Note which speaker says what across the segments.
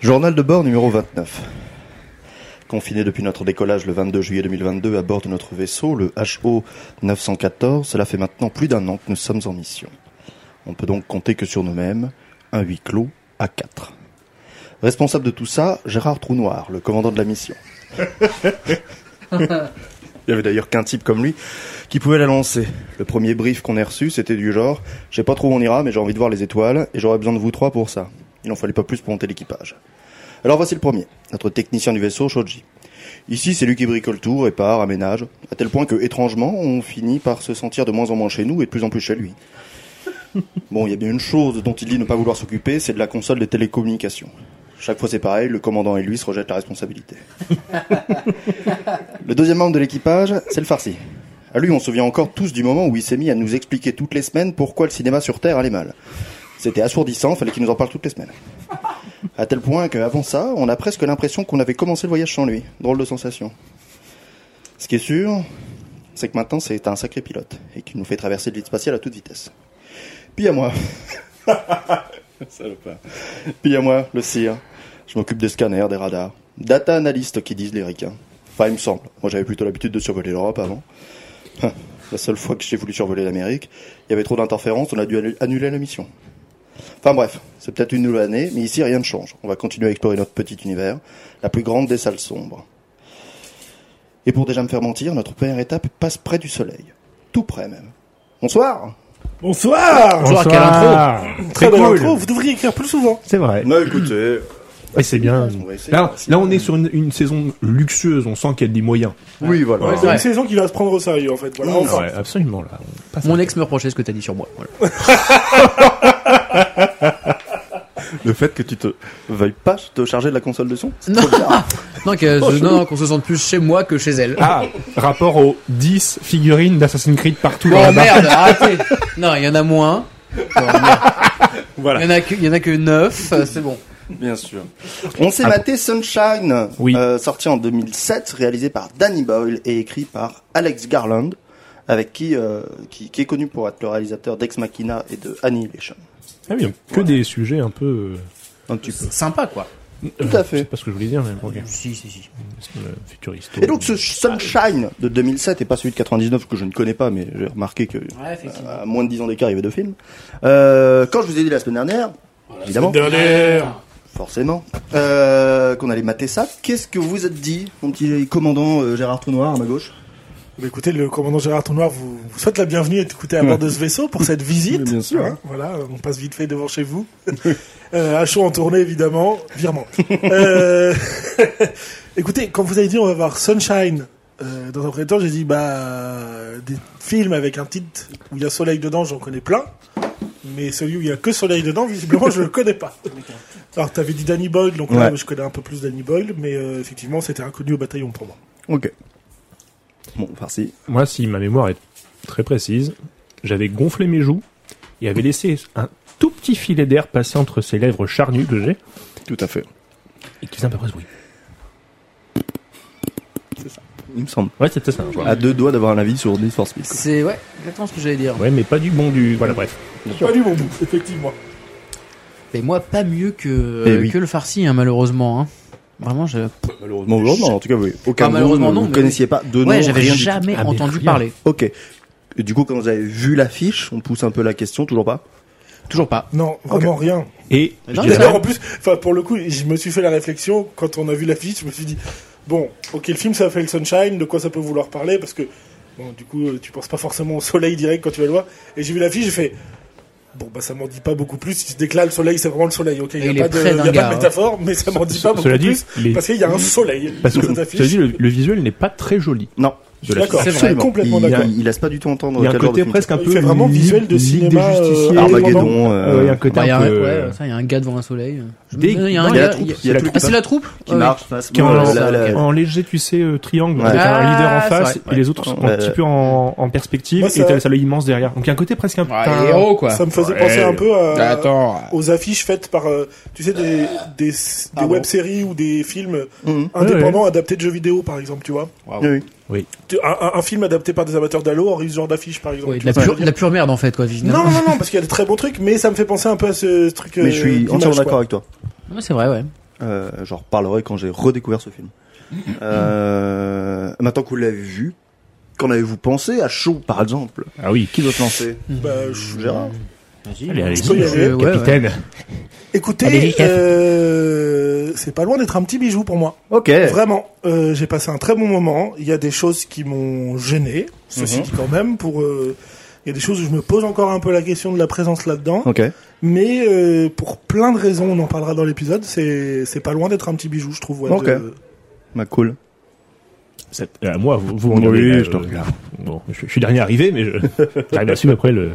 Speaker 1: Journal de bord numéro 29. Confiné depuis notre décollage le 22 juillet 2022 à bord de notre vaisseau, le HO 914, cela fait maintenant plus d'un an que nous sommes en mission. On peut donc compter que sur nous-mêmes, un huis clos à 4. Responsable de tout ça, Gérard Trounoir, le commandant de la mission. Il y avait d'ailleurs qu'un type comme lui qui pouvait la lancer. Le premier brief qu'on a reçu, c'était du genre Je sais pas trop où on ira, mais j'ai envie de voir les étoiles et j'aurais besoin de vous trois pour ça. Il n'en fallait pas plus pour monter l'équipage. Alors voici le premier, notre technicien du vaisseau, Shoji. Ici, c'est lui qui bricole tout, répare, aménage, à tel point que, étrangement, on finit par se sentir de moins en moins chez nous et de plus en plus chez lui. Bon, il y a bien une chose dont il dit ne pas vouloir s'occuper, c'est de la console des télécommunications. Chaque fois c'est pareil, le commandant et lui se rejettent la responsabilité. le deuxième membre de l'équipage, c'est le farci. À lui, on se souvient encore tous du moment où il s'est mis à nous expliquer toutes les semaines pourquoi le cinéma sur Terre allait mal. C'était assourdissant, fallait qu'il nous en parle toutes les semaines. À tel point qu'avant ça, on a presque l'impression qu'on avait commencé le voyage sans lui. Drôle de sensation. Ce qui est sûr, c'est que maintenant c'est un sacré pilote et qu'il nous fait traverser de l'île spatiale à toute vitesse. Puis à moi. Salopard. Puis à moi, le cire. Je m'occupe des scanners, des radars. Data analyst qui disent les ricains. Enfin, il me semble. Moi, j'avais plutôt l'habitude de survoler l'Europe avant. Hein, la seule fois que j'ai voulu survoler l'Amérique, il y avait trop d'interférences, on a dû annu- annuler la mission. Enfin bref, c'est peut-être une nouvelle année, mais ici rien ne change. On va continuer à explorer notre petit univers, la plus grande des salles sombres. Et pour déjà me faire mentir, notre première étape passe près du soleil. Tout près même. Bonsoir
Speaker 2: Bonsoir
Speaker 3: Bonsoir, quelle
Speaker 4: Ah,
Speaker 3: intro
Speaker 2: Très
Speaker 3: Très
Speaker 2: bonne
Speaker 3: cool.
Speaker 2: intro, vous devriez écrire plus souvent.
Speaker 3: C'est vrai.
Speaker 1: Non, écoutez,
Speaker 3: Et c'est bien.
Speaker 1: on va essayer.
Speaker 4: Là, là, on est sur une, une saison luxueuse, on sent qu'il y a des moyens.
Speaker 1: Oui, voilà.
Speaker 2: C'est
Speaker 3: Ouais.
Speaker 2: une saison qui va se prendre au sérieux en fait. Voilà,
Speaker 1: Ouais.
Speaker 4: Ah
Speaker 2: enfin.
Speaker 3: absolument, là. On passe
Speaker 5: Mon ex me reprochait ce que t'as dit sur moi. Voilà.
Speaker 1: Le fait que tu te veuilles pas te charger de la console de son
Speaker 5: Non, que- non, non, qu'on se sente plus chez moi que chez elle.
Speaker 4: Ah, rapport aux 10 figurines d'Assassin's Creed partout dans
Speaker 5: Oh
Speaker 4: la barre.
Speaker 5: merde, arrêtez Non, il y en a moins. Oh, merde.
Speaker 2: Voilà.
Speaker 5: Il y en a que- il y en a que 9, c'est bon.
Speaker 1: Bien sûr. On s'est maté Sunshine,
Speaker 4: Oui.
Speaker 1: euh, sorti en 2007, réalisé par Danny Boyle et écrit par Alex Garland, avec qui, euh, qui, qui est connu pour être le réalisateur d'Ex Machina et de Annihilation.
Speaker 4: Ah oui, que des sujets un peu...
Speaker 1: Un petit peu.
Speaker 5: Euh, Sympa quoi.
Speaker 1: Tout à
Speaker 4: Je sais
Speaker 1: fait.
Speaker 4: pas ce que je voulais dire, mais ok.
Speaker 5: Si, si, si.
Speaker 4: Euh, Futuriste.
Speaker 1: Et donc ce Sunshine de 2007 et pas celui de 99 que je ne connais pas, mais j'ai remarqué que
Speaker 5: Ouais, effectivement.
Speaker 1: à moins de 10 ans d'écart, il y avait deux films. Euh, quand je vous ai dit la semaine dernière, évidemment,
Speaker 2: Dernière.
Speaker 1: forcément, euh, qu'on allait mater ça, qu'est-ce que vous êtes dit, mon petit commandant euh, Gérard Tournoir à ma gauche
Speaker 2: Bah, écoutez, le commandant Gérard Tournoir vous, vous souhaite la bienvenue et écoutez à bord de ce vaisseau pour cette visite.
Speaker 1: bien sûr.
Speaker 2: Hein, voilà, on passe vite fait devant chez vous. euh, à chaud en tournée évidemment, virement. Euh, écoutez, quand vous avez dit on va voir Sunshine, euh, dans un premier temps j'ai dit bah des films avec un titre où il y a soleil dedans, j'en connais plein. Mais celui où il y a que soleil dedans, visiblement, je le connais pas. Alors, t'avais dit Danny Boyle, donc là,
Speaker 1: Ouais.
Speaker 2: je connais un peu plus Danny Boyle, mais euh, effectivement, c'était inconnu au bataillon pour moi.
Speaker 1: Ok. Bon, farci.
Speaker 4: Moi, si ma mémoire est très précise, j'avais gonflé mes joues et avait laissé un tout petit filet d'air passer entre ses lèvres charnues que j'ai
Speaker 1: Tout à fait.
Speaker 4: et qui faisait à peu près ce bruit.
Speaker 1: Il me semble.
Speaker 4: Ouais, c'était ça. je crois.
Speaker 1: À deux doigts d'avoir un avis sur Need for Speed.
Speaker 5: C'est ouais, exactement ce que j'allais dire.
Speaker 4: Ouais, mais pas du bon du... Voilà, bref.
Speaker 2: Pas du bon bout, effectivement.
Speaker 5: Mais moi, pas mieux que,
Speaker 1: Eh oui.
Speaker 5: que le farci, hein, malheureusement. Hein. Vraiment, je...
Speaker 1: Malheureusement, non, en tout cas, oui. Aucun
Speaker 5: Ah, malheureusement,
Speaker 1: nom,
Speaker 5: non,
Speaker 1: vous
Speaker 5: mais-
Speaker 1: connaissiez pas de nom.
Speaker 5: ouais, j'avais
Speaker 1: rien du
Speaker 5: jamais
Speaker 4: Ah, mais
Speaker 5: entendu
Speaker 4: rien.
Speaker 5: parler.
Speaker 1: tout. Ok. Et du coup, quand vous avez vu l'affiche, on pousse un peu la question, toujours pas
Speaker 5: Toujours pas.
Speaker 2: Non, vraiment rien.
Speaker 4: Et
Speaker 5: Mais
Speaker 4: je
Speaker 5: non,
Speaker 4: dirais
Speaker 5: mais
Speaker 2: D'ailleurs, en plus, enfin, pour le coup, je me suis fait la réflexion, quand on a vu l'affiche, je me suis dit, bon, ok, le film, ça fait le sunshine, de quoi ça peut vouloir parler, parce que, bon, du coup, euh, tu penses pas forcément au soleil direct quand tu vas le voir. Et j'ai vu l'affiche, j'ai fait, bon, bah, ça m'en dit pas beaucoup plus. Si se déclare le soleil, c'est vraiment le soleil, ok, il
Speaker 5: il
Speaker 2: n'y a,
Speaker 5: est
Speaker 2: pas de-
Speaker 5: très hein.
Speaker 2: y a pas
Speaker 5: dingard,
Speaker 2: de métaphore, mais ça m'en dit
Speaker 4: Ce-
Speaker 2: pas beaucoup
Speaker 4: cela dit,
Speaker 2: plus,
Speaker 4: les-
Speaker 2: parce qu'il y a un soleil
Speaker 4: Parce
Speaker 2: sur
Speaker 4: que,
Speaker 2: cette
Speaker 4: je te
Speaker 2: affiche.
Speaker 4: dis, le, le visuel n'est pas très joli.
Speaker 1: Non.
Speaker 2: Je suis d'accord,
Speaker 5: C'est
Speaker 2: je suis
Speaker 5: vrai.
Speaker 2: complètement
Speaker 1: il,
Speaker 2: d'accord.
Speaker 1: il, il laisse pas du tout entendre
Speaker 4: Il y a un
Speaker 1: quel genre de
Speaker 4: côté
Speaker 1: film
Speaker 4: presque un
Speaker 2: Il
Speaker 4: peu...
Speaker 2: fait vraiment
Speaker 4: Ligue-
Speaker 2: visuel de
Speaker 4: Ligue des
Speaker 2: cinéma, euh,
Speaker 4: Justiciers.
Speaker 1: c'est. Armageddon.
Speaker 4: Euh,
Speaker 1: euh,
Speaker 4: il y a un côté
Speaker 5: Bah, y a
Speaker 4: un
Speaker 5: un,
Speaker 4: peu...
Speaker 5: ouais, ça, y a un gars devant un soleil. Je-
Speaker 4: Dès-
Speaker 5: il y a un
Speaker 1: il y a
Speaker 5: gars-
Speaker 1: la troupe,
Speaker 5: il y a-
Speaker 1: il y a la troupe
Speaker 5: Ah, c'est la troupe
Speaker 1: qui
Speaker 5: Ah oui.
Speaker 1: marche. enfin, c'est-
Speaker 4: qui est en,
Speaker 1: euh,
Speaker 5: ça,
Speaker 1: la-
Speaker 5: ok.
Speaker 1: la-
Speaker 4: en léger, tu sais, euh, triangle,
Speaker 1: Ouais.
Speaker 4: avec un
Speaker 5: Ah,
Speaker 4: leader en
Speaker 5: c'est
Speaker 4: face
Speaker 5: vrai.
Speaker 4: et les autres sont
Speaker 1: Ouais.
Speaker 4: un petit peu en, en perspective
Speaker 2: Moi, ça-
Speaker 4: et t'as le soleil immense derrière. Donc il y a un côté presque un peu.
Speaker 5: Ah, héros, quoi.
Speaker 2: Ça me faisait
Speaker 4: Ouais.
Speaker 2: penser un peu à,
Speaker 5: Bah, Attends.
Speaker 2: aux affiches faites par, euh, tu sais, des, des, des
Speaker 1: Ah bon.
Speaker 2: web-séries ou des films
Speaker 1: Mhm.
Speaker 2: indépendants adaptés de jeux vidéo, par exemple, tu vois.
Speaker 5: Ah,
Speaker 1: Oui, oui.
Speaker 2: Tu- Un, un- un film adapté par des amateurs d'Halo aurait eu ce genre d'affiche, par exemple.
Speaker 5: Ouais,
Speaker 2: tu
Speaker 5: de la,
Speaker 2: vois ce que
Speaker 5: pure,
Speaker 2: je veux
Speaker 5: de la pure merde en fait quoi
Speaker 2: dire. non,
Speaker 5: finalement.
Speaker 2: non, non, parce qu'il y a des très bons trucs, mais ça me fait penser un peu à ce truc. euh,
Speaker 1: Mais je suis
Speaker 2: d'image,
Speaker 1: entièrement
Speaker 2: quoi.
Speaker 1: d'accord avec toi.
Speaker 5: Ouais, c'est vrai ouais.
Speaker 1: Euh, J'en reparlerai quand j'ai redécouvert ce film. Euh, maintenant que vous l'avez vu, qu'en avez-vous pensé à chaud, par exemple
Speaker 4: Ah oui.
Speaker 1: Qui veut se lancer
Speaker 2: Bah,
Speaker 5: Hmm.
Speaker 2: je-
Speaker 1: Gérard
Speaker 6: Vas-y.
Speaker 4: Allez, allez,
Speaker 2: Tu peux y aller.
Speaker 5: Euh, Ouais, ouais.
Speaker 4: capitaine.
Speaker 2: Écoutez,
Speaker 6: Allez, JF.
Speaker 2: euh, c'est pas loin d'être un petit bijou pour moi.
Speaker 1: Ok.
Speaker 2: Vraiment, euh, j'ai passé un très bon moment. Il y a des choses qui m'ont gêné, ceci
Speaker 1: Mhm.
Speaker 2: dit quand même. Pour, euh, il y a des choses où je me pose encore un peu la question de la présence là-dedans.
Speaker 1: Ok.
Speaker 2: Mais euh, pour plein de raisons, on en parlera dans l'épisode. C'est c'est pas loin d'être un petit bijou, je trouve. ouais,
Speaker 1: Ok.
Speaker 2: de-
Speaker 1: Bah, cool.
Speaker 4: C'est- euh, moi, vous, vous
Speaker 3: Oui,
Speaker 4: regardez, là,
Speaker 3: je te
Speaker 4: euh,
Speaker 3: regarde.
Speaker 4: Bon, je, je suis dernier arrivé, mais je j'arrive à suivre après le.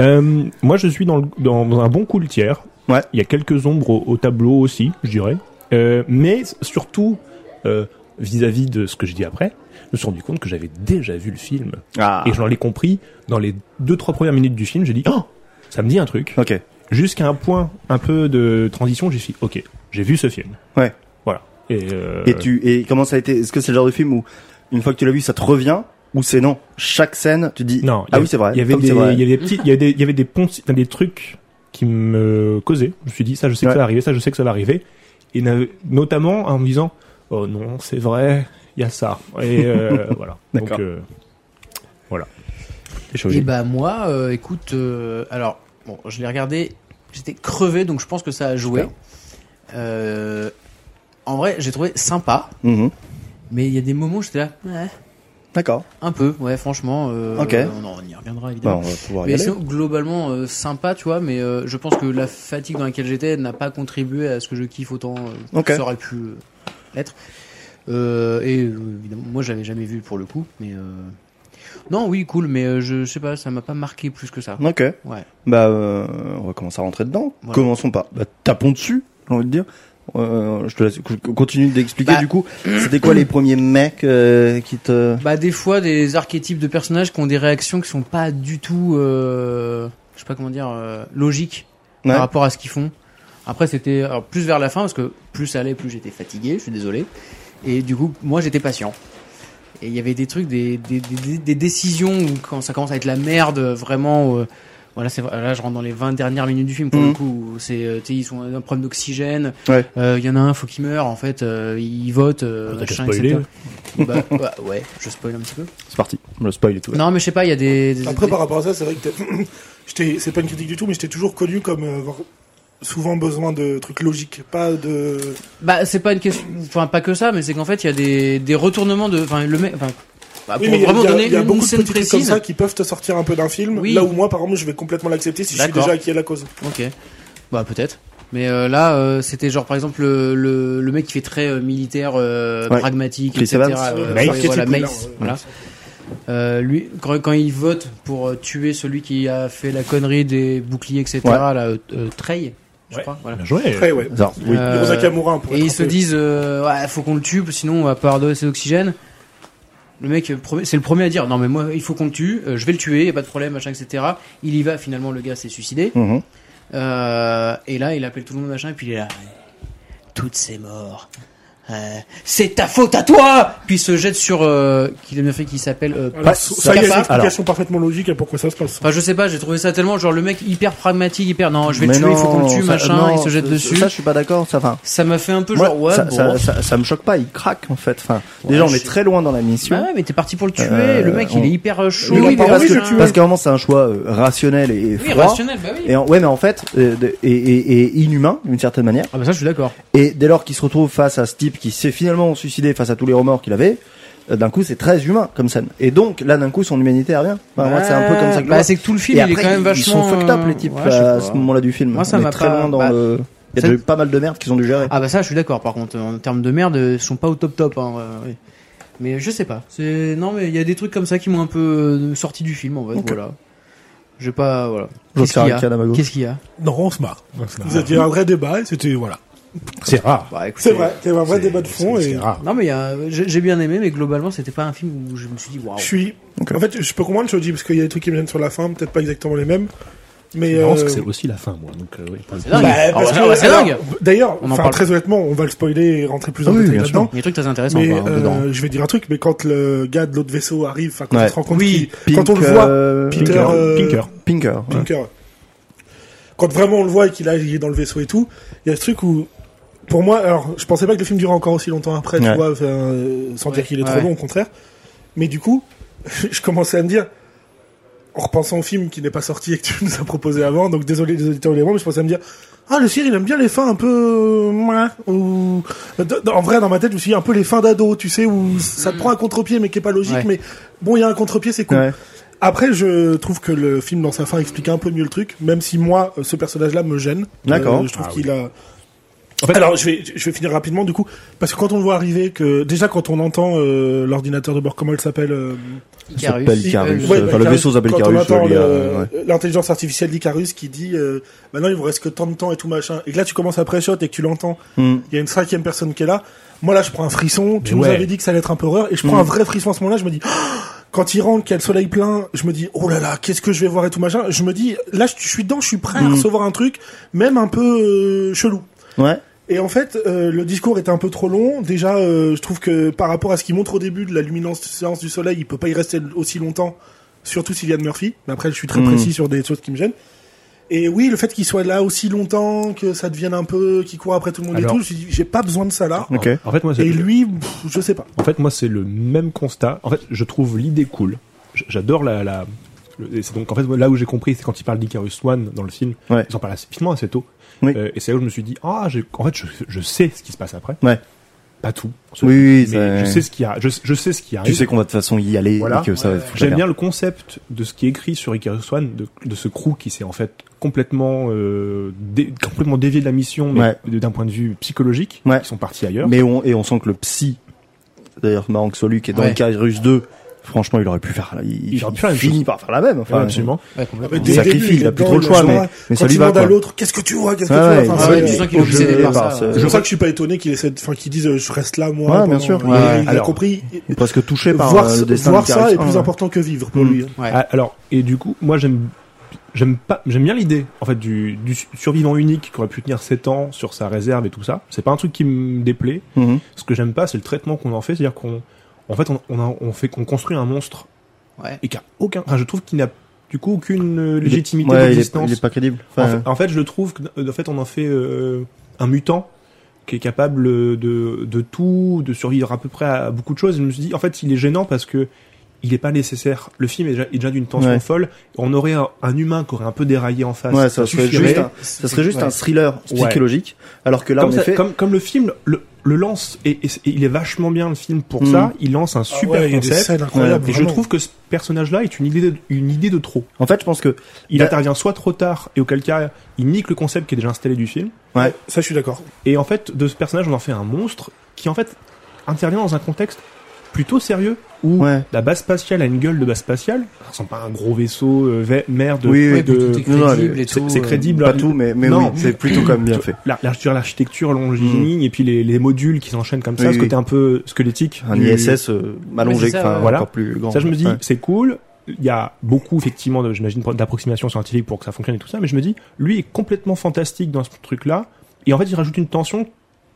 Speaker 4: Euh, moi, je suis dans, le- dans, dans un bon coup le tiers.
Speaker 1: Ouais.
Speaker 4: Il y a quelques ombres au, au tableau aussi, je dirais. Euh, mais surtout, euh, vis-à-vis de ce que je dis après, je me suis rendu compte que j'avais déjà vu le film.
Speaker 1: Ah.
Speaker 4: Et j'en l'ai compris dans les deux, trois premières minutes du film. J'ai dit, oh, ça me dit un truc.
Speaker 1: Ok.
Speaker 4: Jusqu'à un point un peu de transition, j'ai dit, ok, j'ai vu ce film.
Speaker 1: Ouais.
Speaker 4: Voilà. Et, euh,
Speaker 1: Et tu et comment ça a été Est-ce que c'est le genre de film où une fois que tu l'as vu, ça te revient ou c'est non Chaque scène, tu te dis
Speaker 4: Non, il y
Speaker 1: Ah
Speaker 4: a-
Speaker 1: oui, c'est vrai.
Speaker 4: Il y avait
Speaker 1: comme
Speaker 4: des,
Speaker 1: c'est vrai.
Speaker 4: il y avait des petits, il y avait des, il y avait des ponts, enfin, des trucs qui me causaient. Je me suis dit ça, je sais que
Speaker 1: Ouais.
Speaker 4: ça va arriver, ça, je sais que ça va arriver. Et na- notamment en me disant oh non, c'est vrai, il y a ça. Et euh, voilà.
Speaker 1: D'accord.
Speaker 4: Donc euh, voilà. Et
Speaker 5: Et bah moi, euh, écoute, euh, alors bon, je l'ai regardé, j'étais crevé, donc je pense que ça a joué. Euh, en vrai, j'ai trouvé sympa,
Speaker 1: Mhm.
Speaker 5: mais il y a des moments où j'étais là, ouais,
Speaker 1: D'accord.
Speaker 5: un peu, ouais, franchement. euh,
Speaker 1: Ok.
Speaker 5: on, en- on y reviendra
Speaker 1: Bah,
Speaker 5: évidemment.
Speaker 1: on va pouvoir y
Speaker 5: mais
Speaker 1: aller.
Speaker 5: sinon, globalement euh, sympa, tu vois, mais euh, je pense que la fatigue dans laquelle j'étais n'a pas contribué à ce que je kiffe autant euh,
Speaker 1: Ok.
Speaker 5: que ça aurait pu euh, être. Euh, et euh, évidemment, moi j'avais jamais vu pour le coup, mais euh, non, oui, cool, mais euh, je, je sais pas, ça m'a pas marqué plus que ça.
Speaker 1: Ok.
Speaker 5: Ouais.
Speaker 1: Bah, euh, on va commencer à rentrer dedans.
Speaker 5: Voilà.
Speaker 1: Commençons par. Bah, tapons dessus, j'ai envie de dire. Euh, je te laisse co- continue d'expliquer
Speaker 5: Bah.
Speaker 1: du coup. C'était quoi les premiers mecs euh, qui te.
Speaker 5: Bah des fois des archétypes de personnages qui ont des réactions qui sont pas du tout, euh, je sais pas comment dire, euh, logiques
Speaker 1: Ouais.
Speaker 5: par rapport à ce qu'ils font. Après c'était alors, plus vers la fin parce que plus ça allait, plus j'étais fatigué, je suis désolé. Et du coup moi j'étais patient. Et il y avait des trucs, des, des, des- des- des décisions où quand ça commence à être la merde vraiment. euh, voilà, c'est là je rentre dans les 20 dernières minutes du film pour
Speaker 1: Mhm.
Speaker 5: le coup. où C'est, euh, tu sais, ils sont un problème d'oxygène.
Speaker 1: Ouais.
Speaker 5: Euh, Il y en a un, faut qu'il meure en fait. euh, il vote, euh,
Speaker 4: Ah, t'as qu'à
Speaker 5: machin,
Speaker 4: spoiler.
Speaker 5: etc. Bah, bah, ouais, je spoil un petit peu.
Speaker 1: C'est parti. Le spoil et tout.
Speaker 5: Non, mais je sais pas, il y a des. des-
Speaker 2: Après,
Speaker 5: des-
Speaker 2: par rapport à ça, c'est vrai que t'es- j'étais- c'est pas une critique du tout, mais j'étais toujours connu comme euh, avoir souvent besoin de trucs logiques, pas de.
Speaker 5: Bah, c'est pas une question. Enfin, pas que ça, mais c'est qu'en fait, il y a des, des retournements de. Enfin, le mec. Enfin, bah,
Speaker 2: Oui,
Speaker 5: pour
Speaker 2: mais il y a-
Speaker 5: vraiment
Speaker 2: il y a-
Speaker 5: donner
Speaker 2: il y a
Speaker 5: une
Speaker 2: beaucoup de
Speaker 5: scène
Speaker 2: petits trucs comme
Speaker 5: précise.
Speaker 2: ça qui peuvent te sortir un peu d'un film.
Speaker 5: Oui.
Speaker 2: Là où moi, par exemple, je vais complètement l'accepter si je suis
Speaker 5: D'accord.
Speaker 2: déjà acquis à la cause.
Speaker 5: Ok. Bah, peut-être. Mais euh, là, euh, c'était genre, par exemple, le, le, le mec qui fait très euh, militaire, euh,
Speaker 1: Ouais.
Speaker 5: pragmatique,
Speaker 1: Chris
Speaker 5: etc.
Speaker 1: Evans.
Speaker 5: Euh,
Speaker 4: Mace.
Speaker 5: ouais, voilà,
Speaker 2: C'était cool,
Speaker 5: Mace,
Speaker 2: hein, ouais.
Speaker 5: voilà. Euh, lui, quand, quand il vote pour euh, tuer celui qui a fait la connerie des boucliers, etc.,
Speaker 1: Ouais.
Speaker 5: là, euh, euh, Trey, je
Speaker 4: Ouais.
Speaker 5: crois, voilà.
Speaker 4: Bien joué.
Speaker 2: Après, ouais.
Speaker 1: Bizarre. Oui.
Speaker 5: Euh,
Speaker 2: Hirosa Kamura, pour
Speaker 5: Et
Speaker 2: être
Speaker 5: ils
Speaker 2: un
Speaker 5: se
Speaker 2: peu-
Speaker 5: disent, euh, ouais, faut qu'on le tue, sinon on va pas redonner assez d'oxygène. Le mec, euh, premier- c'est le premier à dire, non mais moi, il faut qu'on le tue, euh, je vais le tuer, y a pas de problème, machin, etc. Il y va, finalement, le gars s'est suicidé.
Speaker 1: Mhm.
Speaker 5: Euh, et là, il appelle tout le monde, machin, et puis il est là. Toutes ces morts. euh, c'est ta faute à toi Puis il se jette sur, euh, qu'il a bien fait, qui s'appelle euh,
Speaker 2: Alors, ça, il y a une
Speaker 5: Kappa.
Speaker 2: explication parfaitement logique à pourquoi ça se passe.
Speaker 5: Enfin, je sais pas, j'ai trouvé ça tellement, genre le mec hyper pragmatique, hyper, non, je vais
Speaker 1: Mais
Speaker 5: le tuer, il faut qu'on le
Speaker 1: non,
Speaker 5: tue,
Speaker 1: ça-
Speaker 5: machin,
Speaker 1: non,
Speaker 5: il se jette
Speaker 1: ça-
Speaker 5: dessus.
Speaker 1: Ça, je suis pas d'accord. Ça, enfin,
Speaker 5: ça m'a fait un peu
Speaker 1: moi,
Speaker 5: genre, ouais,
Speaker 1: ça,
Speaker 5: bon.
Speaker 1: ça, ça, ça me choque pas. Il craque en fait. Enfin,
Speaker 5: Ouais,
Speaker 1: déjà, on
Speaker 5: je
Speaker 1: est
Speaker 5: sais.
Speaker 1: très loin dans la mission.
Speaker 5: Bah ouais, mais t'es parti pour le tuer.
Speaker 1: Euh,
Speaker 5: le mec,
Speaker 1: on-
Speaker 5: il est hyper euh, chaud.
Speaker 1: Oui,
Speaker 5: il est
Speaker 1: mais parce
Speaker 5: machin.
Speaker 1: que parce qu'à un moment, c'est un choix euh, rationnel et, et
Speaker 5: Oui,
Speaker 1: froid.
Speaker 5: rationnel, bah oui.
Speaker 1: Et en- ouais, mais en fait, euh, de- et, et- et inhumain d'une certaine manière.
Speaker 5: Ah bah ça, je suis d'accord.
Speaker 1: Et dès lors qu'il se retrouve face à ce type qui s'est finalement suicidé face à tous les remords qu'il avait, euh, d'un coup c'est très humain comme scène. Et donc là d'un coup son humanité elle revient. Enfin, moi, c'est un peu comme ça que je
Speaker 5: Bah
Speaker 1: vois.
Speaker 5: c'est que tout le film,
Speaker 1: Et
Speaker 5: il est
Speaker 1: après,
Speaker 5: quand même
Speaker 1: ils-
Speaker 5: vachement.
Speaker 1: Ils sont fucked up les types euh,
Speaker 5: ouais, je sais
Speaker 1: à
Speaker 5: pas.
Speaker 1: ce moment-là du film.
Speaker 5: Moi, ça
Speaker 1: On est
Speaker 5: m'a
Speaker 1: très
Speaker 5: pas-
Speaker 1: loin dans
Speaker 5: bah,
Speaker 1: le. Il y a
Speaker 5: ça-
Speaker 1: déjà eu pas mal de merdes qu'ils ont dû gérer.
Speaker 5: Ah bah ça, je suis d'accord. Par contre, en termes de merde, ils sont pas au top top. Hein, ouais, ouais. Mais je sais pas. C'est non, mais il y a des trucs comme ça qui m'ont un peu euh, sorti du film en fait. Voilà. J'ai pas voilà.
Speaker 1: Je
Speaker 5: Qu'est-ce
Speaker 1: vais
Speaker 5: qu'il
Speaker 1: faire un
Speaker 5: y a
Speaker 1: canne à ma gauche.
Speaker 5: Qu'est-ce qu'il y a
Speaker 2: Non, on se marre. Vous aviez un vrai débat et c'était, voilà.
Speaker 4: C'est rare.
Speaker 5: Bah écoute.
Speaker 2: C'est vrai, c'est un vrai
Speaker 4: C'est-
Speaker 2: débat de fond
Speaker 4: c'est-
Speaker 2: et.
Speaker 4: C'est rare.
Speaker 5: Non mais il y a... j'ai j'ai bien aimé, mais globalement, c'était pas un film où je me suis dit waouh.
Speaker 2: Je suis.
Speaker 1: Ok.
Speaker 2: En fait, je peux comprendre, je dis, parce qu'il y a des trucs qui me viennent sur la fin, peut-être pas exactement les mêmes. Mais.
Speaker 4: Non, parce
Speaker 2: euh,
Speaker 4: que c'est aussi la fin, moi. Donc, euh, oui, pour le
Speaker 5: C'est
Speaker 4: coup,
Speaker 5: dingue.
Speaker 2: bah,
Speaker 5: Ah,
Speaker 2: parce
Speaker 5: bah,
Speaker 2: que-
Speaker 5: bah, c'est
Speaker 2: alors,
Speaker 5: dingue.
Speaker 2: D'ailleurs,
Speaker 5: On en
Speaker 2: enfin,
Speaker 5: parle.
Speaker 2: très honnêtement, on va le spoiler et rentrer plus en
Speaker 1: Ah oui,
Speaker 2: détail
Speaker 1: bien
Speaker 2: là-dedans.
Speaker 5: Il y a des trucs très intéressants
Speaker 2: Mais
Speaker 5: quoi, hein,
Speaker 2: euh,
Speaker 5: dedans.
Speaker 2: je vais dire un truc, mais quand le gars de l'autre vaisseau arrive, enfin quand
Speaker 1: Ouais.
Speaker 2: on se rend compte,
Speaker 5: Oui,
Speaker 2: qu'il- quand on le
Speaker 1: Pink,
Speaker 2: voit,
Speaker 1: euh,
Speaker 2: Peter,
Speaker 1: Pinker.
Speaker 2: euh,
Speaker 4: Pinker.
Speaker 1: Pinker, ouais.
Speaker 2: Pinker. Quand vraiment on le voit et qu'il a- il est dans le vaisseau et tout, il y a ce truc où Pour moi, alors, je pensais pas que le film durait encore aussi longtemps après, tu
Speaker 1: Ouais.
Speaker 2: vois, enfin, euh, sans dire
Speaker 5: Ouais.
Speaker 2: qu'il est
Speaker 5: Ouais.
Speaker 2: trop long, au contraire. Mais du coup, je commençais à me dire, en repensant au film qui n'est pas sorti et que tu nous as proposé avant, donc désolé les auditeurs et les gens, mais je pensais à me dire, ah, le Cyril il aime bien les fins un peu, euh, mouin, ou, euh, dans- dans- en vrai, dans ma tête, je me suis dit un peu les fins d'ado, tu sais, où ça te prend un contre-pied, mais qui est pas logique,
Speaker 5: Ouais.
Speaker 2: mais bon, il y a un contre-pied, c'est cool.
Speaker 1: Ouais.
Speaker 2: Après, je trouve que le film dans sa fin explique un peu mieux le truc, même si moi, euh, ce personnage-là me gêne.
Speaker 1: D'accord.
Speaker 2: Euh, je trouve
Speaker 4: Ah oui.
Speaker 2: qu'il a. Alors, je vais, je vais finir rapidement du coup, parce que quand on le voit arriver, que déjà quand on entend euh, l'ordinateur de bord, comment il s'appelle euh,
Speaker 5: Icarus.
Speaker 1: s'appelle Icarus.
Speaker 5: Euh,
Speaker 1: Ouais, enfin, le vaisseau s'appelle
Speaker 2: quand
Speaker 1: Icarus,
Speaker 2: on entend
Speaker 1: lui,
Speaker 2: le-
Speaker 1: euh,
Speaker 2: l'intelligence artificielle d'Icarus qui dit, euh, maintenant il vous reste que tant de temps et tout machin, et que là tu commences à pré-shot et que tu l'entends,
Speaker 1: Hmm.
Speaker 2: il y a une cinquième personne qui est là. Moi là, je prends un frisson. Tu
Speaker 4: Mais
Speaker 2: nous
Speaker 4: ouais. Mm.
Speaker 2: avais dit que ça allait être un peu horreur, et je prends un vrai frisson à ce moment-là. Je me dis, Ah quand il rentre, qu'il y a le soleil plein, je me dis, oh là là, qu'est-ce que je vais voir et tout machin. Je me dis, là, je je suis dedans, je suis prêt
Speaker 4: Mm.
Speaker 2: à recevoir un truc, même un peu euh, chelou.
Speaker 1: Ouais.
Speaker 2: Et en fait, euh, le discours était un peu trop long. Déjà, euh, je trouve que par rapport à ce qu'il montre au début de la luminance séance du soleil, il peut pas y rester aussi longtemps, surtout s'il y a de Murphy. Mais après, je suis très
Speaker 1: Mm.
Speaker 2: précis sur des choses qui me gênent. Et oui, le fait qu'il soit là aussi longtemps, que ça devienne un peu, qu'il court après tout le monde et
Speaker 4: Alors-
Speaker 2: tout, je me suis dit, j'ai pas besoin de ça là.
Speaker 1: Ok.
Speaker 4: En fait, moi, c'est
Speaker 2: Et lui, pff, je sais pas.
Speaker 4: En fait, moi, c'est le même constat. En fait, je trouve l'idée cool. J- J'adore la. la... le- et c'est donc en fait là où j'ai compris, c'est quand il parle d'Icarus One dans le film.
Speaker 1: Ouais.
Speaker 4: Ils en parlent assez, finalement assez tôt.
Speaker 1: Oui.
Speaker 4: Euh, et c'est là où je me suis dit ah j'ai- en fait je, je sais ce qui se passe après.
Speaker 1: Ouais.
Speaker 4: Pas tout.
Speaker 1: Oui, oui,
Speaker 4: mais
Speaker 1: ça-
Speaker 4: je sais ce qui a. Je, je sais ce qui arrive.
Speaker 1: Tu sais qu'on va de toute façon y aller
Speaker 4: Voilà.
Speaker 1: et que ça va te foutre la
Speaker 4: J'aime
Speaker 1: merde.
Speaker 4: bien le concept de ce qui est écrit sur Icarus One, de, de ce crew qui s'est en fait complètement euh, dé- complètement dévié de la mission, mais
Speaker 1: Ouais.
Speaker 4: d'un point de vue psychologique,
Speaker 1: Ouais.
Speaker 4: ils sont partis ailleurs.
Speaker 1: Mais on, et on sent que le psy, d'ailleurs, c'est marrant que ce soit lui qui est dans
Speaker 5: Ouais.
Speaker 1: le Icarus 2, franchement, il aurait pu faire, il,
Speaker 4: Il aurait pu faire la même
Speaker 1: finit
Speaker 4: chose.
Speaker 1: par faire la même, enfin.
Speaker 4: Ouais, absolument.
Speaker 5: ouais, complètement.
Speaker 1: dès-
Speaker 2: Dès le
Speaker 1: sacrifie, il a
Speaker 2: est
Speaker 1: plus
Speaker 2: dedans,
Speaker 1: trop le
Speaker 2: il
Speaker 1: choix,
Speaker 2: le
Speaker 1: mais-
Speaker 2: voit.
Speaker 1: mais ça
Speaker 2: Quand
Speaker 1: lui
Speaker 2: il
Speaker 1: va,
Speaker 2: demande à
Speaker 1: quoi.
Speaker 2: l'autre, qu'est-ce que tu vois, qu'est-ce que
Speaker 1: Ouais,
Speaker 2: tu vois.
Speaker 1: ouais,
Speaker 2: Enfin,
Speaker 5: ouais,
Speaker 2: c'est-
Speaker 5: tu sens qu'il est obsédé
Speaker 1: obsédé
Speaker 5: par
Speaker 1: par
Speaker 5: ça.
Speaker 1: ce-
Speaker 2: C'est pour ça que je suis pas étonné qu'ils essaient, de- enfin, qu'ils disent, euh, je reste là, moi.
Speaker 1: Ouais,
Speaker 2: pendant-
Speaker 1: bien sûr.
Speaker 2: Il,
Speaker 5: Ouais.
Speaker 2: il a
Speaker 4: Alors,
Speaker 2: compris.
Speaker 1: Il est presque touché par
Speaker 2: voir
Speaker 1: euh,
Speaker 2: ce-
Speaker 1: le destin
Speaker 2: voir
Speaker 1: de
Speaker 2: ça
Speaker 1: Icarus
Speaker 2: est plus
Speaker 1: 1,
Speaker 2: important que vivre pour
Speaker 1: Mm.
Speaker 2: lui. hein.
Speaker 5: Ouais.
Speaker 4: Ah, Alors, et du coup, moi j'aime j'aime pas j'aime bien l'idée en fait du, du su- survivant unique qui aurait pu tenir 7 ans sur sa réserve et tout ça. C'est pas un truc qui me déplaît.
Speaker 1: ouais. Mhm.
Speaker 4: Ce que j'aime pas, c'est le traitement qu'on en fait, c'est-à-dire qu'on en fait on, on, a- on fait qu'on construit un monstre
Speaker 5: Ouais.
Speaker 4: et qui a aucun enfin je trouve qu'il n'a du coup aucune
Speaker 1: Il
Speaker 4: euh,
Speaker 1: est-
Speaker 4: légitimité
Speaker 1: ouais, il est,
Speaker 4: d'existence.
Speaker 1: il est pas crédible.
Speaker 4: En,
Speaker 1: Enfin,
Speaker 4: fait, en fait, je trouve que euh, en fait on en fait euh, un mutant qui est capable de de tout, de survivre à peu près à beaucoup de choses. Je me suis dit en fait, il est gênant parce que il est pas nécessaire. Le film est déjà, est déjà d'une tension
Speaker 1: Ouais.
Speaker 4: folle. On aurait un, un humain qui aurait un peu déraillé en face.
Speaker 1: ouais, ça serait
Speaker 4: suffirait.
Speaker 1: juste un, ça serait juste
Speaker 4: Ouais.
Speaker 1: un thriller
Speaker 4: Ouais.
Speaker 1: psychologique, alors que là,
Speaker 4: comme,
Speaker 1: en
Speaker 4: ça-
Speaker 1: effet,
Speaker 4: comme, comme le film le, le lance et, et- et il est vachement bien le film pour
Speaker 1: Mhm.
Speaker 4: ça. Il lance un super
Speaker 2: Ah ouais, il y a des
Speaker 4: concept.
Speaker 2: scènes incroyables,
Speaker 4: et je
Speaker 2: vraiment.
Speaker 4: trouve que ce personnage-là est une idée de, une idée de trop.
Speaker 1: en fait, je pense que,
Speaker 4: Il
Speaker 1: Bah-
Speaker 4: intervient soit trop tard et auquel cas il nique le concept qui est déjà installé du film.
Speaker 1: ouais,
Speaker 2: Ça, je suis d'accord.
Speaker 4: Et en fait, de ce personnage, on en fait un monstre qui, en fait, intervient dans un contexte plutôt sérieux où
Speaker 1: Ouais.
Speaker 4: la base spatiale a une gueule de base spatiale. Ça ressemble pas à un gros vaisseau euh, ve- mer de.
Speaker 1: Oui, oui,
Speaker 5: Ouais,
Speaker 4: de-
Speaker 5: puis tout est
Speaker 1: non, non,
Speaker 5: crédible et
Speaker 4: c'est-
Speaker 5: tout.
Speaker 4: c'est
Speaker 5: euh,
Speaker 4: crédible.
Speaker 1: pas tout, mais, mais
Speaker 4: Non.
Speaker 1: oui, c'est plutôt quand même bien
Speaker 4: tu-
Speaker 1: fait. Mm.
Speaker 4: la- l'architecture- L'architecture longiligne et puis les, les modules qui s'enchaînent comme ça,
Speaker 1: Oui,
Speaker 4: ce
Speaker 1: oui.
Speaker 4: côté un peu squelettique.
Speaker 1: Un
Speaker 4: du-
Speaker 1: ISS euh,
Speaker 5: Ouais,
Speaker 1: allongé,
Speaker 5: c'est ça,
Speaker 1: enfin,
Speaker 5: ouais.
Speaker 1: voilà.
Speaker 4: Voilà.
Speaker 1: encore plus grand.
Speaker 4: Ça, je me dis,
Speaker 1: Ouais.
Speaker 4: c'est cool. Il y a beaucoup, effectivement, de- j'imagine, d'approximations scientifiques pour que ça fonctionne et tout ça. Mais je me dis, lui est complètement fantastique dans ce truc-là. Et en fait, il rajoute une tension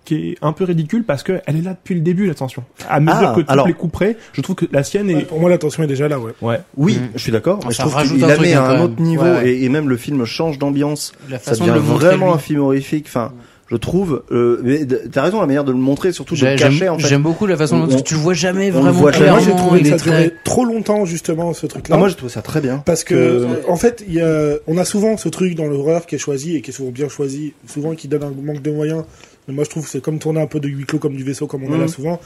Speaker 4: qui est un peu ridicule parce que elle est là depuis le début, la tension. À mesure
Speaker 1: Ah,
Speaker 4: que tu
Speaker 1: alors-
Speaker 4: les couperais, je trouve que la sienne
Speaker 2: Ouais,
Speaker 4: est.
Speaker 2: Pour moi, l'attention est déjà là, ouais.
Speaker 4: Ouais.
Speaker 1: Oui,
Speaker 5: Mm.
Speaker 1: je suis d'accord, mais je
Speaker 5: Ça
Speaker 1: trouve
Speaker 5: rajoute
Speaker 1: qu'il
Speaker 5: un
Speaker 1: la
Speaker 5: truc,
Speaker 1: met à
Speaker 5: hein,
Speaker 1: un
Speaker 5: quand
Speaker 1: autre
Speaker 5: même.
Speaker 1: niveau
Speaker 5: Ouais, ouais.
Speaker 1: et, et même le film change d'ambiance.
Speaker 5: La
Speaker 1: Ça
Speaker 5: façon
Speaker 1: devient
Speaker 5: de le montrer,
Speaker 1: vraiment
Speaker 5: lui.
Speaker 1: un film horrifique. Enfin, je trouve. Euh, mais d- t'as raison, la manière de le montrer, surtout de
Speaker 5: J'ai-
Speaker 1: le cacher
Speaker 5: Ben, J'aime
Speaker 1: en fait.
Speaker 5: j'aime beaucoup la façon
Speaker 1: On-
Speaker 5: dont parce que tu le vois jamais
Speaker 1: on le
Speaker 5: vraiment
Speaker 1: voit jamais.
Speaker 5: clairement.
Speaker 2: Ah, Moi, j'ai trouvé que
Speaker 5: les
Speaker 2: ça
Speaker 5: traits.
Speaker 2: durait trop longtemps, justement, ce truc-là.
Speaker 1: Ah, moi, j'ai trouvé ça très bien.
Speaker 2: Parce que,
Speaker 1: Euh,
Speaker 2: euh, en fait, il y a- on a souvent ce truc dans l'horreur qui est choisi et qui est souvent bien choisi, souvent qui donne un manque de moyens. Mais moi, je trouve que c'est comme tourner un peu de huis clos comme du vaisseau, comme on a
Speaker 1: Mhm.
Speaker 2: là souvent.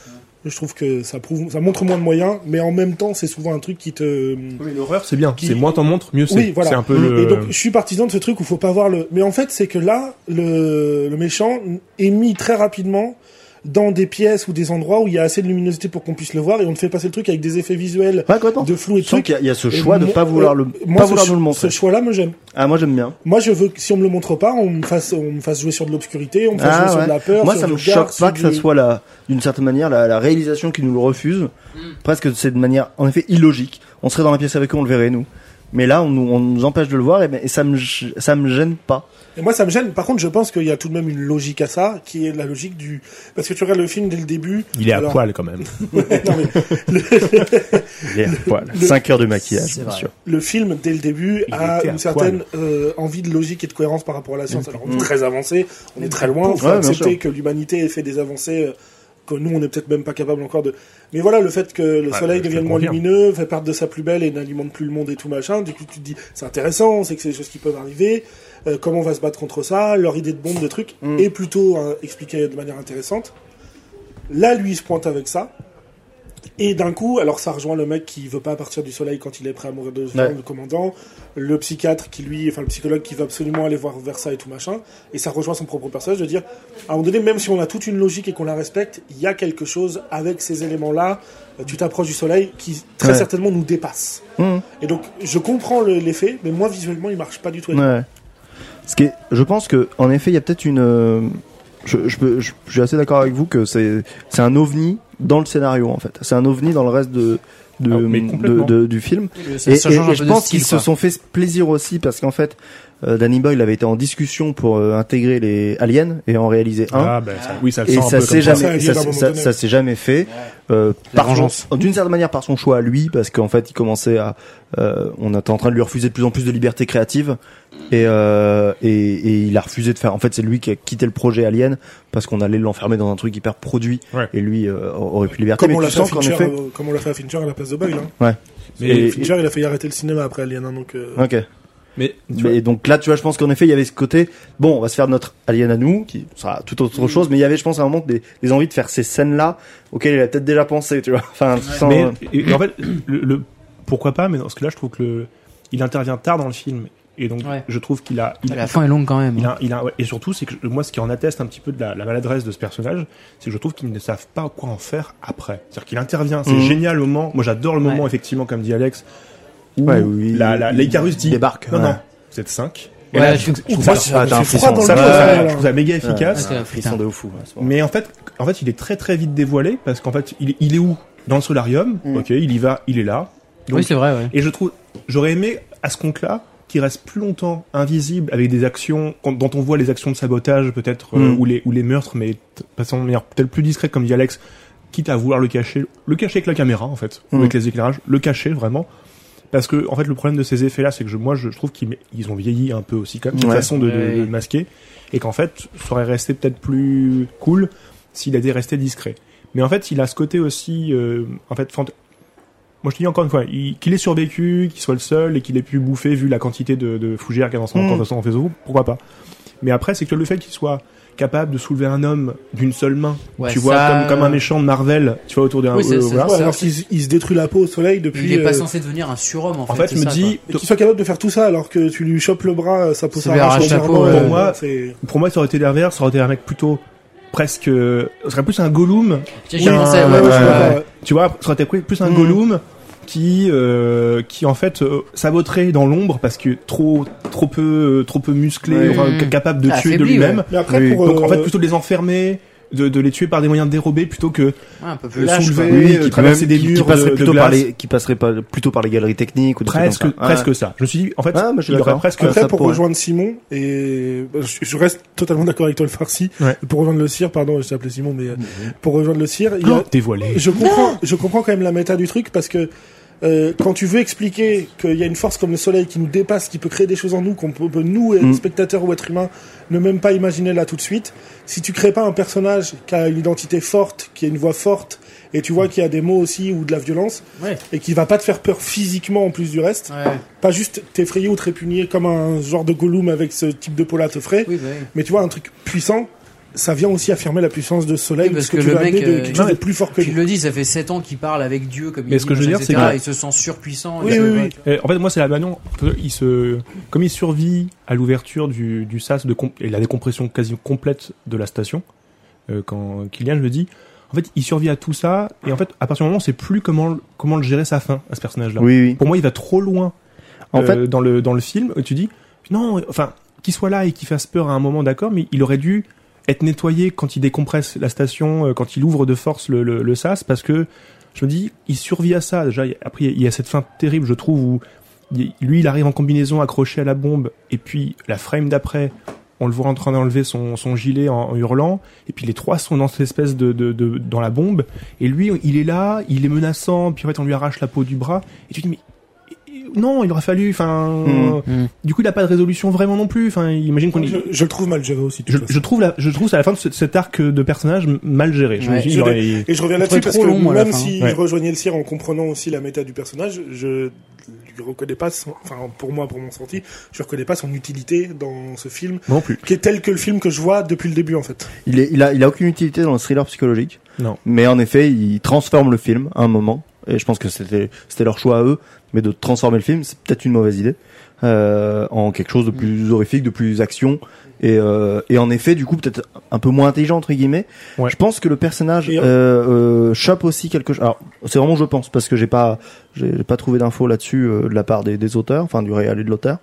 Speaker 2: Je trouve que ça prouve, ça montre moins de moyens, mais en même temps, c'est souvent un truc qui te.
Speaker 4: L'horreur, c'est bien.
Speaker 2: Qui-
Speaker 4: C'est moins t'en montres, mieux c'est.
Speaker 2: Oui, voilà. Mm.
Speaker 4: C'est un peu
Speaker 2: Et
Speaker 4: le.
Speaker 2: donc, je suis partisan de ce truc où faut pas voir le. Mais en fait, c'est que là, le, le méchant est mis très rapidement dans des pièces ou des endroits où il y a assez de luminosité pour qu'on puisse le voir et on te fait passer le truc avec des effets visuels
Speaker 1: Ouais, complètement.
Speaker 2: de flou et
Speaker 1: Je
Speaker 2: de
Speaker 1: sens
Speaker 2: truc.
Speaker 1: qu'il y, a- il y a ce choix de
Speaker 2: mon-
Speaker 1: pas vouloir le,
Speaker 2: Moi,
Speaker 1: pas
Speaker 2: ce
Speaker 1: vouloir
Speaker 2: ch-
Speaker 1: nous le
Speaker 2: Ce
Speaker 1: montrer.
Speaker 2: choix-là me gêne.
Speaker 1: Ah, moi, j'aime bien.
Speaker 2: Moi, je veux que si on me le montre pas, on me fasse, on me fasse jouer sur de l'obscurité, on me fasse jouer
Speaker 1: Ah,
Speaker 2: sur
Speaker 1: ouais.
Speaker 2: de la peur.
Speaker 1: Moi,
Speaker 2: sur
Speaker 1: ça
Speaker 2: du
Speaker 1: me
Speaker 2: regard,
Speaker 1: choque pas
Speaker 2: sur
Speaker 1: que ça
Speaker 2: du-
Speaker 1: soit la, d'une certaine manière, la, la réalisation qui nous le refuse. Presque, c'est de manière, en effet, illogique. On serait dans la pièce avec eux, on le verrait, nous. Mais là, on nous, on nous empêche de le voir, et, ben- et ça me, ch- ça me gêne pas.
Speaker 2: Et moi, ça me gêne. Par contre, je pense qu'il y a tout de même une logique à ça, qui est la logique du. Parce que tu regardes le film dès le début.
Speaker 4: Il est à
Speaker 2: alors-
Speaker 4: poil quand même.
Speaker 2: Non, mais
Speaker 1: L'air, voilà. 5 heures de maquillage,
Speaker 5: C'est
Speaker 1: bien
Speaker 5: vrai.
Speaker 1: sûr.
Speaker 2: le film, dès le début,
Speaker 4: Il
Speaker 2: a
Speaker 4: était à Mm.
Speaker 2: une certaine euh, envie de logique et de cohérence par rapport à la science. Alors, on est très avancé, on est très loin. Il faut
Speaker 1: Ouais, bien
Speaker 2: accepter
Speaker 1: sûr.
Speaker 2: que l'humanité ait fait des avancées euh, que nous, on n'est peut-être même pas capable encore de. Mais voilà, le fait que le
Speaker 4: Ouais,
Speaker 2: soleil
Speaker 4: Bah, je
Speaker 2: devienne
Speaker 4: le
Speaker 2: moins
Speaker 4: confirme.
Speaker 2: lumineux, fait perdre de sa plus belle et n'alimente plus le monde et tout machin, du coup, tu te dis, c'est intéressant, c'est que c'est des choses qui peuvent arriver. euh, comment on va se battre contre ça Leur idée de bombe, de truc,
Speaker 1: Mm.
Speaker 2: est plutôt euh, expliquée de manière intéressante. Là, lui, il se pointe avec ça. Et d'un coup, alors ça rejoint le mec qui veut pas partir du soleil quand il est prêt à mourir de faim,
Speaker 1: Ouais.
Speaker 2: le commandant, le psychiatre qui lui, enfin le psychologue qui veut absolument aller voir vers ça et tout machin, et ça rejoint son propre personnage de dire, à un moment donné, même si on a toute une logique et qu'on la respecte, il y a quelque chose avec ces éléments-là, euh, tu t'approches du soleil qui très
Speaker 1: Ouais.
Speaker 2: certainement nous dépasse.
Speaker 1: Mmh.
Speaker 2: Et donc, je comprends le- l'effet, mais moi visuellement, il marche pas du tout. avec moi.
Speaker 1: Ouais. Ce qui est- je pense que, en effet, il y a peut-être une. euh, Je, je, peux- je- je suis assez d'accord avec vous que c'est c'est un ovni dans le scénario en fait. C'est un ovni dans le reste de, de,
Speaker 4: Ah, mais
Speaker 1: de-
Speaker 4: complètement.
Speaker 1: de- du film.
Speaker 5: Ça-
Speaker 1: et
Speaker 5: ça
Speaker 1: et-
Speaker 5: change un
Speaker 1: et je
Speaker 5: peu de
Speaker 1: pense
Speaker 5: style,
Speaker 1: qu'ils se
Speaker 5: quoi.
Speaker 1: sont fait plaisir aussi parce qu'en fait, euh, Danny Boyle avait été en discussion pour euh, intégrer les aliens et en réaliser un.
Speaker 4: Ah, ben, ça, oui, ça le
Speaker 1: Et
Speaker 4: sent un
Speaker 1: ça
Speaker 4: peu
Speaker 1: s'est
Speaker 4: comme
Speaker 2: ça,
Speaker 1: jamais,
Speaker 2: il y
Speaker 1: ça,
Speaker 2: a un moment
Speaker 1: ça-
Speaker 2: donné.
Speaker 1: ça s'est jamais fait. euh,
Speaker 5: La
Speaker 1: par
Speaker 5: vengeance.
Speaker 1: D'une certaine manière, par son choix à lui, parce qu'en fait, il commençait à, euh, on était en train de lui refuser de plus en plus de liberté créative, et, euh, et, et il a refusé de faire. En fait, c'est lui qui a quitté le projet Alien parce qu'on allait l'enfermer dans un truc hyper produit,
Speaker 4: Ouais.
Speaker 1: et lui euh, aurait pu liberté.
Speaker 2: Comme on
Speaker 1: mais
Speaker 2: l'a
Speaker 1: tu
Speaker 2: fait, à
Speaker 1: sens qu'en
Speaker 2: Fincher,
Speaker 1: effet,
Speaker 2: euh, comme on l'a fait à Fincher à la place de Boyle. Hein.
Speaker 4: Mais,
Speaker 1: Et-
Speaker 2: Fincher, il a failli arrêter le cinéma après Alien, hein, donc. euh,
Speaker 1: ok.
Speaker 4: mais, tu vois,
Speaker 1: Et donc là, tu vois, je pense qu'en effet, il y avait ce côté. Bon, on va se faire notre Alien à nous, qui sera tout
Speaker 4: Mm.
Speaker 1: autre chose, mais il y avait, je pense, à un moment des, des envies de faire ces scènes-là auxquelles il a peut-être déjà pensé, tu vois. Enfin, sans- euh,
Speaker 4: mais- et- et en fait, le, le- pourquoi pas, mais dans ce cas-là, je trouve que le, il intervient tard dans le film. Et donc,
Speaker 5: Ouais.
Speaker 4: je trouve qu'il a, il,
Speaker 5: La fin est longue quand même.
Speaker 4: il
Speaker 5: hein.
Speaker 4: a, il a- ouais. et surtout, c'est que je- moi, ce qui en atteste un petit peu de la, la maladresse de ce personnage, c'est que je trouve qu'ils ne savent pas quoi en faire après. C'est-à-dire qu'il intervient, c'est
Speaker 1: Mhm.
Speaker 4: génial le moment. Moi, j'adore le moment,
Speaker 5: Ouais.
Speaker 4: effectivement, comme dit Alex, où
Speaker 1: Ouais, où il-
Speaker 4: la, la,
Speaker 1: il-
Speaker 4: l'Icarus dit,
Speaker 1: il débarque,
Speaker 4: non,
Speaker 1: ouais.
Speaker 4: non, vous êtes 5.
Speaker 5: Ouais, je trouve- je trouve ça-
Speaker 1: Ah, t'as un
Speaker 2: fait
Speaker 1: frisson.
Speaker 2: froid dans le
Speaker 4: Ça,
Speaker 1: Ouais,
Speaker 4: je
Speaker 2: dos.
Speaker 4: trouve ça-
Speaker 2: ouais,
Speaker 4: je trouve ça méga efficace.
Speaker 5: Ah, putain.
Speaker 1: de ouf. ouais, c'est vrai.
Speaker 4: Mais en fait, en fait, il est très très vite dévoilé parce qu'en fait, il, il est où Dans le solarium.
Speaker 2: Mm.
Speaker 4: Ok, il y va, il est là. Donc,
Speaker 5: Oui, c'est vrai, ouais.
Speaker 4: et je trouve, j'aurais aimé à ce compte-là qu'il reste plus longtemps invisible avec des actions quand- dont on voit les actions de sabotage peut-être euh,
Speaker 1: Mm.
Speaker 4: ou les ou les meurtres, mais t- façon de manière peut-être plus discrète comme dit Alex, quitte à vouloir le cacher, le cacher avec la caméra en fait, ou
Speaker 1: Mm.
Speaker 4: avec les éclairages, le cacher vraiment. Parce que en fait le problème de ces effets-là, c'est que je, moi je trouve qu'ils m- ils ont vieilli un peu aussi comme cette
Speaker 1: Ouais.
Speaker 4: façon de, de-
Speaker 5: Ouais.
Speaker 4: de le masquer, et qu'en fait ça aurait resté peut-être plus cool s'il était resté discret. Mais en fait il a ce côté aussi euh, en fait fant- moi, je te dis encore une fois, il- qu'il ait survécu, qu'il soit le seul et qu'il ait pu bouffer vu la quantité de, de fougères qu'il y a dans son
Speaker 1: Mm.
Speaker 4: corps, dans son réseau, pourquoi pas. Mais après, c'est que le fait qu'il soit capable de soulever un homme d'une seule main,
Speaker 5: Ouais,
Speaker 4: tu vois,
Speaker 5: ça- euh,
Speaker 4: comme, comme un méchant de Marvel, tu vois, autour d'un...
Speaker 5: Oui, c'est-
Speaker 4: euh,
Speaker 5: c'est-
Speaker 4: voilà.
Speaker 2: Ouais,
Speaker 5: Ça,
Speaker 2: alors
Speaker 5: ça-
Speaker 2: qu'il il se détruit la peau au soleil depuis.
Speaker 5: Il est pas
Speaker 2: euh,
Speaker 5: censé devenir un surhomme, en fait.
Speaker 4: En fait,
Speaker 5: c'est
Speaker 4: je me
Speaker 5: ça,
Speaker 4: dis,
Speaker 2: Et qu'il soit capable de faire tout ça alors que tu lui chopes le bras, euh, ça peut
Speaker 5: Ça lui arrache la peau,
Speaker 2: légèrement,
Speaker 5: ouais.
Speaker 2: euh,
Speaker 4: Pour moi,
Speaker 2: c'est-
Speaker 4: pour moi, ça aurait été l'inverse, ça aurait été un mec plutôt presque... euh, Ce serait plus un Gollum,
Speaker 5: quoi. Tiens, j'y
Speaker 4: Oui, ouais,
Speaker 5: pensais, ouais,
Speaker 2: Ouais, ouais,
Speaker 5: ouais,
Speaker 2: je suis
Speaker 5: ouais.
Speaker 2: d'accord, ouais.
Speaker 4: tu vois, ça aurait été plus- plus un
Speaker 1: Mm.
Speaker 4: Gollum qui euh, qui en fait euh, saboterait dans l'ombre parce que trop trop peu euh, trop peu musclé
Speaker 1: Ouais.
Speaker 4: enfin,
Speaker 5: Mm.
Speaker 4: capable de
Speaker 5: Ah,
Speaker 4: tuer de
Speaker 5: affaibli,
Speaker 4: lui-même
Speaker 5: ouais.
Speaker 2: Mais après,
Speaker 1: Oui.
Speaker 2: pour,
Speaker 4: Donc en
Speaker 2: euh,
Speaker 4: fait, plutôt de les enfermer, de, de les tuer par des moyens dérobés plutôt que
Speaker 5: Ouais, un peu plus
Speaker 4: le
Speaker 5: lâche.
Speaker 4: soulever,
Speaker 1: Oui,
Speaker 4: euh,
Speaker 1: qui,
Speaker 4: traverser
Speaker 1: même-
Speaker 4: des
Speaker 1: qui- qui
Speaker 4: murs de-
Speaker 1: passerait
Speaker 4: de
Speaker 1: plutôt par
Speaker 4: glace.
Speaker 1: les, qui passerait pas, plutôt par les galeries techniques ou des trucs
Speaker 4: presque
Speaker 1: comme ça. Ouais.
Speaker 4: presque ça. Je me suis dit en fait,
Speaker 1: Ah, mais je suis
Speaker 4: il aurait
Speaker 1: d'accord.
Speaker 4: presque
Speaker 1: Ah,
Speaker 2: Après,
Speaker 1: ça
Speaker 2: pour
Speaker 1: pourrait.
Speaker 2: rejoindre Simon, et bah, je je reste totalement d'accord avec toi, le farci.
Speaker 4: Ouais.
Speaker 2: Pour rejoindre le cire, pardon, je t'ai appelé Simon, mais euh, pour rejoindre le cire, il y a-
Speaker 4: Oh, dévoilé.
Speaker 2: je comprends, je comprends quand même la méta du truc parce que euh, quand tu veux expliquer qu'il y a une force comme le soleil qui nous dépasse, qui peut créer des choses en nous qu'on peut, peut, nous,
Speaker 1: Mm.
Speaker 2: spectateurs ou êtres humains, ne même pas imaginer là tout de suite, si tu crées pas un personnage qui a une identité forte, qui a une voix forte, et tu vois qu'il y a des mots aussi ou de la violence,
Speaker 5: Ouais.
Speaker 2: et qui va pas te faire peur physiquement en plus du reste,
Speaker 5: Ouais.
Speaker 2: pas juste t'effrayer ou te répugner comme un genre de Gollum avec ce type de peau là te ferait,
Speaker 5: Oui, bah oui.
Speaker 2: mais tu vois un truc puissant, ça vient aussi affirmer la puissance de ce soleil,
Speaker 5: Oui, parce
Speaker 2: parce que,
Speaker 5: que
Speaker 2: tu
Speaker 5: le
Speaker 2: vas
Speaker 5: mec,
Speaker 2: amener de,
Speaker 5: euh,
Speaker 2: quelque chose
Speaker 4: non,
Speaker 2: de plus fort que
Speaker 5: Puis
Speaker 2: lui.
Speaker 5: il le dit, ça fait 7 ans qu'il parle avec Dieu, comme
Speaker 4: Mais
Speaker 5: il
Speaker 4: ce
Speaker 5: dit,
Speaker 4: que je veux
Speaker 5: machin,
Speaker 4: dire, c'est
Speaker 5: etc.,
Speaker 4: que-
Speaker 5: Il se sent surpuissant.
Speaker 2: Oui,
Speaker 5: il-
Speaker 2: oui, oui.
Speaker 4: Euh, en fait, moi, c'est la manière. dont Il se, comme il survit à l'ouverture du, du sas de comp- et la décompression quasi complète de la station, euh, quand Kylian me dit, en fait, il survit à tout ça et en fait, à partir du moment, on sait plus comment comment le gérer sa fin à ce personnage-là.
Speaker 1: Oui, oui.
Speaker 4: Pour moi, il va trop loin.
Speaker 1: En
Speaker 4: euh,
Speaker 1: fait-
Speaker 4: dans le dans le film, tu dis non, enfin, qu'il soit là et qu'il fasse peur à un moment, d'accord, mais il aurait dû être nettoyé quand il décompresse la station, euh, quand il ouvre de force le, le, le sas, parce que je me dis, il survit à ça. Déjà, il y a- après, il y a cette fin terrible, je trouve, où il- lui, il arrive en combinaison accroché à la bombe, et puis la frame d'après, on le voit en train d'enlever son, son gilet en, en hurlant, et puis les trois sont dans cette espèce de, de, de- dans la bombe, et lui, il est là, il est menaçant, puis en fait, on lui arrache la peau du bras, et tu te dis, mais non, il aurait fallu, enfin,
Speaker 1: Mhm.
Speaker 5: Mhm.
Speaker 4: du coup, il n'a pas de résolution vraiment non plus, enfin, imagine qu'on
Speaker 2: Je, je le trouve mal géré aussi. de
Speaker 4: je,
Speaker 2: toute
Speaker 4: je trouve la, je trouve ça à la fin de ce- cet arc de personnage m- mal géré. Je me
Speaker 5: Ouais.
Speaker 4: dis, il
Speaker 2: Je
Speaker 4: aurait-
Speaker 2: Et je reviens
Speaker 5: Je
Speaker 2: là-dessus
Speaker 5: trouvais
Speaker 2: parce
Speaker 5: trop
Speaker 2: que
Speaker 5: long à la
Speaker 2: même
Speaker 5: fin.
Speaker 2: si
Speaker 4: Ouais.
Speaker 2: je rejoignais le cire en comprenant aussi la méta du personnage, je lui reconnais pas, son- enfin pour moi, pour mon senti, je reconnais pas son utilité dans ce film,
Speaker 4: non plus.
Speaker 2: qui est tel que le film que je vois depuis le début en fait.
Speaker 1: Il, est, il, a, il a aucune utilité dans le thriller psychologique.
Speaker 4: Non.
Speaker 1: Mais en effet, il transforme le film à un moment. Et je pense que c'était c'était leur choix à eux. Mais de transformer le film, c'est peut-être une mauvaise idée. euh, en quelque chose de plus horrifique, de plus action. Et, euh, et en effet, du coup, peut-être un peu moins intelligent, entre guillemets.
Speaker 4: Ouais.
Speaker 1: Je pense que le personnage
Speaker 2: Et-
Speaker 1: euh, euh, chope aussi quelque chose. Alors, c'est vraiment je pense, parce que j'ai pas, j'ai j'ai pas trouvé d'infos là-dessus euh, de la part des, des auteurs, enfin du réel et de l'auteur.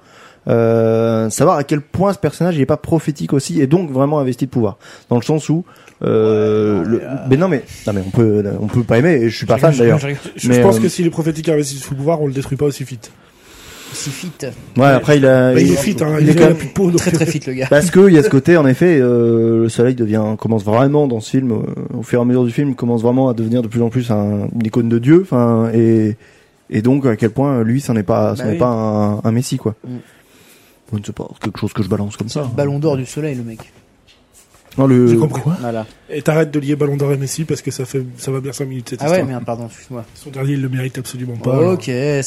Speaker 1: Euh, savoir à quel point ce personnage il est pas prophétique aussi et donc vraiment investi de pouvoir dans le sens où euh, le- mais non mais non mais on peut on peut pas aimer et je suis pas fan d'ailleurs
Speaker 2: Je, je
Speaker 1: Mais,
Speaker 2: pense
Speaker 1: euh,
Speaker 2: que si les prophétiques investissent sous le pouvoir, on le détruit pas aussi vite.
Speaker 5: Si fit.
Speaker 1: ouais après il a
Speaker 2: Bah, il est fit, hein,
Speaker 1: il est
Speaker 2: il
Speaker 1: quand
Speaker 2: a la
Speaker 1: même
Speaker 2: plus de peau, donc- euh,
Speaker 5: Très très fit le gars.
Speaker 1: Parce que il y a ce côté, en effet, euh, le soleil devient commence vraiment dans ce film, euh, au fur et à mesure du film, commence vraiment à devenir de plus en plus un, une icône de Dieu. Enfin, et et donc à quel point lui, ça n'est pas, ça
Speaker 5: Bah
Speaker 1: n'est
Speaker 5: oui.
Speaker 1: pas un, un messie quoi.
Speaker 5: Mm.
Speaker 1: Bon, je sais pas quelque chose que je balance comme
Speaker 5: C'est
Speaker 1: ça.
Speaker 5: le ballon d'or du soleil, le mec.
Speaker 1: Non, le-
Speaker 2: J'ai compris.
Speaker 5: Voilà.
Speaker 2: Et t'arrêtes de lier Ballon d'Or et Messi parce que ça fait, ça va bien 5 minutes cette
Speaker 5: Ah ouais,
Speaker 2: histoire.
Speaker 5: merde, pardon, excuse-moi.
Speaker 2: Son dernier, il le mérite absolument pas. alors.
Speaker 5: Ok, ça, euh,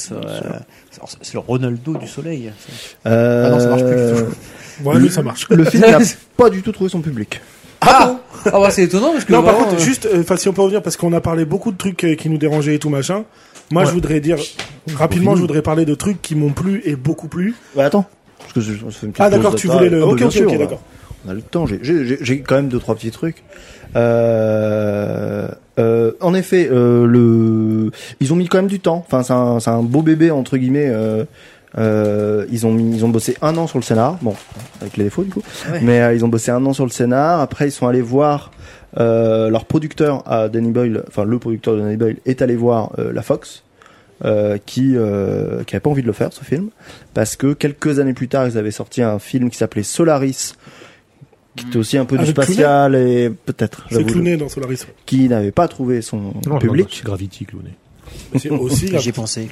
Speaker 5: c'est c'est le Ronaldo du soleil. ça.
Speaker 1: Euh,
Speaker 5: Ah non, ça marche plus.
Speaker 2: Ouais, lui, ça marche.
Speaker 1: le film n'a pas du tout trouvé son public.
Speaker 5: Ah Ah bah c'est étonnant parce que.
Speaker 2: Non, par
Speaker 5: vraiment,
Speaker 2: contre,
Speaker 4: hein.
Speaker 5: euh,
Speaker 2: juste, euh, enfin, si on peut revenir, parce qu'on a parlé beaucoup de trucs euh, qui nous dérangeaient et tout machin. Moi, je voudrais dire rapidement, je voudrais parler de trucs qui m'ont plu et beaucoup plu.
Speaker 1: Bah, attends. Parce que je, je fais une petite
Speaker 2: Ah, d'accord,
Speaker 1: pause
Speaker 2: tu
Speaker 1: de
Speaker 2: voulais
Speaker 1: taille.
Speaker 2: le.
Speaker 1: Ah, bah,
Speaker 2: Ok,
Speaker 1: bien
Speaker 2: ok,
Speaker 1: sûr,
Speaker 2: ok,
Speaker 1: on a-
Speaker 2: d'accord.
Speaker 1: On a le temps, j'ai- j'ai j'ai- j'ai quand même deux trois petits trucs. Euh, euh, en effet, euh, le ils ont mis quand même du temps. Enfin, c'est un, c'est un beau bébé entre guillemets. euh, euh, ils ont mis- ils ont bossé un an sur le scénar. Bon, avec les défauts du coup.
Speaker 5: Ouais.
Speaker 1: Mais euh, ils ont bossé un an sur le scénar. Après, ils sont allés voir euh, leur producteur à Danny Boyle. Enfin, le producteur de Danny Boyle est allé voir euh, la Fox. euh, qui euh, qui avait pas envie de le faire ce film parce que quelques années plus tard ils avaient sorti un film qui s'appelait Solaris qui
Speaker 4: Hmm.
Speaker 1: était aussi un
Speaker 4: Ah,
Speaker 1: peu du
Speaker 2: Avec Clooney
Speaker 1: spatial et peut-être
Speaker 2: C'est
Speaker 1: j'avoue
Speaker 2: clowné dans Solaris.
Speaker 1: qui n'avait pas trouvé son
Speaker 4: Non, non,
Speaker 1: public
Speaker 4: c'est Gravity, Clooney.
Speaker 2: C'est aussi.
Speaker 5: J'y ai pensé.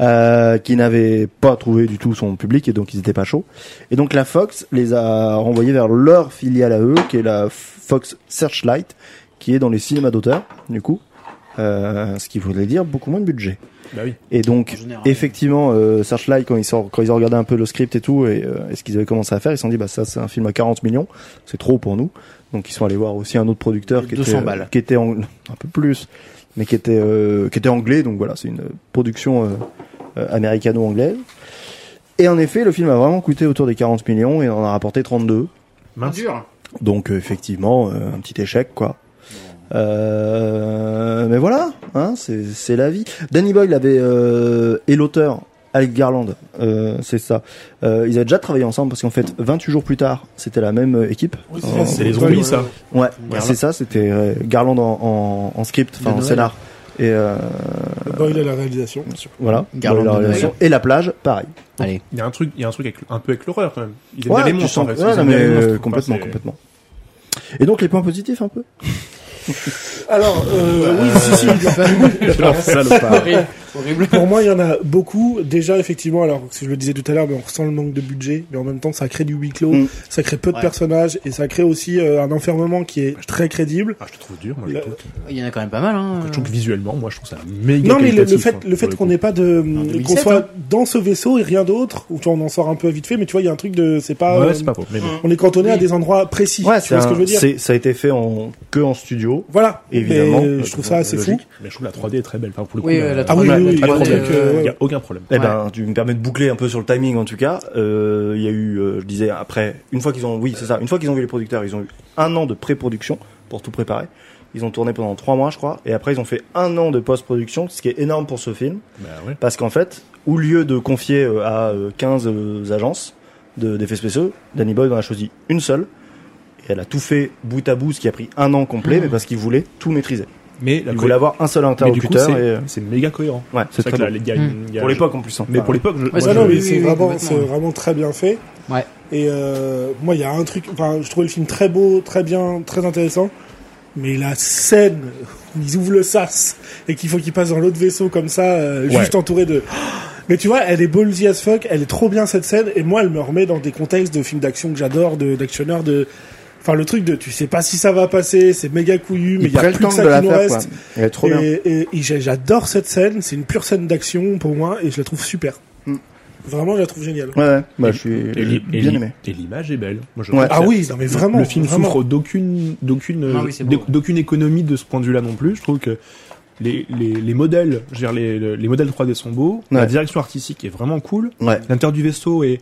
Speaker 1: euh, qui n'avait pas trouvé du tout son public et donc ils étaient pas chauds et donc la Fox les a renvoyés vers leur filiale à eux qui est la Fox Searchlight qui est dans les cinémas d'auteur du coup euh, ce qui voulait dire beaucoup moins de budget
Speaker 4: Bah oui.
Speaker 1: et donc
Speaker 5: En général.
Speaker 1: Effectivement, euh, Searchlight, quand ils, sort, quand ils ont regardé un peu le script et tout, et, euh, et ce qu'ils avaient commencé à faire, ils se sont dit, bah ça c'est un film à 40 millions, c'est trop pour nous. Donc ils sont allés voir aussi un autre producteur qui
Speaker 5: 200
Speaker 1: était, euh,
Speaker 5: balles.
Speaker 1: qui était en- un peu plus, mais qui était, euh, qui était anglais, donc voilà, c'est une production euh, euh, américano-anglaise. Et en effet, le film a vraiment coûté autour des 40 millions et on en a rapporté 32.
Speaker 4: Mince.
Speaker 5: Dur.
Speaker 1: Donc euh, effectivement, euh, un petit échec quoi. Euh, mais voilà, hein, c'est c'est la vie. Danny Boyle avait euh, et l'auteur Alec Garland, euh, c'est ça. Euh, ils avaient déjà travaillé ensemble parce qu'en fait, 28 jours plus tard, c'était la même euh, équipe.
Speaker 4: ça, Oh. c'est les zombies,
Speaker 2: zombies
Speaker 4: ça.
Speaker 1: Ouais, ouais,
Speaker 5: Garland.
Speaker 1: c'est ça. C'était euh, Garland en, en, en script, enfin
Speaker 5: De
Speaker 1: en
Speaker 5: Noël.
Speaker 1: scénar. Et euh,
Speaker 2: Boyle à la réalisation.
Speaker 1: voilà.
Speaker 5: Garland
Speaker 1: Boyle, la
Speaker 5: de Noël.
Speaker 1: réalisation. et la plage, pareil.
Speaker 5: Allez.
Speaker 4: Il y a un truc, il y a un truc avec, un peu avec l'horreur quand même. Ils aiment
Speaker 1: Ouais,
Speaker 4: bien les
Speaker 1: tu
Speaker 4: monstres.
Speaker 1: sens-
Speaker 4: en fait.
Speaker 1: ouais,
Speaker 4: Ils
Speaker 1: non,
Speaker 4: aiment
Speaker 1: mais
Speaker 4: bien les monstres,
Speaker 1: euh,
Speaker 4: quoi.
Speaker 1: complètement,
Speaker 4: C'est-
Speaker 1: complètement. Et donc les points positifs un peu.
Speaker 2: Alors,
Speaker 4: Bah,
Speaker 2: euh, oui, si, si,
Speaker 5: Horrible. Horrible.
Speaker 2: Pour moi, il y en a beaucoup. Déjà, effectivement, alors si je le disais tout à l'heure, mais on ressent le manque de budget, mais en même temps, ça crée du huis clos,
Speaker 1: Mm.
Speaker 2: ça crée peu de
Speaker 5: Ouais.
Speaker 2: personnages et ça crée aussi euh, un enfermement qui est très crédible.
Speaker 4: Ah, je te trouve dur, moi,
Speaker 2: Le-
Speaker 4: j'écoute.
Speaker 5: Il y en a quand même pas mal. Hein.
Speaker 4: Je trouve que visuellement, moi, je trouve ça méga
Speaker 2: Non, mais le, le
Speaker 4: qualitatif, hein,
Speaker 2: fait, le
Speaker 4: pour
Speaker 2: fait
Speaker 4: le
Speaker 2: qu'on
Speaker 4: coup.
Speaker 2: n'ait pas de,
Speaker 5: 2007,
Speaker 2: qu'on soit
Speaker 5: hein.
Speaker 2: dans ce vaisseau et rien d'autre, ou tu vois, on en sort un peu vite fait, mais tu vois, il y a un truc de, c'est pas, euh,
Speaker 4: Ouais, c'est pas faux. Mais bon.
Speaker 2: on est cantonné à
Speaker 5: Oui.
Speaker 2: des endroits précis.
Speaker 1: Ouais,
Speaker 2: tu
Speaker 1: c'est
Speaker 2: vois ce
Speaker 1: un-
Speaker 2: que je veux dire?
Speaker 1: c'est- ça a été fait en, que en studio.
Speaker 2: Voilà.
Speaker 1: Évidemment.
Speaker 2: Et je trouve ça
Speaker 4: euh,
Speaker 2: assez fou.
Speaker 1: Logique.
Speaker 4: Mais je trouve la 3D est très belle. Enfin, pour le coup,
Speaker 5: Oui,
Speaker 4: il y a-
Speaker 5: la
Speaker 2: Ah oui,
Speaker 5: 3D,
Speaker 2: oui, oui,
Speaker 5: la
Speaker 2: il y a un
Speaker 5: 3D,
Speaker 2: truc,
Speaker 5: euh,
Speaker 2: euh,
Speaker 4: il y a aucun problème.
Speaker 1: Eh ben, tu me permets de boucler un peu sur le timing en tout cas. Euh, Il y a eu, euh, je disais après, une fois qu'ils ont, oui c'est ça, une fois qu'ils ont vu les producteurs, ils ont eu un an de pré-production pour tout préparer. Ils ont tourné pendant trois mois, je crois, et après ils ont fait un an de post-production, ce qui est énorme pour ce film,
Speaker 4: Bah, ouais.
Speaker 1: parce qu'en fait, au lieu de confier euh, à euh, 15 euh, agences de- d'effets spéciaux, Danny Boyd en a choisi une seule, et elle a tout fait bout à bout, ce qui a pris un an
Speaker 2: Mmh.
Speaker 1: complet, mais parce qu'il voulait tout maîtriser.
Speaker 2: Ah,
Speaker 4: Mais la
Speaker 1: Il voulait avoir un seul
Speaker 4: mais du coup,
Speaker 1: interlocuteur, et euh,
Speaker 4: c'est- c'est méga cohérent.
Speaker 1: ouais, c'est
Speaker 4: vrai
Speaker 1: très
Speaker 4: que
Speaker 1: bon.
Speaker 4: là, il y a une- il y a-
Speaker 1: Pour l'époque en plus. hein.
Speaker 4: Mais pour l'époque, je-
Speaker 5: Ouais,
Speaker 4: moi,
Speaker 5: ça,
Speaker 2: Ouais,
Speaker 4: je-
Speaker 2: non, mais
Speaker 5: oui,
Speaker 2: c'est
Speaker 5: oui,
Speaker 2: vraiment,
Speaker 5: complètement,
Speaker 2: c'est
Speaker 5: ouais.
Speaker 2: vraiment très bien fait.
Speaker 5: Ouais.
Speaker 2: Et euh, moi, il y a un truc. Enfin, je trouvais le film très beau, très bien, très intéressant. Mais la scène où ils ouvrent le sas et qu'il faut qu'ils passent dans l'autre vaisseau comme ça, euh,
Speaker 4: Ouais.
Speaker 2: juste entouré de. Mais tu vois, elle est ballsy as fuck. Elle est trop bien cette scène. Et moi, elle me remet dans des contextes de films d'action que j'adore, de d'actionneurs, de. Enfin, le truc de tu sais pas si ça va passer, c'est méga couillu, mais il y a
Speaker 1: prend
Speaker 2: plus
Speaker 1: le temps
Speaker 2: que
Speaker 1: de
Speaker 2: ça
Speaker 1: la
Speaker 2: qui nous
Speaker 1: faire, quoi.
Speaker 2: reste.
Speaker 1: Elle est trop
Speaker 2: et,
Speaker 1: bien.
Speaker 2: et- et j'ai- j'adore cette scène. C'est une pure scène d'action pour moi et je la trouve super.
Speaker 1: Mm.
Speaker 2: Vraiment, je la trouve géniale.
Speaker 1: Ouais, ouais. Bah, je suis
Speaker 4: Et li- et
Speaker 1: bien
Speaker 4: li-
Speaker 1: aimé.
Speaker 4: Et l'image est belle. Moi, je
Speaker 1: Ouais.
Speaker 2: Ah oui, non mais vraiment.
Speaker 4: le film
Speaker 2: vraiment.
Speaker 4: souffre d'aucune d'aucune
Speaker 5: Ah
Speaker 4: euh,
Speaker 5: oui, c'est beau.
Speaker 4: d'aucune économie de ce point de vue-là non plus. Je trouve que les, les, les modèles, je veux dire, les, les- les modèles 3D sont beaux, la
Speaker 1: Ouais.
Speaker 4: direction artistique est vraiment cool,
Speaker 1: Ouais.
Speaker 4: l'intérieur du vaisseau est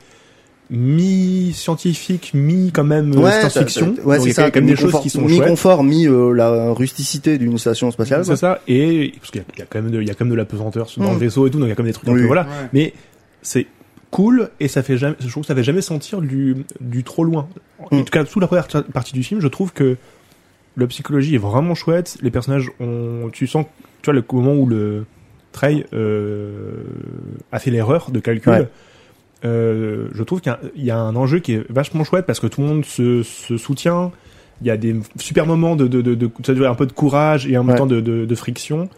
Speaker 4: mi scientifique, mi quand même euh,
Speaker 1: Ouais,
Speaker 4: science-fiction.
Speaker 1: t'as- t'as- Ouais,
Speaker 4: Donc, il
Speaker 1: c'est
Speaker 4: y a
Speaker 1: ça.
Speaker 4: quand même des choses qui sont chouettes.
Speaker 1: Mi-confort, mi, euh, la rusticité d'une station spatiale.
Speaker 4: C'est
Speaker 1: quoi.
Speaker 4: ça. Et parce qu'il y, a- il y a quand même de, il y a quand même de la pesanteur dans
Speaker 1: Mm.
Speaker 4: le vaisseau et tout, donc il y a quand même des trucs un
Speaker 1: Oui.
Speaker 4: peu voilà.
Speaker 5: Ouais.
Speaker 4: Mais c'est cool et ça fait jamais, je trouve que ça fait jamais sentir du, du trop loin. En
Speaker 1: Mm.
Speaker 4: tout cas, sous la première t- partie du film, je trouve que la psychologie est vraiment chouette. Les personnages ont, tu sens, tu vois, le moment où le Trey euh, a fait l'erreur de calcul.
Speaker 1: Ouais.
Speaker 4: euh, je trouve qu'il y a- il y, a un enjeu qui est vachement chouette parce que tout le monde se, se soutient. Il y a des super moments de, de, de, de- ça doit être un peu de courage et en même
Speaker 1: Ouais.
Speaker 4: temps de, de, de friction.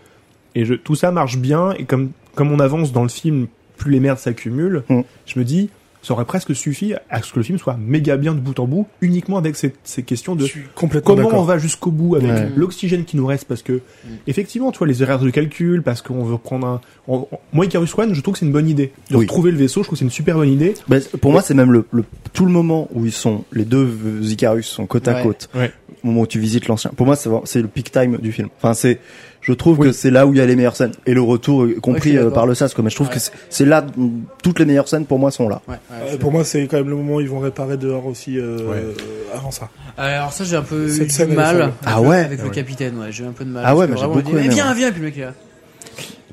Speaker 4: Et je, tout ça marche bien. Et comme, comme on avance dans le film, plus les merdes s'accumulent,
Speaker 1: Mm.
Speaker 4: je me dis, ça aurait presque suffi à ce que le film soit méga bien de bout en bout, uniquement avec ces, ces questions
Speaker 2: Je
Speaker 4: de
Speaker 2: suis complètement
Speaker 4: comment on
Speaker 2: Ah, d'accord.
Speaker 4: va jusqu'au bout avec
Speaker 1: Ouais.
Speaker 4: l'oxygène qui nous reste parce que effectivement tu vois les erreurs de calcul parce qu'on veut prendre un on- on- moi Icarus One je trouve que c'est une bonne idée de
Speaker 1: Oui.
Speaker 4: retrouver le vaisseau je trouve que c'est une super bonne idée
Speaker 1: Bah, c'est- pour moi, c'est même le, le- tout le moment où ils sont les deux v- Icarus sont côte à
Speaker 5: Ouais.
Speaker 1: côte.
Speaker 4: Ouais.
Speaker 1: Au moment où tu visites l'ancien. Pour moi, c'est vraiment- c'est le peak time du film. Enfin, c'est je trouve que c'est là où il y a les meilleures scènes et le retour y
Speaker 5: Ouais, je suis
Speaker 1: compris euh,
Speaker 5: d'accord.
Speaker 1: par le sas. Quoi. Mais je trouve
Speaker 5: Ouais.
Speaker 1: que c'est- c'est là où toutes les meilleures scènes pour moi sont là.
Speaker 5: Ouais, ouais,
Speaker 2: Euh,
Speaker 5: je suis
Speaker 2: pour moi, c'est quand même le moment où ils vont réparer dehors aussi euh, euh, avant ça.
Speaker 5: Alors ça j'ai un peu
Speaker 2: Cette
Speaker 5: eu
Speaker 2: scène,
Speaker 5: du
Speaker 2: elle est
Speaker 5: mal
Speaker 2: folle.
Speaker 1: Ah ouais
Speaker 5: avec le capitaine, ouais, j'ai eu un peu de mal.
Speaker 1: Ah ouais,
Speaker 5: parce que
Speaker 1: mais j'ai
Speaker 5: vraiment, on
Speaker 1: beaucoup
Speaker 5: dit, Eh,
Speaker 1: aimé,
Speaker 5: viens,
Speaker 1: ouais.
Speaker 5: viens, et puis le mec il est là.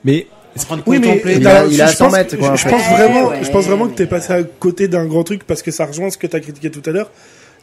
Speaker 4: mais
Speaker 5: En train de
Speaker 2: Oui, mais
Speaker 5: contempler.
Speaker 1: Il a-
Speaker 2: dans-
Speaker 1: il a
Speaker 2: je
Speaker 1: 100
Speaker 2: pense-
Speaker 1: mètres, quoi,
Speaker 2: je-
Speaker 1: un
Speaker 2: Je
Speaker 1: peu.
Speaker 2: pense
Speaker 6: Ouais,
Speaker 2: vraiment,
Speaker 6: ouais.
Speaker 2: je pense vraiment que t'es passé à côté d'un grand truc parce que ça rejoint ce que t'as critiqué tout à l'heure.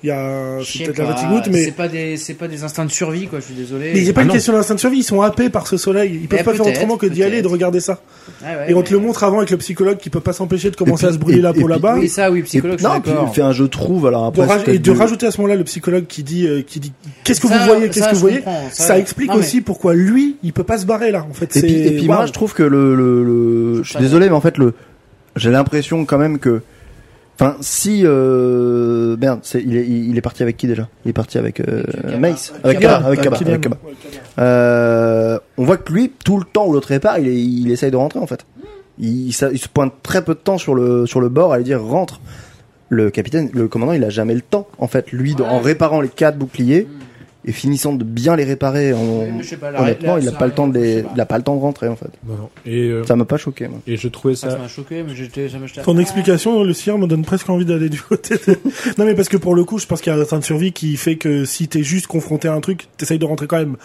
Speaker 2: Il y
Speaker 1: Ah,
Speaker 2: a
Speaker 5: Je
Speaker 2: c'est
Speaker 5: sais
Speaker 2: peut-être la
Speaker 5: pas,
Speaker 2: fatigue
Speaker 5: C'est
Speaker 2: mais
Speaker 5: pas des, c'est pas des instincts de survie, quoi. Je suis désolé.
Speaker 2: mais il n'y a pas
Speaker 4: Ah
Speaker 2: une
Speaker 4: non.
Speaker 2: question d'instinct de survie, ils sont happés par ce soleil. Ils
Speaker 5: Mais
Speaker 2: peuvent pas faire
Speaker 5: peut-être,
Speaker 2: autrement que d'y
Speaker 5: peut-être.
Speaker 2: aller et de regarder ça.
Speaker 5: Ouais, Ah ouais,
Speaker 2: Et on te
Speaker 5: mais-
Speaker 2: le montre avant avec le psychologue qui peut pas s'empêcher de commencer
Speaker 1: puis-
Speaker 2: à se brûler
Speaker 1: et-
Speaker 2: la
Speaker 1: et
Speaker 2: peau
Speaker 1: puis-
Speaker 2: là-bas.
Speaker 5: Oui, ça, oui, psychologue.
Speaker 1: et, non,
Speaker 5: je suis
Speaker 1: puis
Speaker 5: d'accord.
Speaker 1: il fait un jeu trouve. Alors
Speaker 2: De
Speaker 1: après,
Speaker 2: raj-
Speaker 1: c'est
Speaker 2: et
Speaker 1: peut-être
Speaker 2: de
Speaker 1: du-
Speaker 2: rajouter à ce moment-là le psychologue qui dit, euh, qui dit qu'est-ce que
Speaker 5: Ça,
Speaker 2: vous voyez, qu'est-ce
Speaker 5: ça,
Speaker 2: que
Speaker 5: je
Speaker 2: vous voyez,
Speaker 5: comprends,
Speaker 2: ça,
Speaker 5: ça,
Speaker 2: explique
Speaker 5: non, mais-
Speaker 2: aussi pourquoi lui il peut pas se barrer là en fait.
Speaker 1: Et puis,
Speaker 2: C'est-
Speaker 1: et puis moi,
Speaker 2: waouh.
Speaker 1: je trouve que le, le, le- je suis
Speaker 5: Pas
Speaker 1: désolé, mais en fait, le, j'ai l'impression quand même que, enfin, si, euh, merde, c'est, il est, il est parti avec qui déjà? Il est parti avec, euh,
Speaker 5: Avec
Speaker 1: Mace,
Speaker 5: Kaba.
Speaker 1: avec
Speaker 5: Kaba,
Speaker 1: Kaba, avec Kaba,
Speaker 2: Kylian.
Speaker 1: avec Kaba. Euh, on voit que lui, tout le temps où l'autre répare, il, est, il essaye de rentrer en fait. Il, ça- il se pointe très peu de temps sur le, sur le bord à lui dire rentre. Le capitaine, le commandant, il a jamais le temps en fait, lui, de- en réparant les quatre boucliers et finissant de bien les réparer. en-
Speaker 5: mais je sais pas, la-
Speaker 1: honnêtement,
Speaker 5: la-
Speaker 1: il a
Speaker 5: ça-
Speaker 1: pas le temps de
Speaker 5: je
Speaker 1: les,
Speaker 5: sais pas.
Speaker 1: il a pas le temps de rentrer en fait.
Speaker 4: non, non. et euh,
Speaker 1: Ça m'a pas choqué, moi.
Speaker 4: et je trouvais ça
Speaker 5: Ça m'a choqué, mais j'étais, ça m'a jeté à-
Speaker 2: Ton explication, le sire me donne presque envie d'aller du côté de... Non mais parce que pour le coup, je pense qu'il y a un instinct de survie qui fait que si t'es juste confronté à un truc, t'essayes de rentrer quand même.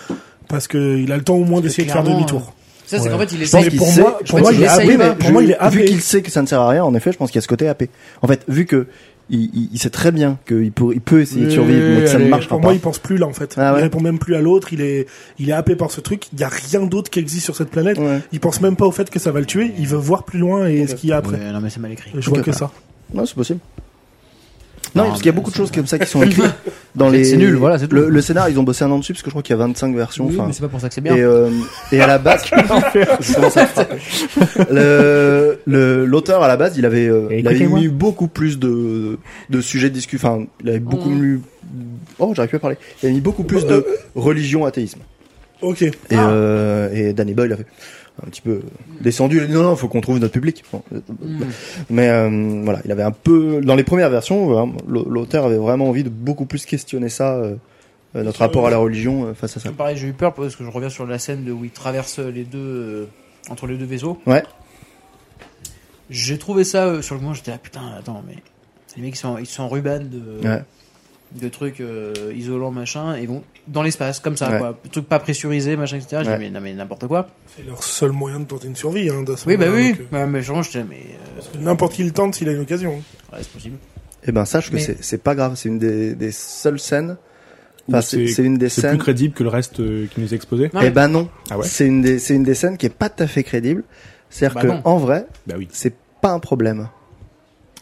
Speaker 2: Parce que il a le temps au moins d'essayer de faire
Speaker 5: Clairement,
Speaker 2: demi-tour.
Speaker 5: Ça, c'est qu'en fait, il
Speaker 1: Je pense
Speaker 5: essaye.
Speaker 1: qu'il
Speaker 2: pour
Speaker 1: sait-
Speaker 2: moi-
Speaker 1: je
Speaker 2: pour
Speaker 1: pense
Speaker 2: moi,
Speaker 1: qu'il
Speaker 2: il est
Speaker 1: essaye,
Speaker 2: happé,
Speaker 1: mais
Speaker 2: hein. Pour moi, il est happé.
Speaker 1: Vu qu'il sait que ça ne sert à rien, en effet, je pense qu'il y a ce côté AP. En fait, vu que il, il- il sait très bien qu'il peut, il peut essayer de survivre, mais que ça ne
Speaker 2: Allez,
Speaker 1: marche
Speaker 2: pour
Speaker 1: pas.
Speaker 2: moi, il pense plus là en fait.
Speaker 1: Ah ouais.
Speaker 2: Il répond même plus à l'autre, il est il est happé par ce truc, il y a rien d'autre qui existe sur cette planète.
Speaker 1: Ouais.
Speaker 2: Il pense même pas au fait que ça va le tuer, il veut voir plus loin et ce qu'il y a après.
Speaker 5: Ouais, Non, mais c'est mal écrit.
Speaker 2: Je vois
Speaker 1: Ok.
Speaker 2: que ça.
Speaker 1: Non, c'est possible. Non,
Speaker 5: Non,
Speaker 1: parce qu'il y a
Speaker 5: mais
Speaker 1: beaucoup de
Speaker 5: c'est-
Speaker 1: choses comme ça qui sont écrites dans
Speaker 5: C'est-
Speaker 1: les.
Speaker 5: c'est nul, voilà, c'est tout.
Speaker 1: Le, le scénar, ils ont bossé un an dessus parce que je crois qu'il y a 25 versions.
Speaker 5: Oui,
Speaker 1: enfin,
Speaker 5: mais c'est pas pour ça que c'est bien.
Speaker 1: et, euh, et à la base, Je commence à me frapper. le le- l'auteur à la base, il avait, euh,
Speaker 4: Et
Speaker 1: il avait
Speaker 4: écoutez-moi.
Speaker 1: mis beaucoup plus de de sujets discutés. Enfin, il avait beaucoup
Speaker 5: Mm.
Speaker 1: mis. Oh, j'arrive plus à parler. Il a mis beaucoup plus de religion, athéisme.
Speaker 2: OK.
Speaker 1: Et, euh, et Danny Boyle a fait un petit peu descendu. Il a dit non, non, faut qu'on trouve notre public. Bon, euh,
Speaker 5: Mm.
Speaker 1: mais euh, voilà, il avait un peu dans les premières versions, voilà, l'au- l'auteur avait vraiment envie de beaucoup plus questionner ça, euh, euh, notre rapport à la religion euh, face à ça.
Speaker 5: Pareil, j'ai eu peur parce que je reviens sur la scène de où ils traversent les deux euh, entre les deux vaisseaux.
Speaker 1: Ouais.
Speaker 5: J'ai trouvé ça euh, sur le moment, j'étais là putain, attends, mais les mecs ils sont ils sont en ruban de
Speaker 1: Ouais.
Speaker 5: de trucs euh, isolants machin et vont dans l'espace comme ça
Speaker 1: Ouais.
Speaker 5: quoi, truc pas pressurisé machin etc. J'ai
Speaker 1: Ouais.
Speaker 5: dit mais, non, mais n'importe quoi.
Speaker 2: C'est leur seul moyen de tenter une survie hein, d'un seul
Speaker 5: Oui bah
Speaker 2: moyen,
Speaker 5: oui,
Speaker 2: donc,
Speaker 5: Ouais, mais franchement j'étais là, mais euh,
Speaker 2: euh, N'importe qui le tente s'il a une occasion.
Speaker 5: ouais, c'est possible.
Speaker 1: Et ben sache que
Speaker 5: Mais-
Speaker 1: c'est c'est pas grave, c'est une des, des seules scènes.
Speaker 4: Ou
Speaker 1: Enfin, c'est
Speaker 4: c'est-
Speaker 1: c'est une des
Speaker 4: c'est plus
Speaker 1: scènes.
Speaker 4: crédible que le reste euh, qui nous est exposé
Speaker 5: Non,
Speaker 1: Eh ben non,
Speaker 4: Ah ouais
Speaker 1: c'est une des c'est une des scènes qui est pas tout à fait crédible. C'est-à-dire
Speaker 5: Bah
Speaker 1: que
Speaker 5: non.
Speaker 1: en vrai,
Speaker 4: bah oui
Speaker 1: c'est pas un problème.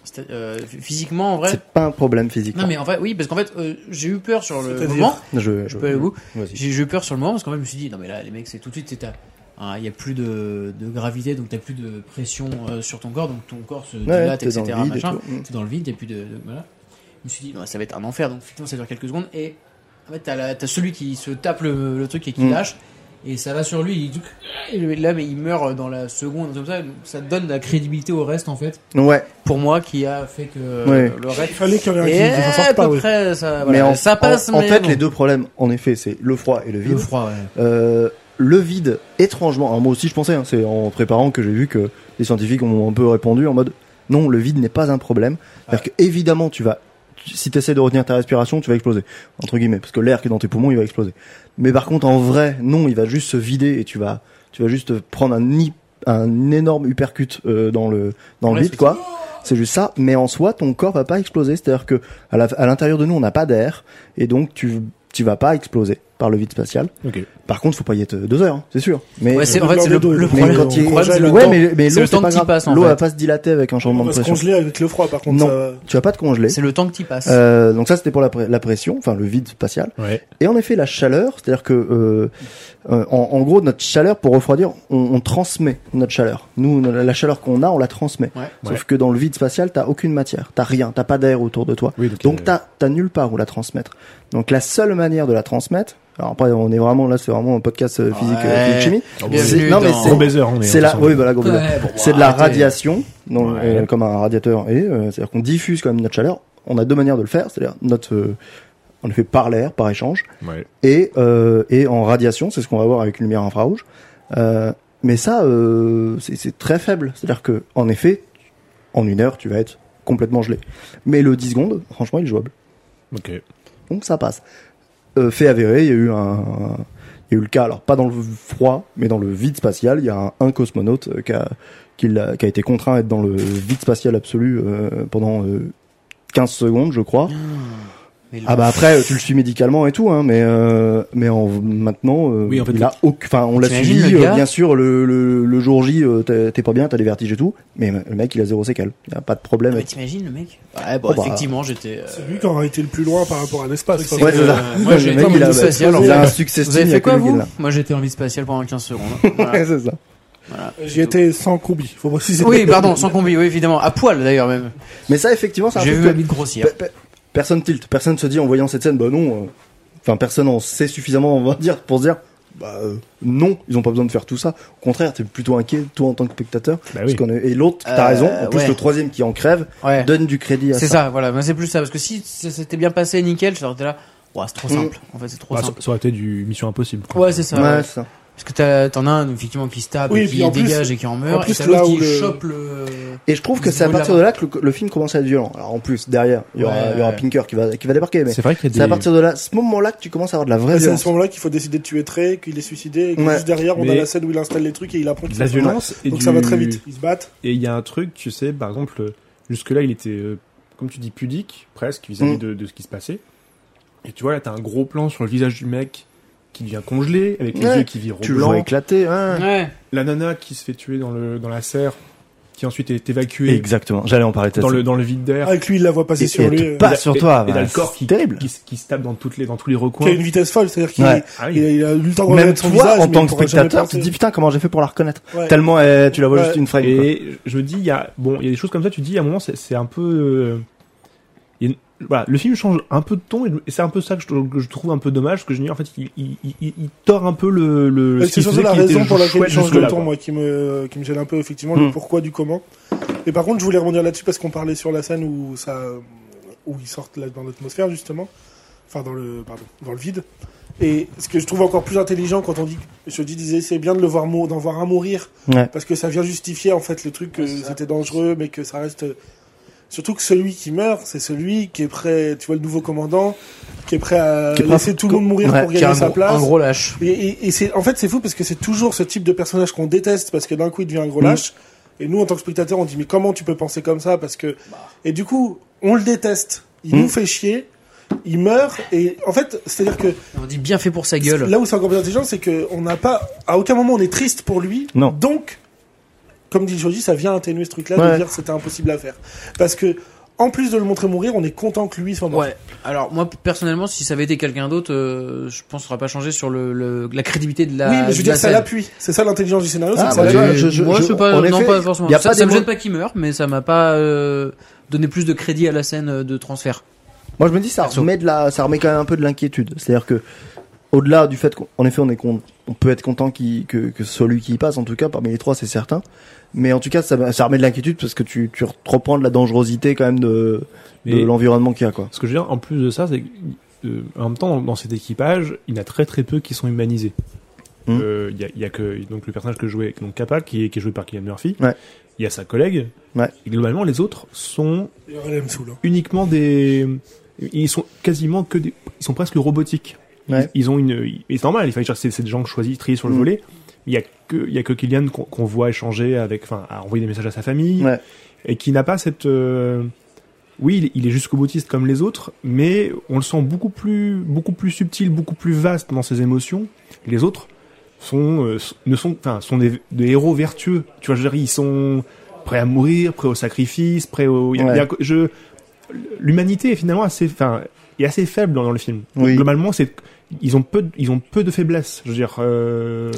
Speaker 5: C'est- euh, physiquement, en vrai.
Speaker 1: C'est pas un problème physique.
Speaker 5: Non, mais en fait, oui, parce qu'en fait, euh, j'ai eu peur sur le
Speaker 2: C'est-à-dire
Speaker 5: moment.
Speaker 1: je,
Speaker 5: Je
Speaker 1: je-
Speaker 5: peux aller au bout.
Speaker 1: vas-y.
Speaker 5: J'ai j'ai eu peur sur le moment parce qu'en fait, je me suis dit, non, mais là, les mecs, c'est tout de suite, c'est à- hein, il y a plus de, de gravité, donc t'as plus de pression euh, sur ton corps, donc ton corps se
Speaker 1: Ouais,
Speaker 5: dilate,
Speaker 1: t'es dans
Speaker 5: etc.
Speaker 1: le vide et
Speaker 5: machin.
Speaker 1: tout. Mm.
Speaker 5: T'es dans le vide, t'as plus de, de- voilà. Je me suis dit, non, ça va être un enfer, donc effectivement, ça dure quelques secondes, et en fait, t'as la- t'as celui qui se tape le, le truc et qui
Speaker 1: Mm.
Speaker 5: lâche, et ça va sur lui, il, et le- là, mais il meurt dans la seconde, comme ça, ça donne de la crédibilité au reste, en fait,
Speaker 1: Ouais,
Speaker 5: pour moi, qui a fait que
Speaker 1: Ouais.
Speaker 5: le reste.
Speaker 2: Il fallait qu'il y en ait
Speaker 5: Et
Speaker 2: un qui ne s'en
Speaker 5: à
Speaker 2: sorte pas,
Speaker 5: peu
Speaker 2: oui.
Speaker 5: près, ça, Ah, voilà,
Speaker 1: mais en,
Speaker 5: ça passe,
Speaker 1: en, en
Speaker 5: mais
Speaker 1: fait,
Speaker 5: bon.
Speaker 1: les deux problèmes, en effet, c'est le froid et le vide.
Speaker 5: Le froid, ouais.
Speaker 1: Euh, le vide, étrangement, alors moi aussi je pensais, hein, c'est en préparant que j'ai vu que les scientifiques ont un peu répondu en mode non, le vide n'est pas un problème. C'est-à-dire que évidemment, tu vas, tu- si tu essaies de retenir ta respiration, tu vas exploser, entre guillemets, parce que l'air qui est dans tes poumons, il va exploser. Mais par contre, en vrai, non, il va juste se vider et tu vas, tu vas juste prendre un, hi- un énorme uppercut euh, dans le, dans
Speaker 5: Ouais,
Speaker 1: le vide,
Speaker 5: c'est
Speaker 1: quoi. C'est juste ça, mais en soi, ton corps va pas exploser. C'est-à-dire que à la- à l'intérieur de nous, on n'a pas d'air, et donc tu, tu vas pas exploser par le vide spatial.
Speaker 4: Ok.
Speaker 1: Par contre, faut pas y être deux heures, hein, c'est sûr. Mais
Speaker 5: Ouais, c'est- en fait, c'est le-
Speaker 2: L'eau,
Speaker 5: le
Speaker 2: l'eau,
Speaker 5: problème-
Speaker 1: mais
Speaker 2: l'eau,
Speaker 1: quand il-
Speaker 2: l'eau,
Speaker 5: problème, c'est le
Speaker 2: l'eau,
Speaker 1: ouais,
Speaker 5: temps.
Speaker 1: mais, mais
Speaker 5: C'est
Speaker 1: l'eau,
Speaker 5: le temps
Speaker 1: pas
Speaker 5: qui
Speaker 1: grave.
Speaker 5: passe, en
Speaker 1: L'eau
Speaker 5: fait.
Speaker 1: va pas se dilater avec un changement
Speaker 2: On
Speaker 1: de
Speaker 2: va se
Speaker 1: pression.
Speaker 2: congeler avec le froid, par contre.
Speaker 1: Non.
Speaker 2: ça-
Speaker 1: Tu vas pas te congeler.
Speaker 5: C'est le temps que t'y passes.
Speaker 1: Euh, donc ça, c'était pour la, pré- la pression, enfin le vide spatial.
Speaker 4: Ouais.
Speaker 1: Et en effet, la chaleur, c'est-à-dire que, euh, euh, en, en gros, notre chaleur, pour refroidir, on, on transmet notre chaleur. Nous, on- la chaleur qu'on a, on la transmet.
Speaker 5: Ouais.
Speaker 1: Sauf
Speaker 4: Ouais.
Speaker 1: que dans le vide spatial, t'as aucune matière, t'as rien, t'as pas d'air autour de toi.
Speaker 4: Oui, donc,
Speaker 1: Donc
Speaker 4: euh,
Speaker 1: t'as t'as nulle part où la transmettre. Donc la seule manière de la transmettre, alors après on est vraiment là, c'est vraiment un podcast euh, physique, euh,
Speaker 5: Ouais.
Speaker 1: physique chimie.
Speaker 4: ah
Speaker 5: Bienvenue
Speaker 1: C'est- non, mais
Speaker 5: dans-
Speaker 1: c'est-
Speaker 4: Gros baiser, hein, on est.
Speaker 1: C'est
Speaker 4: on
Speaker 1: la,
Speaker 4: s'en
Speaker 1: oui,
Speaker 4: va.
Speaker 1: voilà, gros,
Speaker 5: Ouais, bon,
Speaker 1: c'est
Speaker 5: bah,
Speaker 1: de la
Speaker 5: arrêtez.
Speaker 1: radiation, donc,
Speaker 4: Ouais.
Speaker 1: euh, comme un radiateur et euh, c'est-à-dire qu'on diffuse quand même notre chaleur. On a deux manières de le faire, c'est-à-dire notre, euh, on le fait par l'air, par échange,
Speaker 4: Ouais.
Speaker 1: et euh, et en radiation, c'est ce qu'on va voir avec une lumière infrarouge. Euh, mais ça, euh, c'est- c'est très faible, c'est-à-dire que en effet, en une heure, tu vas être complètement gelé. Mais le 10 secondes, franchement, il est jouable.
Speaker 4: Ok.
Speaker 1: Donc ça passe. Euh, fait avéré, il y a eu un, il y a eu le cas, alors pas dans le froid, mais dans le vide spatial, il y a un, un cosmonaute euh, qui a, qui l'a- qui a été contraint à être dans le vide spatial absolu euh, pendant euh, 15 secondes, je crois.
Speaker 5: Mais le-
Speaker 1: Ah bah après, tu le suis médicalement et tout, hein, mais euh, mais en, maintenant, euh,
Speaker 4: Oui, en fait,
Speaker 1: il a aucun- enfin on l'a
Speaker 5: t'imagines
Speaker 1: suivi,
Speaker 5: le
Speaker 1: euh,
Speaker 5: gars
Speaker 1: bien sûr, le, le, le jour J, euh, t'es t'es pas bien, t'as des vertiges et tout, mais le mec il a zéro séquelle, il a pas de problème.
Speaker 5: Mais
Speaker 1: avec-
Speaker 5: bah, t'imagines le mec Ouais, bon,
Speaker 1: Oh bah.
Speaker 5: effectivement, j'étais. euh,
Speaker 2: C'est lui qui aura été le plus loin par rapport à l'espace.
Speaker 5: C'est
Speaker 2: parce
Speaker 1: Ouais,
Speaker 2: que-
Speaker 1: c'est ça.
Speaker 5: Euh, moi,
Speaker 1: Le
Speaker 5: j'ai été
Speaker 1: mec,
Speaker 5: en
Speaker 1: il a,
Speaker 5: vide spatial, en
Speaker 1: il a
Speaker 5: vrai.
Speaker 1: un succès
Speaker 5: Vous avez fait quoi, vous
Speaker 1: là.
Speaker 5: Moi, j'étais en vie spatiale pendant 15 secondes. hein. Voilà.
Speaker 1: c'est ça.
Speaker 5: Voilà.
Speaker 2: J'y étais sans combi, faut préciser.
Speaker 5: Oui, pardon, sans combi, oui, évidemment. À poil, d'ailleurs, même.
Speaker 1: Mais ça, effectivement, c'est un
Speaker 5: J'ai
Speaker 1: truc
Speaker 5: vu
Speaker 1: que
Speaker 5: ma bite grossir.
Speaker 1: pe- pe- personne tilt, personne se dit en voyant cette scène, bah non. euh, Enfin, personne en sait suffisamment, on va dire, pour se dire, bah euh, non, ils ont pas besoin de faire tout ça. Au contraire, t'es plutôt inquiet, toi en tant que spectateur.
Speaker 4: Bah
Speaker 1: parce
Speaker 4: oui.
Speaker 1: qu'on est- Et l'autre, t'as
Speaker 5: Euh,
Speaker 1: raison. En plus,
Speaker 5: ouais.
Speaker 1: le troisième qui en crève
Speaker 5: Ouais.
Speaker 1: donne du crédit à ça.
Speaker 5: C'est ça, voilà. Moi, c'est plus ça. Parce que si ça s'était bien passé, nickel, j'étais là. Ouais, c'est trop simple. En fait, c'est trop
Speaker 4: Bah, ça
Speaker 5: simple.
Speaker 4: ça aurait été du Mission Impossible. quoi.
Speaker 5: Ouais, c'est ça.
Speaker 1: Ouais,
Speaker 5: ouais.
Speaker 1: c'est ça.
Speaker 5: Parce que t'as- t'en as un, effectivement, qui se tape,
Speaker 2: Oui,
Speaker 5: et
Speaker 2: et
Speaker 5: qui
Speaker 2: puis en plus-
Speaker 5: dégage et qui en meurt.
Speaker 2: en
Speaker 5: Et
Speaker 2: plus,
Speaker 5: t'as l'autre
Speaker 2: là où
Speaker 5: qui
Speaker 2: le-
Speaker 5: chope le.
Speaker 1: Et je trouve que
Speaker 5: Ils
Speaker 1: c'est à
Speaker 5: vont
Speaker 1: partir
Speaker 5: là-bas.
Speaker 1: de là que le, le film commence à être violent. Alors en plus, derrière, il y aura,
Speaker 5: Ouais.
Speaker 1: il y aura Pinker qui va, qui va débarquer. Mais
Speaker 4: C'est vrai qu'il y a des.
Speaker 1: c'est à partir de là, ce moment-là que tu commences à avoir de la vraie
Speaker 2: Et C'est à
Speaker 1: violence.
Speaker 2: ce moment-là qu'il faut décider de tuer Trey, qu'il est suicidé, et que
Speaker 1: Ouais.
Speaker 2: juste derrière, on a
Speaker 4: Mais-
Speaker 2: la scène où il installe les trucs et il apprend qu'il
Speaker 4: de la
Speaker 2: s'est fait mal.
Speaker 4: violence et
Speaker 2: Donc
Speaker 4: du-
Speaker 2: ça va très vite. Ils se battent.
Speaker 4: Et il y a un truc, tu sais, par exemple, euh, jusque-là, il était, euh, comme tu dis, pudique, presque, vis-à-vis
Speaker 1: Mm.
Speaker 4: de, de ce qui se passait. Et tu vois, là, t'as un gros plan sur le visage du mec qui devient congelé, avec les
Speaker 1: Ouais.
Speaker 4: yeux qui virent
Speaker 1: Tu le vois
Speaker 4: blancs.
Speaker 1: éclater. hein.
Speaker 5: Ouais.
Speaker 4: La nana qui se fait tuer dans, le, dans la serre, qui ensuite est évacuée
Speaker 1: Exactement. J'allais en parler. de
Speaker 4: dans
Speaker 1: ça.
Speaker 4: le, dans le vide d'air.
Speaker 2: Avec lui, il la voit passer
Speaker 1: Et-
Speaker 2: sur
Speaker 1: et
Speaker 2: lui.
Speaker 1: te
Speaker 2: euh,
Speaker 1: passe
Speaker 4: Et-
Speaker 1: sur
Speaker 4: et-
Speaker 1: toi,
Speaker 4: Et, t'as
Speaker 1: ouais,
Speaker 4: le corps
Speaker 1: c'est
Speaker 4: qui,
Speaker 1: terrible.
Speaker 4: Qui, se- qui se tape dans, toutes les, dans tous les recoins.
Speaker 2: Qui a une vitesse folle, c'est-à-dire qu'il
Speaker 1: Ouais.
Speaker 4: Ah oui.
Speaker 2: il a, il a eu le temps de
Speaker 1: Même
Speaker 2: reconnaître son
Speaker 1: toi,
Speaker 2: visage,
Speaker 1: en
Speaker 2: mais
Speaker 1: tant
Speaker 2: il
Speaker 1: que
Speaker 2: pourra jamais
Speaker 1: spectateur, tu
Speaker 2: penser.
Speaker 1: te dis putain comment j'ai fait pour la reconnaître.
Speaker 2: Ouais.
Speaker 1: Tellement euh, tu la vois
Speaker 2: Ouais.
Speaker 1: juste une frame. quoi.
Speaker 4: Et je me dis, il y a, bon, il y a des choses comme ça, tu dis, à un moment, c'est c'est un peu, euh, il y a une- voilà, le film change un peu de ton, et et c'est un peu ça que je, que je trouve un peu dommage, parce que je me dis, en fait, il, il, il, il tord un peu le, le,
Speaker 2: Ouais,
Speaker 4: Euh, ce qui
Speaker 2: C'est surtout
Speaker 4: faisait
Speaker 2: la
Speaker 4: qu'il était
Speaker 2: raison pour laquelle
Speaker 4: chouette
Speaker 2: il change le
Speaker 4: jusque-là,
Speaker 2: ton,
Speaker 4: quoi.
Speaker 2: moi, qui me, qui me gêne un peu, effectivement,
Speaker 1: Hmm.
Speaker 2: le pourquoi du comment. Et par contre, je voulais rebondir là-dessus parce qu'on parlait sur la scène où ça, où ils sortent là dans l'atmosphère, justement. Enfin, dans le, pardon, dans le vide. Et ce que je trouve encore plus intelligent quand on dit, je dis, disais, c'est bien de le voir, mou- d'en voir un mourir.
Speaker 1: Ouais.
Speaker 2: Parce que ça vient justifier, en fait, le truc que c'était dangereux, mais que ça reste, surtout que celui qui meurt, c'est celui qui est prêt, tu vois, le nouveau commandant, qui est prêt à
Speaker 1: Qui est prêt à-
Speaker 2: laisser tout le monde mourir
Speaker 1: Ouais,
Speaker 2: pour
Speaker 5: Qui a
Speaker 2: gagner
Speaker 5: un
Speaker 2: sa
Speaker 5: gros,
Speaker 2: place.
Speaker 5: un gros lâche.
Speaker 2: Et, et- et c'est en fait c'est fou parce que c'est toujours ce type de personnage qu'on déteste parce que d'un coup il devient un
Speaker 5: Mm.
Speaker 2: gros lâche et nous en tant que spectateur on dit mais comment tu peux penser comme ça parce que
Speaker 5: Bah.
Speaker 2: et du coup on le déteste il
Speaker 1: Mm.
Speaker 2: nous fait chier il meurt et en fait c'est à dire que
Speaker 5: On dit bien fait pour sa gueule.
Speaker 2: là où c'est encore plus intelligent c'est que on n'a pas à aucun moment on est triste pour lui
Speaker 1: Non.
Speaker 2: donc comme dit Joji, ça vient atténuer ce truc-là de
Speaker 5: Ouais.
Speaker 2: dire que c'était impossible à faire. Parce que, en plus de le montrer mourir, on est content que lui soit mort.
Speaker 5: Ouais. Alors moi personnellement, si ça avait été quelqu'un d'autre, euh, je pense que ça n'aurait pas changé sur le, le- la crédibilité de la.
Speaker 2: oui, mais je veux
Speaker 5: de
Speaker 2: dire,
Speaker 5: la
Speaker 2: ça
Speaker 5: scène.
Speaker 2: l'appuie. C'est ça l'intelligence du scénario, c'est
Speaker 5: Ah,
Speaker 2: que
Speaker 5: bah,
Speaker 2: ça
Speaker 5: j'ai-
Speaker 2: l'appuie.
Speaker 5: moi,
Speaker 1: je- je- je-
Speaker 5: je sais pas,
Speaker 1: en
Speaker 5: non,
Speaker 1: effet,
Speaker 5: pas forcément.
Speaker 1: y a
Speaker 5: ça,
Speaker 1: pas
Speaker 5: ça
Speaker 1: des
Speaker 5: me
Speaker 1: mots-
Speaker 5: gêne pas qu'il meurt, mais ça m'a pas euh, donné plus de crédit à la scène euh, de transfert.
Speaker 1: Moi, je me dis, ça remet de la, ça remet quand même un peu de l'inquiétude. C'est-à-dire que, au-delà du fait qu'en effet, on est con- on peut être content qu'il- que, que celui qui y passe, en tout cas, parmi les trois, c'est certain. Mais en tout cas, ça, ça remet de l'inquiétude parce que tu, tu reprends de la dangerosité quand même de, de
Speaker 4: Mais-
Speaker 1: l'environnement qu'il y a, quoi.
Speaker 4: Ce que je veux dire, en plus de ça, c'est que, euh, en même temps, dans, dans cet équipage, il y en a très très peu qui sont humanisés.
Speaker 1: Mhm.
Speaker 4: Euh, Il y, a, il y a que donc le personnage que jouait donc Kappa qui est, qui est joué par Kylian Murphy.
Speaker 1: Ouais.
Speaker 4: Il y a sa collègue.
Speaker 1: Ouais.
Speaker 4: Et globalement, les autres sont
Speaker 2: Elle me saoule. hein.
Speaker 4: uniquement des. Ils sont quasiment que des. Ils sont presque robotiques.
Speaker 1: Ouais.
Speaker 4: Ils, ils ont une. ils- et C'est normal. Il fallait chercher ces gens choisis, triés sur le
Speaker 1: Mhm.
Speaker 4: volet. Il y a que il y a que Kylian qu'on qu'on voit échanger avec, enfin, à envoyer des messages à sa famille
Speaker 1: Ouais.
Speaker 4: et qui n'a pas cette. euh, Oui, il- il est jusqu'au boutiste comme les autres, mais on le sent beaucoup plus beaucoup plus subtil, beaucoup plus vaste dans ses émotions. Les autres sont euh, s- ne sont enfin sont des, des héros vertueux. Tu vois, je veux dire, ils sont prêts à mourir, prêts au sacrifice, prêts au. il y a- il y a- je l'humanité est finalement assez, enfin, est assez faible dans, dans le film. Donc,
Speaker 1: Oui.
Speaker 4: Globalement, c'est ils ont peu, de- ils ont peu de faiblesses. Je veux dire, euh,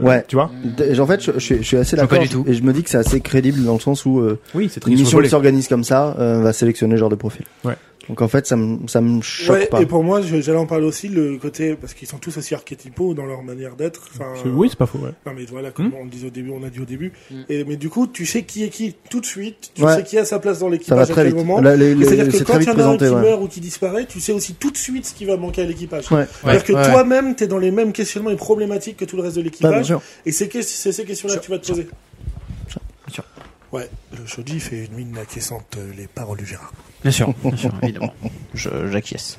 Speaker 1: Ouais.
Speaker 4: tu vois.
Speaker 2: Hmm.
Speaker 1: D- En fait, je, je suis- je suis assez
Speaker 5: vois pas
Speaker 1: d'accord.
Speaker 5: du tout.
Speaker 1: Et je me dis que c'est assez crédible dans le sens où, euh,
Speaker 4: Oui, c'est
Speaker 1: une mission qui s'organise comme ça, euh, va sélectionner ce genre de profil.
Speaker 4: Ouais.
Speaker 1: Donc en fait, ça me, ça me choque
Speaker 2: Ouais,
Speaker 1: pas.
Speaker 2: et pour moi, je- j'allais en parler aussi, le côté, parce qu'ils sont tous aussi archétypaux dans leur manière d'être. Enfin,
Speaker 4: Oui, c'est pas faux. Ouais.
Speaker 2: Non mais voilà, comme
Speaker 1: Hmm.
Speaker 2: on le disait au début, on a dit au début. Et, mais du coup, tu sais qui est qui tout de suite. Tu
Speaker 1: Ouais.
Speaker 2: sais qui a sa place dans
Speaker 1: Ça va
Speaker 2: l'équipage à
Speaker 1: très
Speaker 2: quel
Speaker 1: vite.
Speaker 2: moment.
Speaker 1: Là, les-
Speaker 2: Et
Speaker 1: les-
Speaker 2: C'est-à-dire que
Speaker 1: C'est
Speaker 2: quand
Speaker 1: très
Speaker 2: il y
Speaker 1: vite
Speaker 2: en a un qui
Speaker 1: présenté. ouais.
Speaker 2: meurt ou qui disparaît, tu sais aussi tout de suite ce qui va manquer à l'équipage.
Speaker 1: Ouais.
Speaker 2: C'est-à-dire que
Speaker 5: Ouais, ouais.
Speaker 2: toi-même, t'es dans les mêmes questionnements et problématiques que tout le reste de
Speaker 1: Bah, bien
Speaker 2: l'équipage.
Speaker 1: sûr.
Speaker 2: et c'est que- c'est ces questions-là que tu vas te poser.
Speaker 1: Sûr.
Speaker 2: Ouais, le Shoji fait une mine acquiescente euh, les paroles du Gérard.
Speaker 5: Bien sûr, bien sûr, évidemment. Je- J'acquiesce.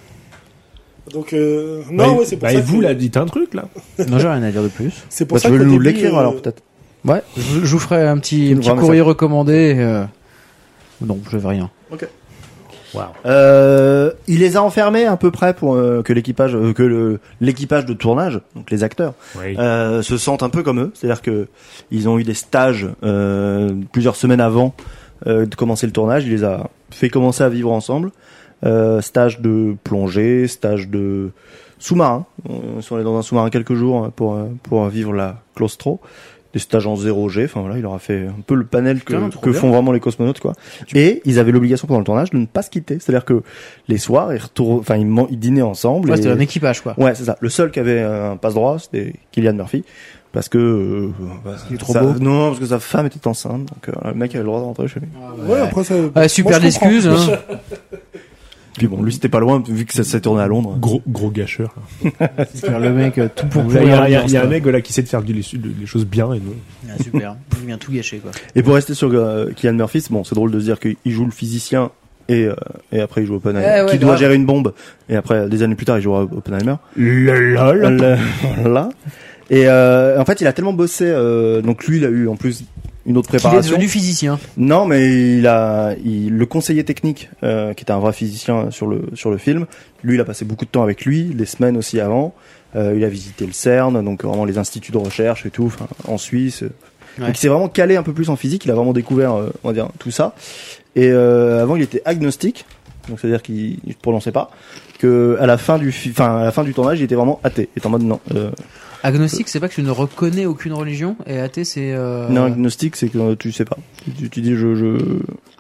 Speaker 2: Donc euh, non,
Speaker 4: Bah,
Speaker 2: ouais, c'est pour
Speaker 4: bah,
Speaker 2: ça.
Speaker 4: et vous,
Speaker 2: que-
Speaker 4: là, dites un truc là.
Speaker 5: Non, j'ai rien à dire de plus.
Speaker 2: C'est pour
Speaker 1: Bah,
Speaker 2: ça
Speaker 1: tu
Speaker 2: que
Speaker 1: veux
Speaker 2: au
Speaker 1: nous
Speaker 2: début,
Speaker 1: l'écrire
Speaker 2: euh,
Speaker 1: alors peut-être.
Speaker 5: Ouais, je, je vous ferai un petit,
Speaker 1: Tu
Speaker 5: un
Speaker 1: nous
Speaker 5: petit
Speaker 1: feras un
Speaker 5: courrier recommandé. euh, Non, je vais rien.
Speaker 1: Euh, il les a enfermés à peu près pour euh, que l'équipage, euh, que le- l'équipage de tournage, donc les acteurs,
Speaker 4: Oui.
Speaker 1: euh, se sentent un peu comme eux. C'est-à-dire que ils ont eu des stages euh, plusieurs semaines avant euh, de commencer le tournage. Il les a fait commencer à vivre ensemble. Euh, stage de plongée, stage de sous-marin. On, on est dans un sous-marin quelques jours pour euh, pour vivre la claustro. Des stages en 0G. Enfin voilà, il aura fait un peu le panel que,
Speaker 5: Putain, trop
Speaker 1: que
Speaker 5: bien.
Speaker 1: font vraiment les cosmonautes quoi. Et ils avaient l'obligation pendant le tournage de ne pas se quitter. C'est-à-dire que les soirs, ils retournent, enfin ils, man- ils dînaient ensemble.
Speaker 5: Ouais,
Speaker 1: et-
Speaker 5: c'était un équipage, quoi.
Speaker 1: Ouais, c'est ça. Le seul qui avait un passe droit, c'était Kylian Murphy. Parce que. euh, bah,
Speaker 5: Il est trop
Speaker 1: sa-
Speaker 5: beau.
Speaker 1: Non, parce que sa femme était enceinte. Donc euh, le mec avait le droit de rentrer chez lui.
Speaker 2: Ouais, après euh, ça.
Speaker 5: Ah, super
Speaker 2: Moi, je comprends.
Speaker 5: d'excuses. Hein.
Speaker 1: Puis bon, lui c'était pas loin, vu que ça s'est tourné à Londres.
Speaker 4: Gros, gros gâcheur.
Speaker 5: le mec euh, tout pour
Speaker 4: Il y a, il y a-
Speaker 5: l'ambiance,
Speaker 4: il y a un
Speaker 5: quoi.
Speaker 4: mec voilà, qui essaie de faire du- les, les choses bien et non.
Speaker 5: Ah, super, il vient tout gâcher, quoi.
Speaker 1: Et pour rester sur euh, Kylian Murphy, c'est bon, c'est drôle de se dire qu'il joue le physicien et, euh, et après il joue Oppenheimer.
Speaker 5: Eh ouais,
Speaker 1: qui doit
Speaker 5: grave.
Speaker 1: gérer une bombe. Et après, des années plus tard, il jouera Oppenheimer.
Speaker 4: Le lol.
Speaker 1: Le- voilà. Et euh, en fait, il a tellement bossé. euh, donc lui, il a eu en plus une autre
Speaker 5: Il est
Speaker 1: préparation.
Speaker 5: devenu physicien.
Speaker 1: Non, mais il a, il- le conseiller technique, euh, qui était un vrai physicien sur le sur le film, lui, il a passé beaucoup de temps avec lui, les semaines aussi avant. Euh, il a visité le CERN, donc vraiment les instituts de recherche et tout, enfin, en Suisse.
Speaker 5: Ouais.
Speaker 1: Donc il s'est vraiment calé un peu plus en physique. Il a vraiment découvert, euh, on va dire, tout ça. Et euh, avant, il était agnostique, donc c'est-à-dire qu'il ne prononçait pas. Que à la fin du, fi- enfin à la fin du tournage, il était vraiment athée. Il était en mode non. euh,
Speaker 5: Agnostique, c'est pas que tu ne reconnais aucune religion, et athée, c'est. euh,
Speaker 1: Non, agnostique, c'est que euh, tu sais pas. Tu, tu dis je, je.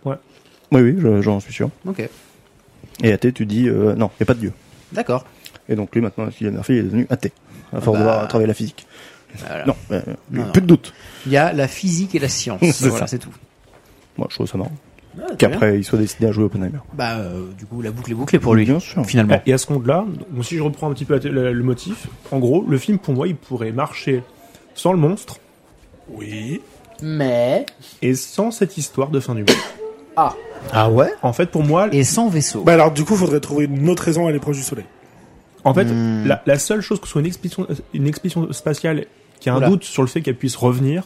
Speaker 4: Ouais.
Speaker 1: Oui, oui, je- j'en suis sûr.
Speaker 5: Ok,
Speaker 1: Et athée, tu dis euh, non, il n'y a pas de Dieu.
Speaker 5: d'accord.
Speaker 1: Et donc lui, maintenant, Kylian Murphy, il est devenu athée, à force
Speaker 5: bah.
Speaker 1: de devoir travailler la physique.
Speaker 5: Voilà.
Speaker 1: Non, euh,
Speaker 5: Non, non.
Speaker 1: plus de doute.
Speaker 5: Il y a la physique et la science.
Speaker 1: C'est ça.
Speaker 5: voilà, c'est tout.
Speaker 1: Moi, je trouve ça marrant.
Speaker 5: Ah, très bien.
Speaker 1: Qu'après, il soit décidé à jouer Oppenheimer.
Speaker 5: Bah, euh, du coup, la boucle est bouclée pour lui,
Speaker 1: Bien sûr.
Speaker 5: finalement.
Speaker 4: Et à ce compte-là, donc, si je reprends un petit peu la- la- le motif, en gros, le film pour moi, il pourrait marcher sans le monstre
Speaker 2: Oui.
Speaker 5: Mais.
Speaker 4: et sans cette histoire de fin du monde.
Speaker 1: Ah ouais
Speaker 4: En fait, pour moi,
Speaker 5: Et sans vaisseau.
Speaker 2: Bah alors du coup, faudrait trouver une autre raison à aller proche du soleil.
Speaker 4: En fait,
Speaker 5: Hmm.
Speaker 4: la, la seule chose que ce soit une expédition, une expédition spatiale qui a un
Speaker 5: Oula.
Speaker 4: doute sur le fait qu'elle puisse revenir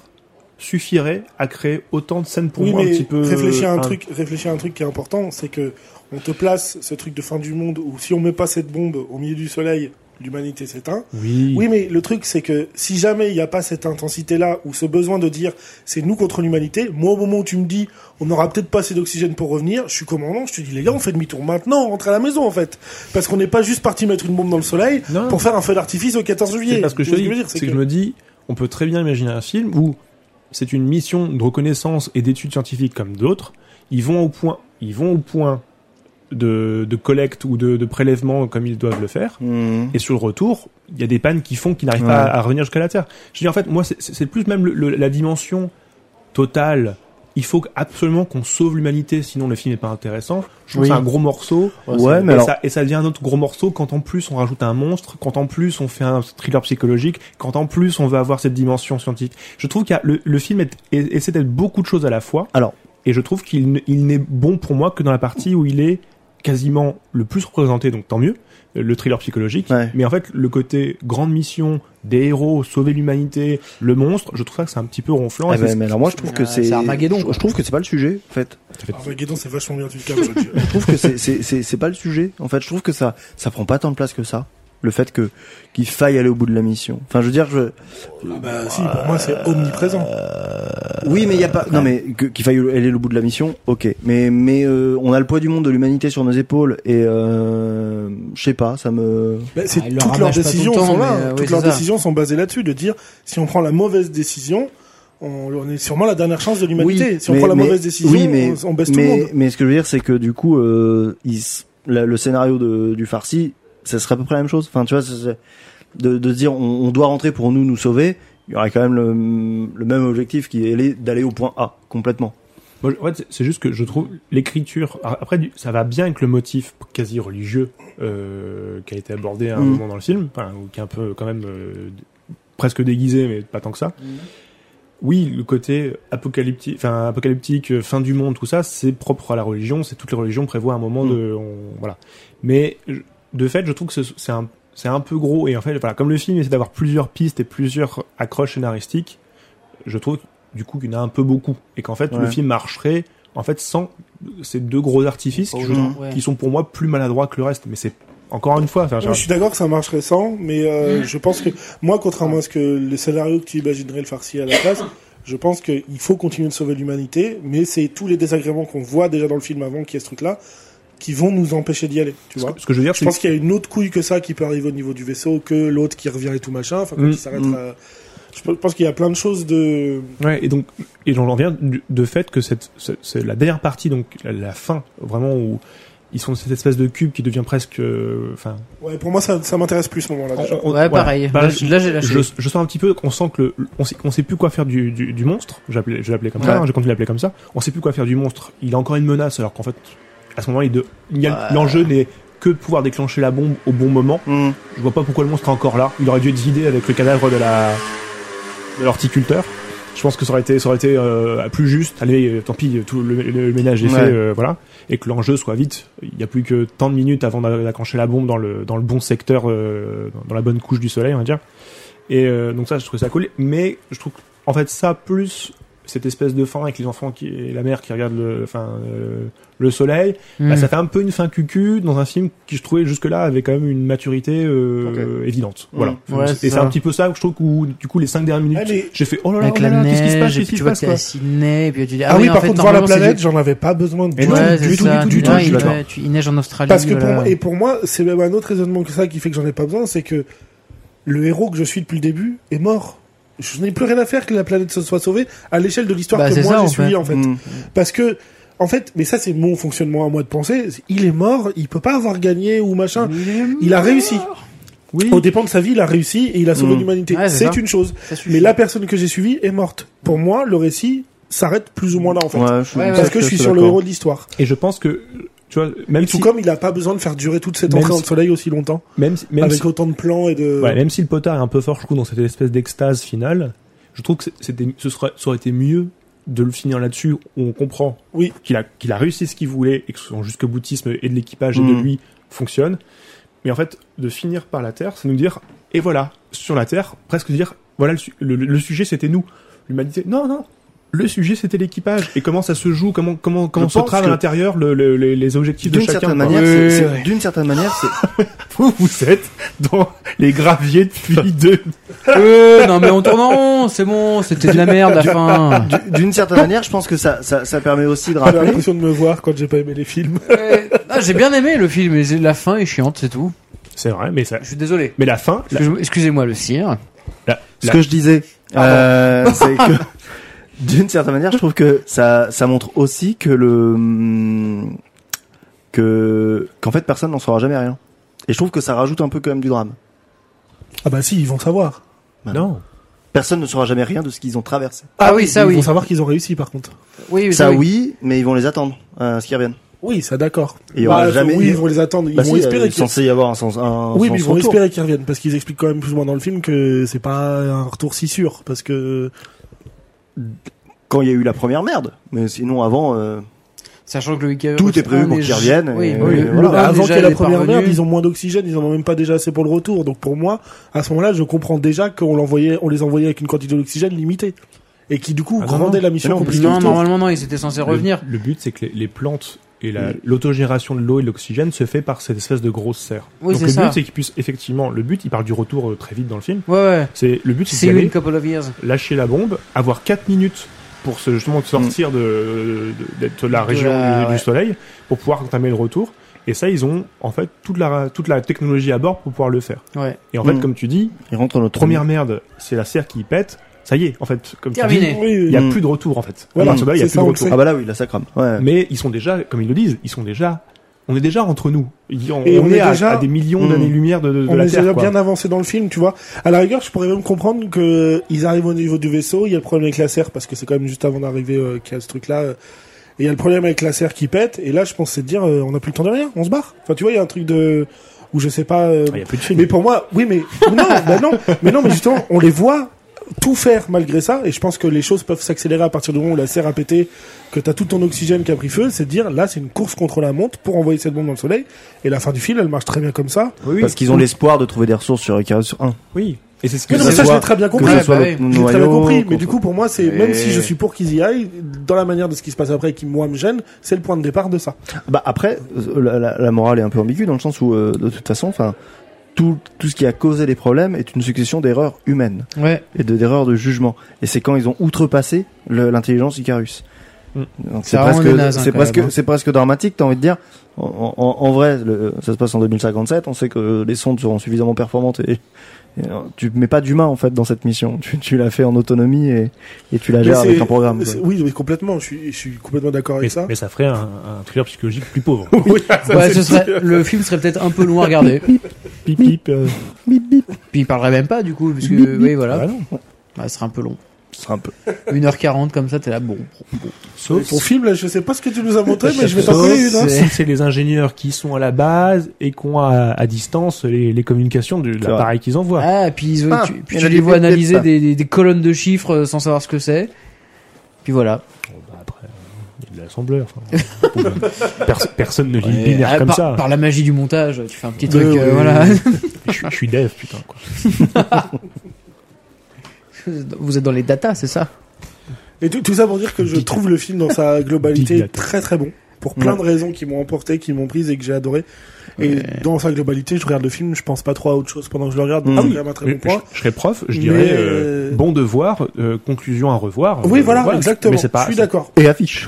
Speaker 4: suffirait à créer autant de scènes pour
Speaker 2: oui,
Speaker 4: moi un
Speaker 2: mais
Speaker 4: petit peu.
Speaker 2: réfléchis à un
Speaker 4: hein,
Speaker 2: truc, réfléchis à un truc qui est important, c'est que on te place ce truc de fin du monde où si on met pas cette bombe au milieu du soleil, l'humanité s'éteint.
Speaker 4: Oui.
Speaker 2: Oui, mais le truc, c'est que si jamais il n'y a pas cette intensité-là ou ce besoin de dire c'est nous contre l'humanité, moi, au moment où tu me dis on n'aura peut-être pas assez d'oxygène pour revenir, je suis commandant, je te dis les gars, on fait demi-tour maintenant, rentre à la maison en fait. Parce qu'on n'est pas juste parti mettre une bombe dans le soleil
Speaker 4: Non.
Speaker 2: pour faire un feu d'artifice au 14 juillet.
Speaker 4: C'est parce que
Speaker 2: Tu
Speaker 4: je te
Speaker 2: vois ce
Speaker 4: dis,
Speaker 2: veux dire,
Speaker 4: c'est que, je me dis, on peut très bien imaginer un film où c'est une mission de reconnaissance et d'études scientifiques comme d'autres. Ils vont au point, ils vont au point de, de collecte ou de, de prélèvement comme ils doivent le faire.
Speaker 6: Hmm.
Speaker 1: Mhm.
Speaker 4: Et sur le retour, il y a des pannes qui font qu'ils n'arrivent
Speaker 1: Ouais.
Speaker 4: pas à, à revenir jusqu'à la Terre. Je dis en fait, moi, c'est- c'est c'est plus même le- le- la dimension totale. Il faut absolument qu'on sauve l'humanité, sinon le film n'est pas intéressant. Je trouve
Speaker 6: Oui.
Speaker 4: que c'est un gros morceau.
Speaker 6: Ouais, mais
Speaker 4: et,
Speaker 6: alors-
Speaker 4: ça, et ça devient un autre gros morceau quand en plus on rajoute un monstre, quand en plus on fait un thriller psychologique, quand en plus on veut avoir cette dimension scientifique. Je trouve que le, le film est- est- essaie d'être beaucoup de choses à la fois.
Speaker 6: Alors.
Speaker 4: Et je trouve qu'il ne- il n'est bon pour moi que dans la partie où il est quasiment le plus représenté, donc tant mieux, le thriller psychologique.
Speaker 6: Ouais.
Speaker 4: Mais en fait, le côté grande mission, des héros, sauver l'humanité, le monstre, je trouve ça que c'est un petit peu ronflant.
Speaker 6: Eh
Speaker 4: et
Speaker 6: ben,
Speaker 1: bah,
Speaker 4: c'est-
Speaker 6: mais alors moi je trouve que
Speaker 5: Ah,
Speaker 6: c'est
Speaker 5: c'est Armageddon, quoi.
Speaker 6: je, je trouve que c'est pas le sujet en fait.
Speaker 2: Armageddon, Ah, bah, c'est vachement bien tu le câbles, je veux dire.
Speaker 6: Je trouve que c'est c'est c'est c'est pas le sujet. En fait, je trouve que ça ça prend pas tant de place que ça. Le fait que qu'il faille aller au bout de la mission. Enfin, je veux dire, je,
Speaker 2: Bah si, pour moi, c'est omniprésent.
Speaker 6: Oui, mais il y a pas. Non, mais que- qu'il faille aller au bout de la mission, ok. Mais mais euh, on a le poids du monde de l'humanité sur nos épaules et euh, je sais pas, ça me.
Speaker 2: Bah, c'est
Speaker 5: Ah, ils le
Speaker 2: toutes
Speaker 5: ramassent
Speaker 2: leurs
Speaker 5: pas tout le
Speaker 2: décisions
Speaker 5: temps,
Speaker 2: sont là.
Speaker 5: mais,
Speaker 2: hein.
Speaker 5: euh, oui,
Speaker 2: toutes
Speaker 5: c'est
Speaker 2: leurs
Speaker 5: ça.
Speaker 2: décisions sont basées là-dessus, de dire si on prend la mauvaise décision, on, on est sûrement la dernière chance de l'humanité. si on
Speaker 6: mais-
Speaker 2: prend la
Speaker 6: mais-
Speaker 2: mauvaise décision,
Speaker 6: oui, mais,
Speaker 2: on, on baisse
Speaker 6: mais,
Speaker 2: tout le monde.
Speaker 6: Mais ce que je veux dire, c'est que du coup, euh, il s- la- le scénario de, du farci, ça serait à peu près la même chose. Enfin, tu vois, c'est- c'est- de, de se dire, on, on doit rentrer pour nous nous sauver. Il y aurait quand même le, le même objectif qui est aller- d'aller au point A complètement.
Speaker 4: Moi, je- en fait, c'est- c'est juste que je trouve l'écriture. a- Après, du- ça va bien avec le motif quasi religieux euh, qui a été abordé à un
Speaker 6: Mhm.
Speaker 4: moment dans le film, enfin, ou qui est un peu quand même euh, d- presque déguisé, mais pas tant que ça. Oui, le côté apocalyptique, enfin apocalyptique, euh, fin du monde, tout ça, c'est propre à la religion. C'est toutes les religions prévoient un moment de, on- voilà. Mais je- de fait, je trouve que ce- c'est un, c'est un peu gros. Et en fait, voilà, comme le film essaie d'avoir plusieurs pistes et plusieurs accroches scénaristiques, je trouve du coup qu'il y en a un peu beaucoup et qu'en fait le
Speaker 6: Ouais.
Speaker 4: film marcherait en fait sans ces deux gros artifices qui, je-
Speaker 5: Ouais.
Speaker 4: qui sont pour moi plus maladroits que le reste. Mais c'est encore une fois, enfin, j'ai-
Speaker 2: Oui, je suis d'accord que ça marcherait sans, mais euh, je pense que moi, contrairement à ce que le scénario que tu imaginerais le farci à la place, je pense qu'il faut continuer de sauver l'humanité, mais c'est tous les désagréments qu'on voit déjà dans le film avant, qui est ce truc-là, qui vont nous empêcher d'y aller. Tu
Speaker 4: ce,
Speaker 2: vois
Speaker 4: que, ce que je veux dire,
Speaker 2: Je
Speaker 4: c'est
Speaker 2: pense qu'il y a une autre couille que ça qui peut arriver au niveau du vaisseau, que l'autre qui revient et tout machin, enfin, quand
Speaker 4: Mm,
Speaker 2: il s'arrête
Speaker 4: mm.
Speaker 2: à- Je pe- pense qu'il y a plein de choses de...
Speaker 4: Ouais, et donc, et j'en reviens du- de fait que cette, cette- c'est la dernière partie, donc la, la fin, vraiment où ils sont cette espèce de cube qui devient presque, euh, enfin,
Speaker 2: Ouais, pour moi, ça, ça m'intéresse plus ce moment-là. déjà.
Speaker 4: on- on-
Speaker 5: Ouais,
Speaker 4: voilà.
Speaker 5: pareil.
Speaker 4: Bah,
Speaker 5: Là, je- là, j'ai lâché.
Speaker 4: je, je sens un petit peu qu'on sent que le, on, sait, on sait plus quoi faire du, du, du monstre. J'appelais, je l'appelais comme ça,
Speaker 6: Ouais.
Speaker 4: hein, je continue de l'appeler comme ça. On sait plus quoi faire du monstre. Il a encore une menace, alors qu'en fait, à ce moment-là, il de- il y a-
Speaker 5: Ouais.
Speaker 4: l'enjeu n'est que de pouvoir déclencher la bombe au bon moment. Je vois pas pourquoi le monstre est encore là. Il aurait dû être vidé avec le cadavre de la de l'horticulteur. Je pense que ça aurait été, ça aurait été euh, plus juste. Allez, euh, tant pis, tout le, le ménage est
Speaker 6: Ouais.
Speaker 4: fait, euh, voilà, et que l'enjeu soit vite. Il n'y a plus que tant de minutes avant d'a- d'accrocher la bombe dans le dans le bon secteur, euh, dans- dans la bonne couche du soleil, on va dire. Et euh, donc ça, je trouve ça cool. Mais je trouve, que, en fait, ça plus cette espèce de fin avec les enfants qui et la mère qui regarde le, enfin, euh, le soleil.
Speaker 5: Hmm.
Speaker 4: Bah, ça fait un peu une fin cucu dans un film qui je trouvais jusque là avait quand même une maturité euh, évidente. Voilà.
Speaker 5: Mm. Ouais,
Speaker 4: et
Speaker 5: c'est
Speaker 4: c'est
Speaker 5: ça.
Speaker 4: un petit peu ça que je trouve que où, du coup les cinq dernières minutes
Speaker 2: Ah, mais-
Speaker 4: j'ai fait oh là là,
Speaker 5: Avec
Speaker 4: oh là
Speaker 5: la
Speaker 4: là, qu'est-ce qui se
Speaker 5: neige,
Speaker 4: passe qu'est-ce
Speaker 5: et puis
Speaker 4: qui
Speaker 5: tu
Speaker 4: se
Speaker 5: vois
Speaker 4: passe
Speaker 5: que t'es à
Speaker 4: quoi.
Speaker 5: Sydney, et puis tu dis, ah,
Speaker 2: Ah,
Speaker 5: oui,
Speaker 2: oui,
Speaker 5: en
Speaker 2: par
Speaker 5: fait,
Speaker 2: contre, voir la
Speaker 5: normalement, c'est
Speaker 2: planète,
Speaker 5: du-
Speaker 2: j'en avais pas besoin du tout,
Speaker 5: Ouais,
Speaker 2: du
Speaker 5: c'est
Speaker 2: tout,
Speaker 5: ça.
Speaker 2: du tout, du tout.
Speaker 5: Ouais,
Speaker 6: je
Speaker 5: il,
Speaker 6: suis d'accord.
Speaker 5: ouais, tu- il neige en Australie. oh
Speaker 2: Parce que pour
Speaker 5: voilà.
Speaker 2: moi, et pour moi, c'est même un autre raisonnement que ça qui fait que j'en ai pas besoin, c'est que le héros que je suis depuis le début est mort. Je n'ai plus rien à faire que la planète se soit sauvée à l'échelle de l'histoire
Speaker 5: Bah,
Speaker 2: que
Speaker 5: c'est
Speaker 2: moi
Speaker 5: ça,
Speaker 2: j'ai
Speaker 5: en
Speaker 2: suivie
Speaker 5: fait.
Speaker 2: en fait.
Speaker 6: Mmh.
Speaker 2: Parce que, en fait, mais ça c'est mon fonctionnement à moi de penser, il est mort, il peut pas avoir gagné ou
Speaker 5: Mm.
Speaker 2: machin. Il a réussi.
Speaker 4: Oui.
Speaker 2: Au dépend de sa vie, il a réussi et il a sauvé
Speaker 6: Mm.
Speaker 2: l'humanité.
Speaker 5: Ouais, c'est
Speaker 2: c'est
Speaker 5: ça.
Speaker 2: une chose.
Speaker 5: Ça suffit.
Speaker 2: Mais la personne que j'ai suivie est morte. Pour moi, le récit s'arrête plus ou moins là en fait.
Speaker 6: Ouais, je suis-
Speaker 5: Ouais, ouais.
Speaker 2: Parce que je suis sur le
Speaker 6: d'accord.
Speaker 2: héros de l'histoire.
Speaker 4: et je pense que tu vois même
Speaker 2: Tout
Speaker 4: si
Speaker 2: comme il a pas besoin de faire durer toute cette
Speaker 4: Même
Speaker 2: entrée dans
Speaker 4: si-
Speaker 2: le soleil aussi longtemps.
Speaker 4: même si- même
Speaker 2: avec
Speaker 4: si-
Speaker 2: autant de plans et
Speaker 1: Euh,
Speaker 2: de.
Speaker 4: ouais, même si le potard est un peu fort je trouve dans cette espèce d'extase finale je trouve que c'est- c'était ce serait ça aurait été mieux de le finir là-dessus où on comprend
Speaker 2: Oui.
Speaker 4: qu'il a qu'il a réussi ce qu'il voulait et que son jusqu'au boutisme et de l'équipage et de
Speaker 6: Mm.
Speaker 4: lui fonctionne mais en fait de finir par la terre c'est nous dire et voilà sur la terre presque dire voilà le, su- le, le sujet c'était nous l'humanité non non le sujet c'était l'équipage et comment ça se joue, comment comment comment
Speaker 1: Je
Speaker 4: se
Speaker 1: pense
Speaker 4: trame à
Speaker 1: que-
Speaker 4: l'intérieur le- le- les, les objectifs de
Speaker 1: D'une
Speaker 4: chacun.
Speaker 1: certaine,
Speaker 4: quoi.
Speaker 1: manière,
Speaker 4: Ouais,
Speaker 1: c'est- c'est-
Speaker 4: ouais, ouais.
Speaker 1: d'une certaine manière, c'est
Speaker 4: Vous vous êtes dans les graviers depuis deux.
Speaker 5: Euh, non, mais on tourne en rond, c'est bon, c'était de la merde la fin.
Speaker 1: d'une certaine manière, je pense que ça, ça, ça permet aussi de
Speaker 2: J'ai
Speaker 1: rappeler.
Speaker 2: l'impression de me voir quand j'ai pas aimé les films.
Speaker 5: Euh, ah, j'ai bien aimé le film, mais c'est- la fin est chiante, c'est tout.
Speaker 4: C'est vrai, mais ça.
Speaker 5: Je suis désolé.
Speaker 4: Mais la fin, la-
Speaker 5: Excuse- Excusez-moi le cire.
Speaker 4: la-
Speaker 1: Ce
Speaker 4: la-
Speaker 1: que je disais,
Speaker 2: Ah
Speaker 1: euh, c'est que d'une certaine manière, je trouve que ça, ça montre aussi que le que qu'en fait personne n'en saura jamais rien. Et je trouve que ça rajoute un peu quand même du drame.
Speaker 2: Ah bah si, ils vont savoir.
Speaker 4: non.
Speaker 1: Personne ne saura jamais rien de ce qu'ils ont traversé.
Speaker 5: Ah oui, ça
Speaker 2: ils
Speaker 5: oui.
Speaker 2: vont savoir qu'ils ont réussi par contre.
Speaker 5: Oui,
Speaker 1: Ça oui, mais ils vont les attendre euh, à ce qu'ils reviennent.
Speaker 2: Oui, ça d'accord.
Speaker 1: Et il y aura
Speaker 2: Bah,
Speaker 1: jamais-
Speaker 2: Oui, ils vont les attendre. Ils
Speaker 1: Bah
Speaker 2: vont
Speaker 1: si, euh, il
Speaker 2: espérer
Speaker 1: est
Speaker 2: qu'ils
Speaker 1: censé y avoir un sens. Un
Speaker 2: Oui,
Speaker 1: sens
Speaker 2: mais ils vont
Speaker 1: retour.
Speaker 2: espérer qu'ils reviennent parce qu'ils expliquent quand même plus ou moins dans le film que c'est pas un retour si sûr parce que
Speaker 1: quand il y a eu la première merde. Mais sinon, avant, euh,
Speaker 5: Sachant que le week-end.
Speaker 1: Tout est prévu pour qu'ils reviennent,
Speaker 5: Oui,
Speaker 1: et-
Speaker 5: mais
Speaker 1: oui,
Speaker 5: le-
Speaker 1: voilà.
Speaker 5: le
Speaker 2: Bah,
Speaker 5: un,
Speaker 2: avant
Speaker 5: déjà,
Speaker 2: qu'il y ait la
Speaker 5: il est
Speaker 2: première
Speaker 5: parvenu.
Speaker 2: merde, ils ont moins d'oxygène, ils en ont même pas déjà assez pour le retour. Donc pour moi, à ce moment-là, je comprends déjà qu'on l'envoyait, on les envoyait avec une quantité d'oxygène limitée et qui du coup
Speaker 4: Ah, non,
Speaker 2: rendait la mission
Speaker 4: non,
Speaker 2: compliquée.
Speaker 5: Non,
Speaker 2: autour.
Speaker 5: normalement non, ils étaient censés revenir.
Speaker 4: Le, le but, c'est que les, les plantes et la- l'autogénération de l'eau et de l'oxygène se fait par cette espèce de grosse serre.
Speaker 5: Oui,
Speaker 4: Donc
Speaker 5: c'est
Speaker 4: le
Speaker 5: ça.
Speaker 4: but, c'est qu'ils puissent effectivement. Le but, il parle du retour euh, très vite dans le film.
Speaker 5: Ouais, ouais.
Speaker 4: C'est le but, c'est
Speaker 5: See
Speaker 4: d'y
Speaker 5: you
Speaker 4: aller,
Speaker 5: in couple of years.
Speaker 4: lâcher la bombe, avoir 4 minutes pour se, justement de
Speaker 1: Mm.
Speaker 4: sortir de de- d'être de la
Speaker 5: De
Speaker 4: région
Speaker 5: la-
Speaker 4: du, du
Speaker 5: ouais.
Speaker 4: soleil pour pouvoir entamer le retour. Et ça, ils ont en fait toute la toute la technologie à bord pour pouvoir le faire.
Speaker 5: Ouais.
Speaker 4: Et en fait,
Speaker 1: Mm.
Speaker 4: comme tu dis,
Speaker 1: ils rentrent dans notre
Speaker 4: première merde, c'est la serre qui pète. Ça y est, en fait, comme tu dis,
Speaker 5: Terminé.
Speaker 2: Oui,
Speaker 4: il
Speaker 2: oui.
Speaker 4: y a
Speaker 1: Mm.
Speaker 4: plus de retour en fait.
Speaker 2: Voilà,
Speaker 4: À partir de là, il y a
Speaker 2: c'est
Speaker 4: plus
Speaker 2: ça,
Speaker 4: de
Speaker 2: on le
Speaker 4: retour.
Speaker 2: sait.
Speaker 1: Ah bah là, oui, la sacrame. Ouais.
Speaker 4: Mais ils sont déjà, comme ils le disent, ils sont déjà. On est déjà entre nous. Ils- On,
Speaker 2: Et
Speaker 4: on
Speaker 2: on
Speaker 4: est,
Speaker 2: est
Speaker 4: à-
Speaker 2: déjà-
Speaker 4: à, des millions
Speaker 1: Mm.
Speaker 4: d'années-lumière de, de- de
Speaker 2: on
Speaker 4: la
Speaker 2: est
Speaker 4: Terre.
Speaker 2: déjà
Speaker 4: quoi.
Speaker 2: bien avancé dans le film, tu vois. À la rigueur, je pourrais même comprendre que euh, ils arrivent au niveau du vaisseau, il y a le problème avec la serre parce que c'est quand même juste avant d'arriver euh, qu'il y a ce truc là et il y a le problème avec la serre qui pète et là je pense c'est de dire euh, on n'a plus le temps de rien, on se barre. Enfin tu vois, il y a un truc de où je sais pas euh,
Speaker 4: Ah, Il y a plus de film.
Speaker 2: mais pour moi, oui mais non, bah non, mais non mais justement, on les voit tout faire malgré ça et je pense que les choses peuvent s'accélérer à partir du moment où la serre a pété que t'as tout ton oxygène qui a pris feu c'est de dire là c'est une course contre la montre pour envoyer cette bombe dans le soleil et la fin du film elle marche très bien comme ça
Speaker 4: Oui, oui.
Speaker 1: Parce qu'ils ont l'espoir de trouver des ressources sur Icarus sur 1.
Speaker 4: Oui. Et c'est ce que
Speaker 2: Mais non,
Speaker 1: ce
Speaker 2: mais ça, je
Speaker 1: soit-
Speaker 2: l'ai très bien
Speaker 1: Que
Speaker 2: compris.
Speaker 5: Ouais,
Speaker 1: ce soit
Speaker 5: bah
Speaker 1: le
Speaker 5: oui.
Speaker 2: J'ai très bien
Speaker 1: noyau,
Speaker 2: compris, mais
Speaker 1: qu'on-
Speaker 2: du coup, pour moi, c'est,
Speaker 7: Et-
Speaker 2: même si je suis pour qu'ils y aillent, dans la manière de ce qui se passe après qui, moi, me gêne, c'est le point de départ de ça.
Speaker 1: Bah après, euh, la, la- la morale est un peu ambiguë dans le sens où, euh, de toute façon, enfin, tout, tout ce qui a causé les problèmes est une succession d'erreurs humaines
Speaker 5: Ouais.
Speaker 1: et de d'erreurs de jugement. Et c'est quand ils ont outrepassé le- l'intelligence Icarus.
Speaker 4: Mm.
Speaker 1: Donc
Speaker 5: Ça
Speaker 1: C'est
Speaker 5: rend
Speaker 1: presque,
Speaker 5: les nazes, hein,
Speaker 1: c'est
Speaker 5: quand
Speaker 1: presque,
Speaker 5: même, hein.
Speaker 1: c'est presque dramatique. T'as envie de dire, en, en- en vrai, le- ça se passe en 2057. On sait que les sondes seront suffisamment performantes et, et, euh, tu mets pas d'humain en fait dans cette mission. Tu, tu l'as fait en autonomie et, et tu la
Speaker 2: Mais
Speaker 1: gères
Speaker 2: c'est-
Speaker 1: avec un programme. quoi.
Speaker 2: c'est- Oui, mais complètement, je suis, je suis complètement d'accord
Speaker 4: mais,
Speaker 2: avec ça.
Speaker 4: mais ça ferait un, un thriller psychologique plus pauvre.
Speaker 5: Ouais, ce serait, le film serait peut-être un peu loin à regarder.
Speaker 4: Pip, pip, euh,
Speaker 5: Puis il parlerait même pas du coup, parce que
Speaker 1: Bip, bip.
Speaker 5: oui voilà,
Speaker 4: voilà.
Speaker 5: bah, ce serait un peu long.
Speaker 1: Ce sera un peu.
Speaker 5: 1h40 comme ça, t'es là bon.
Speaker 4: Sauf,
Speaker 2: Ton film, là, je sais pas ce que tu nous as montré, mais je vais t'en
Speaker 4: sauf
Speaker 2: coller une, hein.
Speaker 4: si c'est les ingénieurs qui sont à la base et qui ont à, à distance les, les communications de
Speaker 1: vrai.
Speaker 4: l'appareil qu'ils envoient.
Speaker 5: Ah, puis, ils,
Speaker 1: Ah,
Speaker 5: tu,
Speaker 1: il y
Speaker 5: puis
Speaker 1: en
Speaker 5: tu
Speaker 1: a
Speaker 5: les
Speaker 1: des
Speaker 5: vois
Speaker 1: bêtes,
Speaker 5: analyser
Speaker 1: bêtes,
Speaker 5: des, des- des colonnes de chiffres euh, sans savoir ce que c'est. Puis voilà.
Speaker 4: Bon, bah, après, euh, il y a de l'assembleur. enfin, pers- personne ne lit le
Speaker 5: Et,
Speaker 4: binaire
Speaker 5: ah,
Speaker 4: comme
Speaker 5: par,
Speaker 4: ça.
Speaker 5: par la magie du montage, tu fais un petit
Speaker 2: Ouais,
Speaker 5: truc, euh,
Speaker 2: ouais,
Speaker 5: voilà.
Speaker 4: Je, suis- je suis dev, putain. Quoi.
Speaker 5: Vous êtes dans les datas, c'est ça
Speaker 2: Et tout, tout ça pour dire que je
Speaker 4: Big
Speaker 2: trouve le film dans sa
Speaker 4: Big
Speaker 2: globalité
Speaker 4: data.
Speaker 2: très très bon. Pour plein de raisons qui m'ont emporté, qui m'ont prise et que j'ai adoré. Et dans sa globalité, je regarde le film, je pense pas trop à autre chose pendant que je le regarde, donc
Speaker 1: Mm.
Speaker 2: c'est
Speaker 1: Ah oui.
Speaker 2: quand même un très
Speaker 4: Mais
Speaker 2: bon point.
Speaker 4: Euh, Je, je serais prof, je
Speaker 2: Mais,
Speaker 4: dirais euh,
Speaker 2: euh,
Speaker 4: bon devoir, euh, conclusion à revoir.
Speaker 2: Oui,
Speaker 4: Euh,
Speaker 2: voilà, exactement.
Speaker 4: Mais c'est pas.
Speaker 2: je suis
Speaker 4: c'est-
Speaker 2: d'accord.
Speaker 1: Et affiche.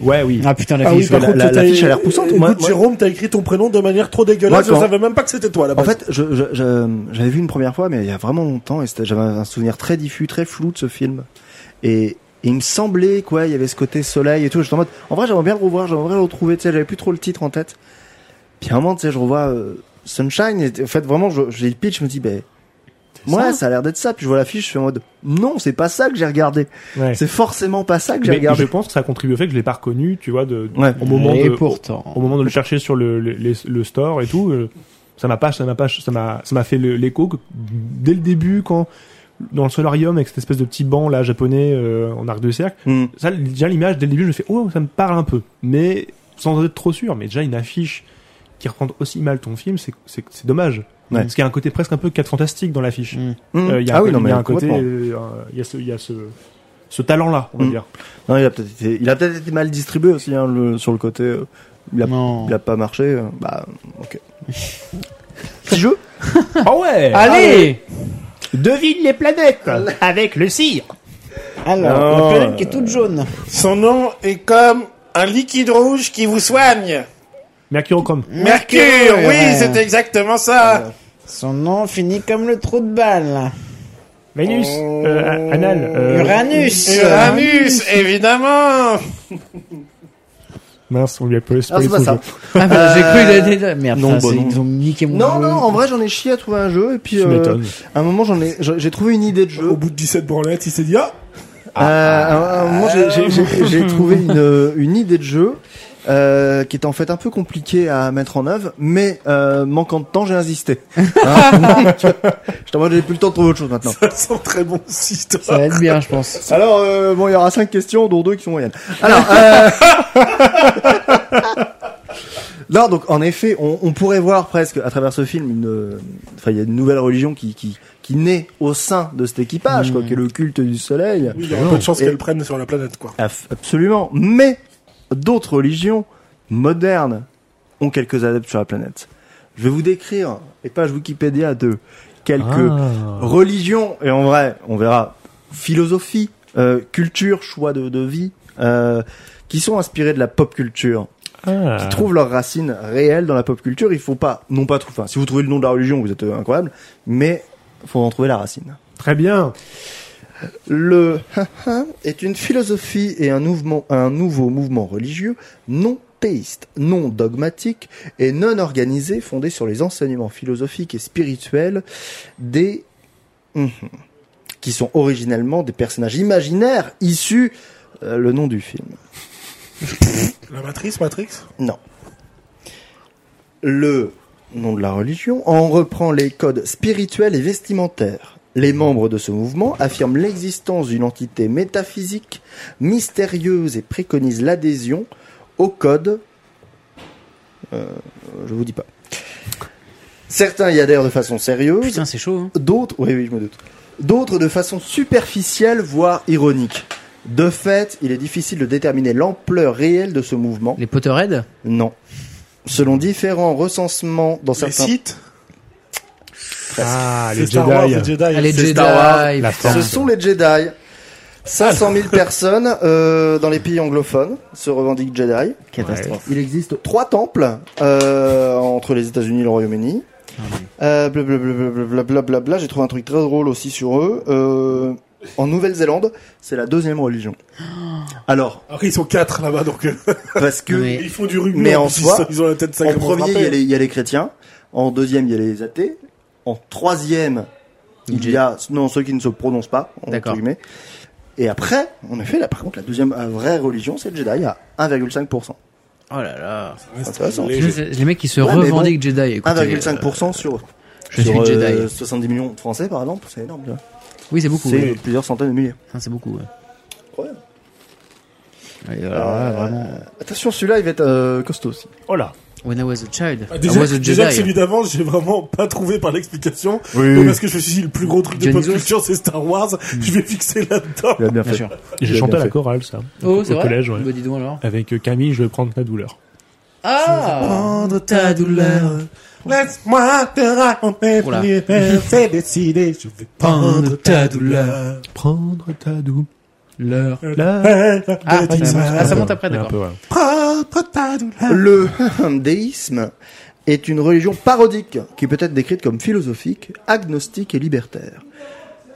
Speaker 4: Ouais, oui.
Speaker 5: Ah putain, la
Speaker 2: Ah
Speaker 5: fille,
Speaker 2: oui, par
Speaker 1: la-
Speaker 2: contre,
Speaker 1: la-
Speaker 2: t'as-
Speaker 1: l'affiche a l'air poussante.
Speaker 2: Écoute,
Speaker 1: Moi- moi-
Speaker 2: Jérôme, t'as écrit ton prénom de manière trop dégueulasse.
Speaker 1: Moi,
Speaker 2: je
Speaker 1: quand-
Speaker 2: savais même pas que c'était toi,
Speaker 4: Bah,
Speaker 2: là.
Speaker 1: En fait, je, je, je- j'avais vu une première fois, mais il y a vraiment longtemps, et c'était- j'avais un souvenir très diffus, très flou de ce film. Et, et il me semblait, quoi, il y avait ce côté soleil et tout. J'étais en mode, en vrai, j'aimerais bien le revoir, j'aimerais le retrouver, tu sais, j'avais plus trop le titre en tête. Puis à un moment, tu sais, je revois euh, Sunshine, et en fait, vraiment, je- j'ai le pitch, je me dis, ben, ouais, ça a l'air d'être ça. Puis je vois l'affiche, je suis en mode, non, c'est pas ça que j'ai regardé.
Speaker 2: Ah,
Speaker 4: Ouais.
Speaker 1: C'est forcément pas ça que j'ai
Speaker 4: Mais je
Speaker 1: regardé.
Speaker 4: pense que ça contribue au fait que je l'ai pas reconnu, tu vois, de,
Speaker 1: Ouais.
Speaker 4: au moment
Speaker 5: Et
Speaker 4: de, au
Speaker 5: pourtant.
Speaker 4: moment de le chercher sur le, le, les- le store et tout, euh, ça m'a pas, ça m'a pas, ça m'a, ça m'a fait le- l'écho que dès le début quand dans le solarium avec cette espèce de petit banc là japonais euh, en arc de cercle,
Speaker 1: Hmm.
Speaker 4: ça déjà l'image dès le début je me fais oh ça me parle un peu, mais sans être trop sûr, mais déjà une affiche qui reprend aussi mal ton film, c'est c'est c'est dommage.
Speaker 1: Ouais.
Speaker 4: Parce qu'il y a un côté presque un peu 4 fantastique dans l'affiche.
Speaker 5: Mm.
Speaker 1: Hmm.
Speaker 4: Euh, il y a
Speaker 1: ah
Speaker 4: un
Speaker 1: oui,
Speaker 4: co-
Speaker 1: non,
Speaker 4: il
Speaker 1: mais
Speaker 4: y a un côté,
Speaker 1: complètement.
Speaker 4: euh, il y a ce, il y a ce, ce talent-là, on va
Speaker 1: Mm.
Speaker 4: dire.
Speaker 1: Non, il a peut-être été, il a peut-être été mal distribué aussi hein, le- sur le côté. euh, il, a,
Speaker 5: Non.
Speaker 1: il a pas marché. euh, bah, ok. Petit jeu.
Speaker 4: Ah ouais
Speaker 5: Allez
Speaker 4: Devine les planètes avec le cire.
Speaker 1: Alors, la planète
Speaker 5: qui est toute jaune.
Speaker 2: Son nom est comme un liquide rouge qui vous soigne.
Speaker 4: Mercurochrome.
Speaker 2: Mercure, oui,
Speaker 8: ouais.
Speaker 2: c'est exactement ça.
Speaker 8: Son nom finit comme le trou de balle.
Speaker 4: Vénus.
Speaker 1: Oh.
Speaker 4: Euh, anal. euh,
Speaker 8: Uranus.
Speaker 2: Uranus, évidemment.
Speaker 1: Oh,
Speaker 4: Mince, on lui a pas
Speaker 1: Ah,
Speaker 4: spoilé
Speaker 1: c'est pas
Speaker 4: son
Speaker 1: ça.
Speaker 4: jeu.
Speaker 5: Ah, mais j'ai cru
Speaker 1: Euh,
Speaker 5: il a dit- Merde,
Speaker 1: non,
Speaker 5: putain,
Speaker 1: bah
Speaker 5: c'est-
Speaker 1: non.
Speaker 5: ils ont niqué mon
Speaker 1: Non,
Speaker 5: jeu.
Speaker 1: non. En vrai, j'en ai chié à trouver un jeu. Et puis,
Speaker 4: Tu
Speaker 1: euh,
Speaker 4: m'étonnes.
Speaker 1: à un moment, j'en ai, j'ai j'ai trouvé une idée de jeu.
Speaker 2: Au bout de 17 branlettes, il s'est dit, ah,
Speaker 1: Euh, à un moment, j'ai- j'ai- j'ai j'ai trouvé une, une idée de jeu euh, qui est en fait un peu compliquée à mettre en œuvre, mais euh, manquant de temps, j'ai insisté. Hein Je t'en j'ai plus le temps de trouver autre chose maintenant.
Speaker 2: ça sent très bon cette histoire.
Speaker 5: Ça va être bien, je pense.
Speaker 1: Alors, euh, bon, il y aura cinq questions, dont deux qui sont moyennes. Alors, euh... non, donc en effet, on, on pourrait voir presque à travers ce film une, euh, enfin, il y a une nouvelle religion qui qui qui naît au sein de cet équipage, quoi, qui est le culte du soleil.
Speaker 2: Oui, il y a peu de chance
Speaker 1: Et-
Speaker 2: qu'elle prenne sur la planète, quoi.
Speaker 1: Af- Absolument. Mais d'autres religions modernes ont quelques adeptes sur la planète. Je vais vous décrire les pages Wikipédia de quelques religions, et en vrai, on verra, philosophie, euh, culture, choix de, de vie, euh, qui sont inspirées de la pop culture,
Speaker 4: Ah.
Speaker 1: qui trouvent leurs racines réelles dans la pop culture. Il faut pas, non pas trouver, enfin, si vous trouvez le nom de la religion, vous êtes euh, incroyable, mais faut en trouver la racine.
Speaker 4: Très bien.
Speaker 1: Le est une philosophie et un mouvement, un nouveau mouvement religieux non théiste, non dogmatique et non organisé, fondé sur les enseignements philosophiques et spirituels des Mhm. qui sont originellement des personnages imaginaires issus euh, le nom du film.
Speaker 2: La matrice, Matrix
Speaker 1: Non. Le nom de la religion en reprend les codes spirituels et vestimentaires. Les membres de ce mouvement affirment l'existence d'une entité métaphysique mystérieuse et préconisent l'adhésion au code. Euh, je vous dis pas. Certains y adhèrent de façon sérieuse,
Speaker 5: Putain, c'est chaud. Hein.
Speaker 1: D'autres, oui, oui, je me doute. D'autres de façon superficielle, voire ironique. De fait, il est difficile de déterminer l'ampleur réelle de ce mouvement.
Speaker 5: Les Potterhead
Speaker 1: Non. Selon différents recensements dans
Speaker 2: Les
Speaker 1: certains...
Speaker 2: sites
Speaker 4: Ah, les
Speaker 2: C'est Star Wars, les
Speaker 4: Jedi.
Speaker 2: Jedi.
Speaker 5: Ah, les
Speaker 1: c'est
Speaker 5: Jedi.
Speaker 1: Star Wars.
Speaker 5: putain.
Speaker 4: La
Speaker 1: Ce
Speaker 4: Jedi.
Speaker 1: sont les Jedi. 500 000 personnes euh, dans les pays anglophones se revendiquent Jedi.
Speaker 5: Catastrophe.
Speaker 1: Il existe trois temples euh, entre les États-Unis et le Royaume-Uni. Euh, blablabla, j'ai trouvé un truc très drôle aussi sur eux. Euh, en Nouvelle-Zélande, c'est la deuxième religion. Alors,
Speaker 2: Après, ils sont quatre là-bas, donc euh,
Speaker 1: parce que
Speaker 5: Oui.
Speaker 2: ils font du rugby.
Speaker 1: Mais en
Speaker 2: plus,
Speaker 1: soi,
Speaker 2: ils sont- ils ont la tête
Speaker 1: en
Speaker 2: sacrément
Speaker 1: premier, il y, a
Speaker 2: frappée.
Speaker 1: les, il y a les chrétiens. En deuxième, il y a les athées. En troisième, il y a non, ceux qui ne se prononcent pas, entre
Speaker 5: D'accord.
Speaker 1: guillemets. Et après, en effet, là, par contre, la deuxième euh, vraie religion, c'est le Jedi, à 1,5%.
Speaker 5: Oh là là.
Speaker 2: Ouais, Ah, c'est
Speaker 1: Intéressant.
Speaker 2: léger.
Speaker 5: C'est- Les mecs qui se
Speaker 1: Ouais, mais bon.
Speaker 5: revendiquent Jedi. écoutez,
Speaker 1: 1,5% sur,
Speaker 5: Je
Speaker 1: sur,
Speaker 5: suis
Speaker 1: euh,
Speaker 5: Jedi.
Speaker 1: 70 millions de Français, par exemple, c'est énorme. tu vois.
Speaker 5: Oui, c'est beaucoup.
Speaker 1: c'est
Speaker 5: oui.
Speaker 1: plusieurs centaines de milliers.
Speaker 5: Putain, C'est beaucoup. ouais.
Speaker 1: Incroyable.
Speaker 5: Ah Ouais,
Speaker 1: Ah.
Speaker 5: alors là, vraiment.
Speaker 1: Euh, Attention, celui-là, il va être euh, costaud aussi.
Speaker 4: Oh là.
Speaker 5: When I was a child,
Speaker 2: Ah,
Speaker 5: I
Speaker 2: Déjà,
Speaker 5: was a
Speaker 2: déjà que
Speaker 5: Jedi.
Speaker 2: celui d'avant, j'ai vraiment pas trouvé par l'explication.
Speaker 1: Oui. Hmm.
Speaker 2: Donc, Parce que je me suis dit, le plus gros truc de pop
Speaker 5: Dionysos.
Speaker 2: culture, c'est Star Wars. Je vais fixer là-dedans.
Speaker 1: Il a bien
Speaker 5: Bien
Speaker 1: fait.
Speaker 5: sûr.
Speaker 4: J'ai
Speaker 1: bien
Speaker 4: chanté à
Speaker 1: fait.
Speaker 4: la chorale, ça.
Speaker 5: Oh,
Speaker 4: au
Speaker 5: c'est vrai.
Speaker 4: collège, ouais.
Speaker 5: Bah, dis donc alors.
Speaker 4: Avec euh, Camille, je vais prendre la douleur.
Speaker 5: Ah ta douleur.
Speaker 2: Laisse-moi te raconter
Speaker 5: Oula.
Speaker 2: plus belle, c'est décidé, je vais prendre ta douleur.
Speaker 4: Prendre ta douleur.
Speaker 5: L'heure. Ah,
Speaker 2: Ah,
Speaker 5: ça monte- ah, Euh, ça monte après,
Speaker 4: Un
Speaker 5: d'accord.
Speaker 4: peu, ouais.
Speaker 2: Prendre ta douleur.
Speaker 1: Le déisme est une religion parodique qui peut être décrite comme philosophique, agnostique et libertaire.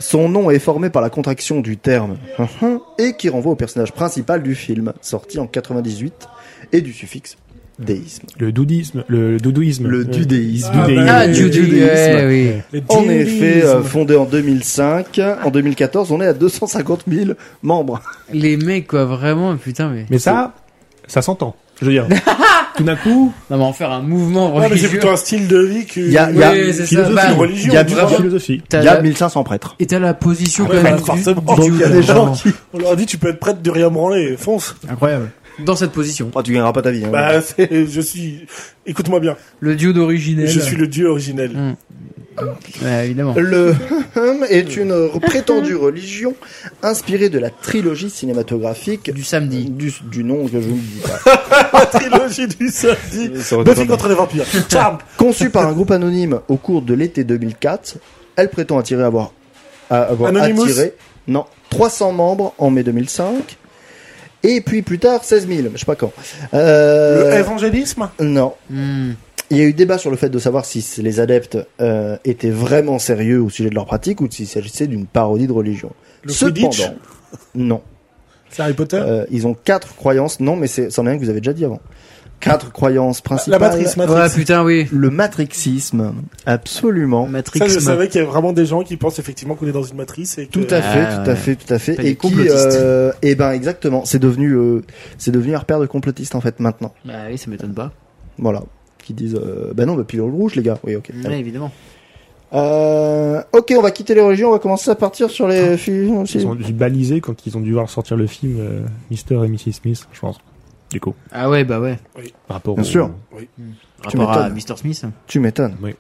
Speaker 1: Son nom est formé par la contraction du terme et qui renvoie au personnage principal du film, sorti en 98, et du suffixe déisme.
Speaker 4: Le doudisme. Le, le doudouisme.
Speaker 1: Le
Speaker 4: Euh,
Speaker 1: dudéisme.
Speaker 2: Ah,
Speaker 4: dudéisme.
Speaker 5: Ah,
Speaker 2: Le
Speaker 5: Judy,
Speaker 1: judaïsme.
Speaker 5: ouais, oui.
Speaker 2: Les
Speaker 1: En
Speaker 2: Jimmies.
Speaker 1: effet, euh, fondé en 2005, en 2014, on est à 250 000 membres.
Speaker 5: Les mecs, quoi, vraiment, putain, mais.
Speaker 4: Mais ça, ça s'entend. Je veux dire, tout d'un coup,
Speaker 5: Non, mais en faire un mouvement
Speaker 2: Ouais, Oh, mais c'est
Speaker 5: religieux.
Speaker 2: plutôt un style de vie que.
Speaker 1: Il y a- il y a-
Speaker 5: Oui, c'est ça.
Speaker 2: philosophie,
Speaker 5: Bah,
Speaker 2: religion.
Speaker 1: il y a
Speaker 2: tu
Speaker 1: du
Speaker 2: vois.
Speaker 4: la philosophie.
Speaker 5: t'as
Speaker 1: Il y a
Speaker 5: la-
Speaker 1: 1500 prêtres.
Speaker 5: Et t'as la position
Speaker 2: Ah,
Speaker 5: quand
Speaker 2: ouais,
Speaker 5: même.
Speaker 2: forcément.
Speaker 5: du-
Speaker 2: Donc,
Speaker 5: du-
Speaker 2: il y a des gens
Speaker 5: vraiment.
Speaker 2: On leur a dit, tu peux être prêtre de rien branler, fonce.
Speaker 5: Incroyable. dans cette position.
Speaker 1: Oh, tu gagneras pas ta vie. hein.
Speaker 2: Bah, c'est- je suis. Écoute-moi bien.
Speaker 5: Le duo d'originel.
Speaker 2: Je suis le dieu originel.
Speaker 5: Ouais, évidemment.
Speaker 1: Le Euh, hum est une prétendue religion inspirée de la trilogie cinématographique
Speaker 5: Du samedi.
Speaker 1: du, du nom que je ne dis pas.
Speaker 2: La trilogie du samedi. Buffy contre les vampires. Charme.
Speaker 1: Conçue par un groupe anonyme au cours de l'été 2004, elle prétend attirer avoir, à avoir
Speaker 2: Anonymous
Speaker 1: attiré non, 300 membres en mai 2005 et puis plus tard 16 000, je sais pas quand. Euh,
Speaker 2: Le évangélisme.
Speaker 1: non,
Speaker 5: Hmm.
Speaker 1: il y a eu débat sur le fait de savoir si c- les adeptes euh, étaient vraiment sérieux au sujet de leur pratique ou s'il s'agissait d'une parodie de religion.
Speaker 2: Le
Speaker 1: Cependant,
Speaker 2: Quidditch
Speaker 1: non.
Speaker 2: C'est Harry Potter.
Speaker 1: Euh, ils ont quatre croyances. Non, mais c'est- c'en est un que vous avez déjà dit avant. Quatre croyances
Speaker 2: la
Speaker 1: principales.
Speaker 2: matrice,
Speaker 5: Ouais,
Speaker 2: matrice.
Speaker 5: putain, oui.
Speaker 1: Le matrixisme, absolument.
Speaker 5: Matrix.
Speaker 2: Ça, je savais qu'il y a vraiment des gens qui pensent effectivement qu'on est dans une matrice et que...
Speaker 1: Tout à fait,
Speaker 5: Ah,
Speaker 1: tout à
Speaker 5: ouais.
Speaker 1: fait, tout à fait.
Speaker 5: T'as
Speaker 1: Et
Speaker 5: des
Speaker 1: qui,
Speaker 5: complotistes.
Speaker 1: euh, eh ben exactement, c'est devenu, euh, c'est devenu un repère de complotistes en fait maintenant.
Speaker 5: Bah oui, ça m'étonne pas.
Speaker 1: Voilà, qui disent, euh, bah non, bah pilule rouge les gars. Oui, ok. allez.
Speaker 5: Ouais, évidemment.
Speaker 1: Euh, ok, on va quitter les religions, on va commencer à partir sur les
Speaker 5: Ah.
Speaker 1: films.
Speaker 4: Ils ont dû baliser quand ils ont dû voir sortir le film euh, Mr. et Mrs. Smith, je pense. Du coup,
Speaker 5: Ah ouais, bah ouais.
Speaker 4: par rapport
Speaker 1: Bien
Speaker 4: au-
Speaker 1: sûr.
Speaker 5: Rapport à
Speaker 1: m'étonnes.
Speaker 5: Mr. Smith.
Speaker 1: Tu m'étonnes. Hein,
Speaker 4: Oui.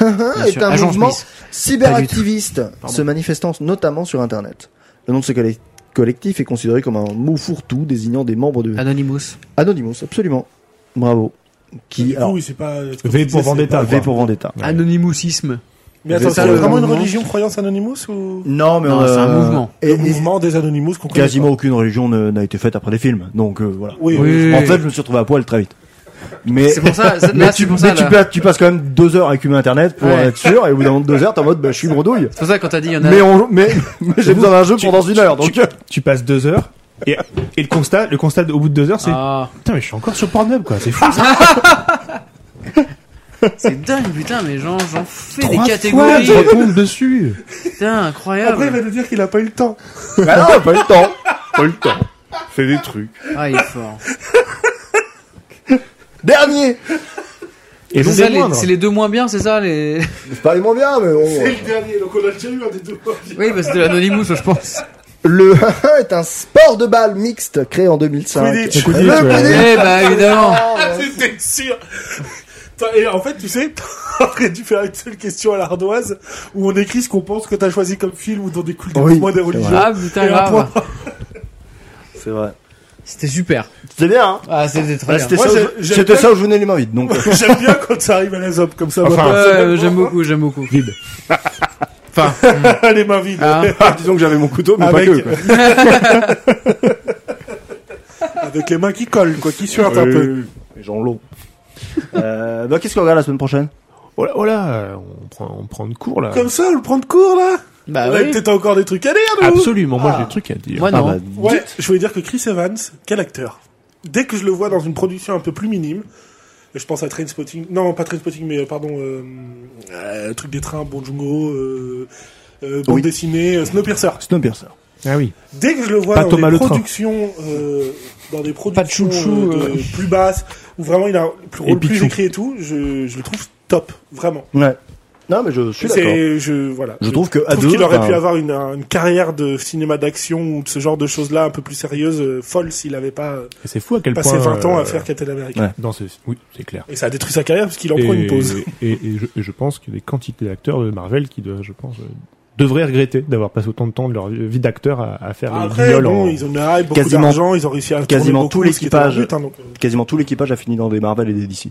Speaker 5: Bien
Speaker 1: est
Speaker 5: sûr.
Speaker 1: un
Speaker 5: Agent
Speaker 1: mouvement
Speaker 5: Smith.
Speaker 1: cyberactiviste
Speaker 5: Pardon.
Speaker 1: se manifestant notamment sur Internet. Le nom de ce colle- collectif est considéré comme un mot fourre-tout désignant des membres de
Speaker 5: Anonymous.
Speaker 1: Anonymous, absolument. Bravo.
Speaker 2: Du
Speaker 1: Qui
Speaker 2: coup,
Speaker 1: alors,
Speaker 2: oui, c'est pas...
Speaker 4: V pour Vendetta.
Speaker 1: V
Speaker 4: quoi.
Speaker 1: pour Vendetta.
Speaker 4: Ouais.
Speaker 5: Anonymousisme.
Speaker 2: Mais attends,
Speaker 1: V
Speaker 2: c'est
Speaker 1: pour le
Speaker 2: vraiment une
Speaker 5: mouvement.
Speaker 2: religion croyance Anonymous ou...
Speaker 1: Non, mais
Speaker 5: Non,
Speaker 1: euh,
Speaker 5: c'est un mouvement.
Speaker 1: et-
Speaker 2: Le
Speaker 1: et-
Speaker 2: mouvement des Anonymous qu'on connaît
Speaker 6: Quasiment aucune religion ne- n'a été faite après les films, donc euh, voilà.
Speaker 2: pas. Oui, oui.
Speaker 5: Oui.
Speaker 6: En fait, je me suis retrouvé à poil très vite. Mais,
Speaker 5: C'est pour ça, c'est-
Speaker 6: mais
Speaker 5: là,
Speaker 6: tu,
Speaker 5: c'est pour
Speaker 6: mais
Speaker 5: ça,
Speaker 6: tu,
Speaker 5: là.
Speaker 6: passes, tu passes quand même deux heures à écumer Internet pour en
Speaker 5: Ouais.
Speaker 6: être sûr, et au bout d'un moment de deux heures, t'es en mode, bah, je suis bredouille.
Speaker 5: C'est pour ça que quand t'as dit, il y en a.
Speaker 6: Mais, on- mais, mais j'ai besoin d'un jeu
Speaker 4: tu-
Speaker 6: pendant une heure, donc.
Speaker 4: tu, tu passes deux heures et, et le constat, le constat au bout de deux heures, c'est
Speaker 5: Ah,
Speaker 4: putain mais je suis encore sur Pornhub quoi, c'est fou. ça.
Speaker 5: c'est dingue, putain, mais j'en, j'en fais
Speaker 4: Trois
Speaker 5: des
Speaker 4: fois,
Speaker 5: catégories.
Speaker 4: je retombe dessus.
Speaker 5: Putain,
Speaker 2: Après, il va
Speaker 5: incroyable.
Speaker 2: nous dire qu'il a pas eu le temps.
Speaker 6: Ah non, pas eu le temps. Pas eu le temps. Fais des trucs.
Speaker 5: Ah, il est fort.
Speaker 6: Dernier!
Speaker 4: Et non
Speaker 5: C'est ça,
Speaker 4: des
Speaker 5: les-
Speaker 4: moindres.
Speaker 5: c'est les deux moins bien, c'est ça les...
Speaker 6: C'est pas les moins bien, mais bon.
Speaker 2: C'est le dernier, donc on a déjà eu un des deux.
Speaker 5: Oui, bah c'est de l'anonymous, je pense.
Speaker 1: le est un sport de balle mixte créé en 2005.
Speaker 2: Quidditch.
Speaker 4: Quidditch, ouais.
Speaker 5: Eh bah évidemment.
Speaker 2: Ah, c'était sûr T'as- Et en fait, tu sais, t'aurais dû faire une seule question à l'ardoise où on écrit ce qu'on pense que t'as choisi comme film ou dont découle des
Speaker 1: Oui,
Speaker 2: mouvements des religions.
Speaker 5: Ah putain,
Speaker 2: Et un
Speaker 5: grave.
Speaker 2: point.
Speaker 6: C'est vrai.
Speaker 5: C'était super.
Speaker 6: C'était bien, hein.
Speaker 5: Ah, c'était très
Speaker 6: Bah,
Speaker 5: bien.
Speaker 6: c'était
Speaker 2: Moi,
Speaker 6: ça, où
Speaker 2: j'ai-
Speaker 6: je-
Speaker 2: j'ai Euh,
Speaker 6: c'était
Speaker 2: bien-
Speaker 6: ça où je venais les mains vides, donc.
Speaker 2: J'aime bien quand ça arrive à la zob comme ça. moi,
Speaker 4: Enfin.
Speaker 5: Euh,
Speaker 2: personnellement.
Speaker 5: j'aime beaucoup, j'aime beaucoup.
Speaker 4: Vide.
Speaker 5: Enfin,
Speaker 2: les mains vides.
Speaker 5: ah,
Speaker 6: Disons que j'avais mon couteau, mais
Speaker 2: Avec-
Speaker 6: pas que, quoi.
Speaker 2: Avec les mains qui collent, quoi, qui
Speaker 6: euh,
Speaker 2: suintent un peu.
Speaker 6: Les gens l'ont. euh, bah, qu'est-ce qu'on regarde la semaine prochaine?
Speaker 4: Oh là, oh là, on prend on prend de cours là.
Speaker 2: Comme ça, on le prend de cours, là
Speaker 5: bah
Speaker 2: On a
Speaker 5: oui.
Speaker 2: peut-être encore des trucs à dire, nous
Speaker 4: Absolument, moi
Speaker 2: Ah.
Speaker 4: j'ai des trucs à dire.
Speaker 5: Moi non.
Speaker 6: bah,
Speaker 2: Ouais, je voulais dire que Chris Evans, quel acteur Dès que je le vois dans une production un peu plus minime, je pense à Trainspotting, non pas Trainspotting, mais euh, pardon, euh, euh, truc des trains, Bon Jungo, euh, euh, bande
Speaker 6: Oui.
Speaker 2: dessinée, euh, Snowpiercer.
Speaker 6: Snowpiercer.
Speaker 4: Ah oui.
Speaker 2: Dès que je le vois
Speaker 4: Pas
Speaker 2: dans
Speaker 4: Thomas
Speaker 2: des,
Speaker 4: Le Train.
Speaker 2: productions, euh, dans des productions,
Speaker 5: chouchou,
Speaker 2: euh, de-
Speaker 5: euh.
Speaker 2: plus basses, où vraiment il a un plus
Speaker 4: Et
Speaker 2: rôle plus
Speaker 4: Pichou.
Speaker 2: écrit et tout, je, je le trouve top, vraiment.
Speaker 6: Ouais. Non, mais je suis d'accord.
Speaker 2: C'est, je, voilà.
Speaker 6: Je trouve que à
Speaker 2: Je
Speaker 6: deux,
Speaker 2: trouve qu'il aurait
Speaker 6: enfin,
Speaker 2: pu avoir une, une carrière de cinéma d'action ou de ce genre de choses-là un peu plus sérieuse, euh, folle, s'il n'avait pas euh,
Speaker 4: Et c'est fou à quel point.
Speaker 2: passé 20 ans à
Speaker 4: euh,
Speaker 2: faire Captain America.
Speaker 6: Ouais.
Speaker 4: Dans ce... Oui, c'est clair.
Speaker 2: Et ça a détruit sa carrière parce qu'il en prend une pause.
Speaker 4: Et, et je, et je pense qu'il y a des quantités d'acteurs de Marvel qui, doivent- je pense, euh, devraient regretter d'avoir passé autant de temps de leur vie d'acteur à, à faire des
Speaker 2: Après,
Speaker 4: guignols
Speaker 2: bon,
Speaker 4: en-
Speaker 2: ils ont une hype, beaucoup
Speaker 6: Quasiment-
Speaker 2: d'argent, ils ont réussi à tourner
Speaker 6: quasiment
Speaker 2: beaucoup,
Speaker 6: tout
Speaker 2: ce qui était leur
Speaker 6: l'équipage.
Speaker 2: but, hein, donc, euh,
Speaker 6: quasiment tout l'équipage a fini dans des Marvel et des DC.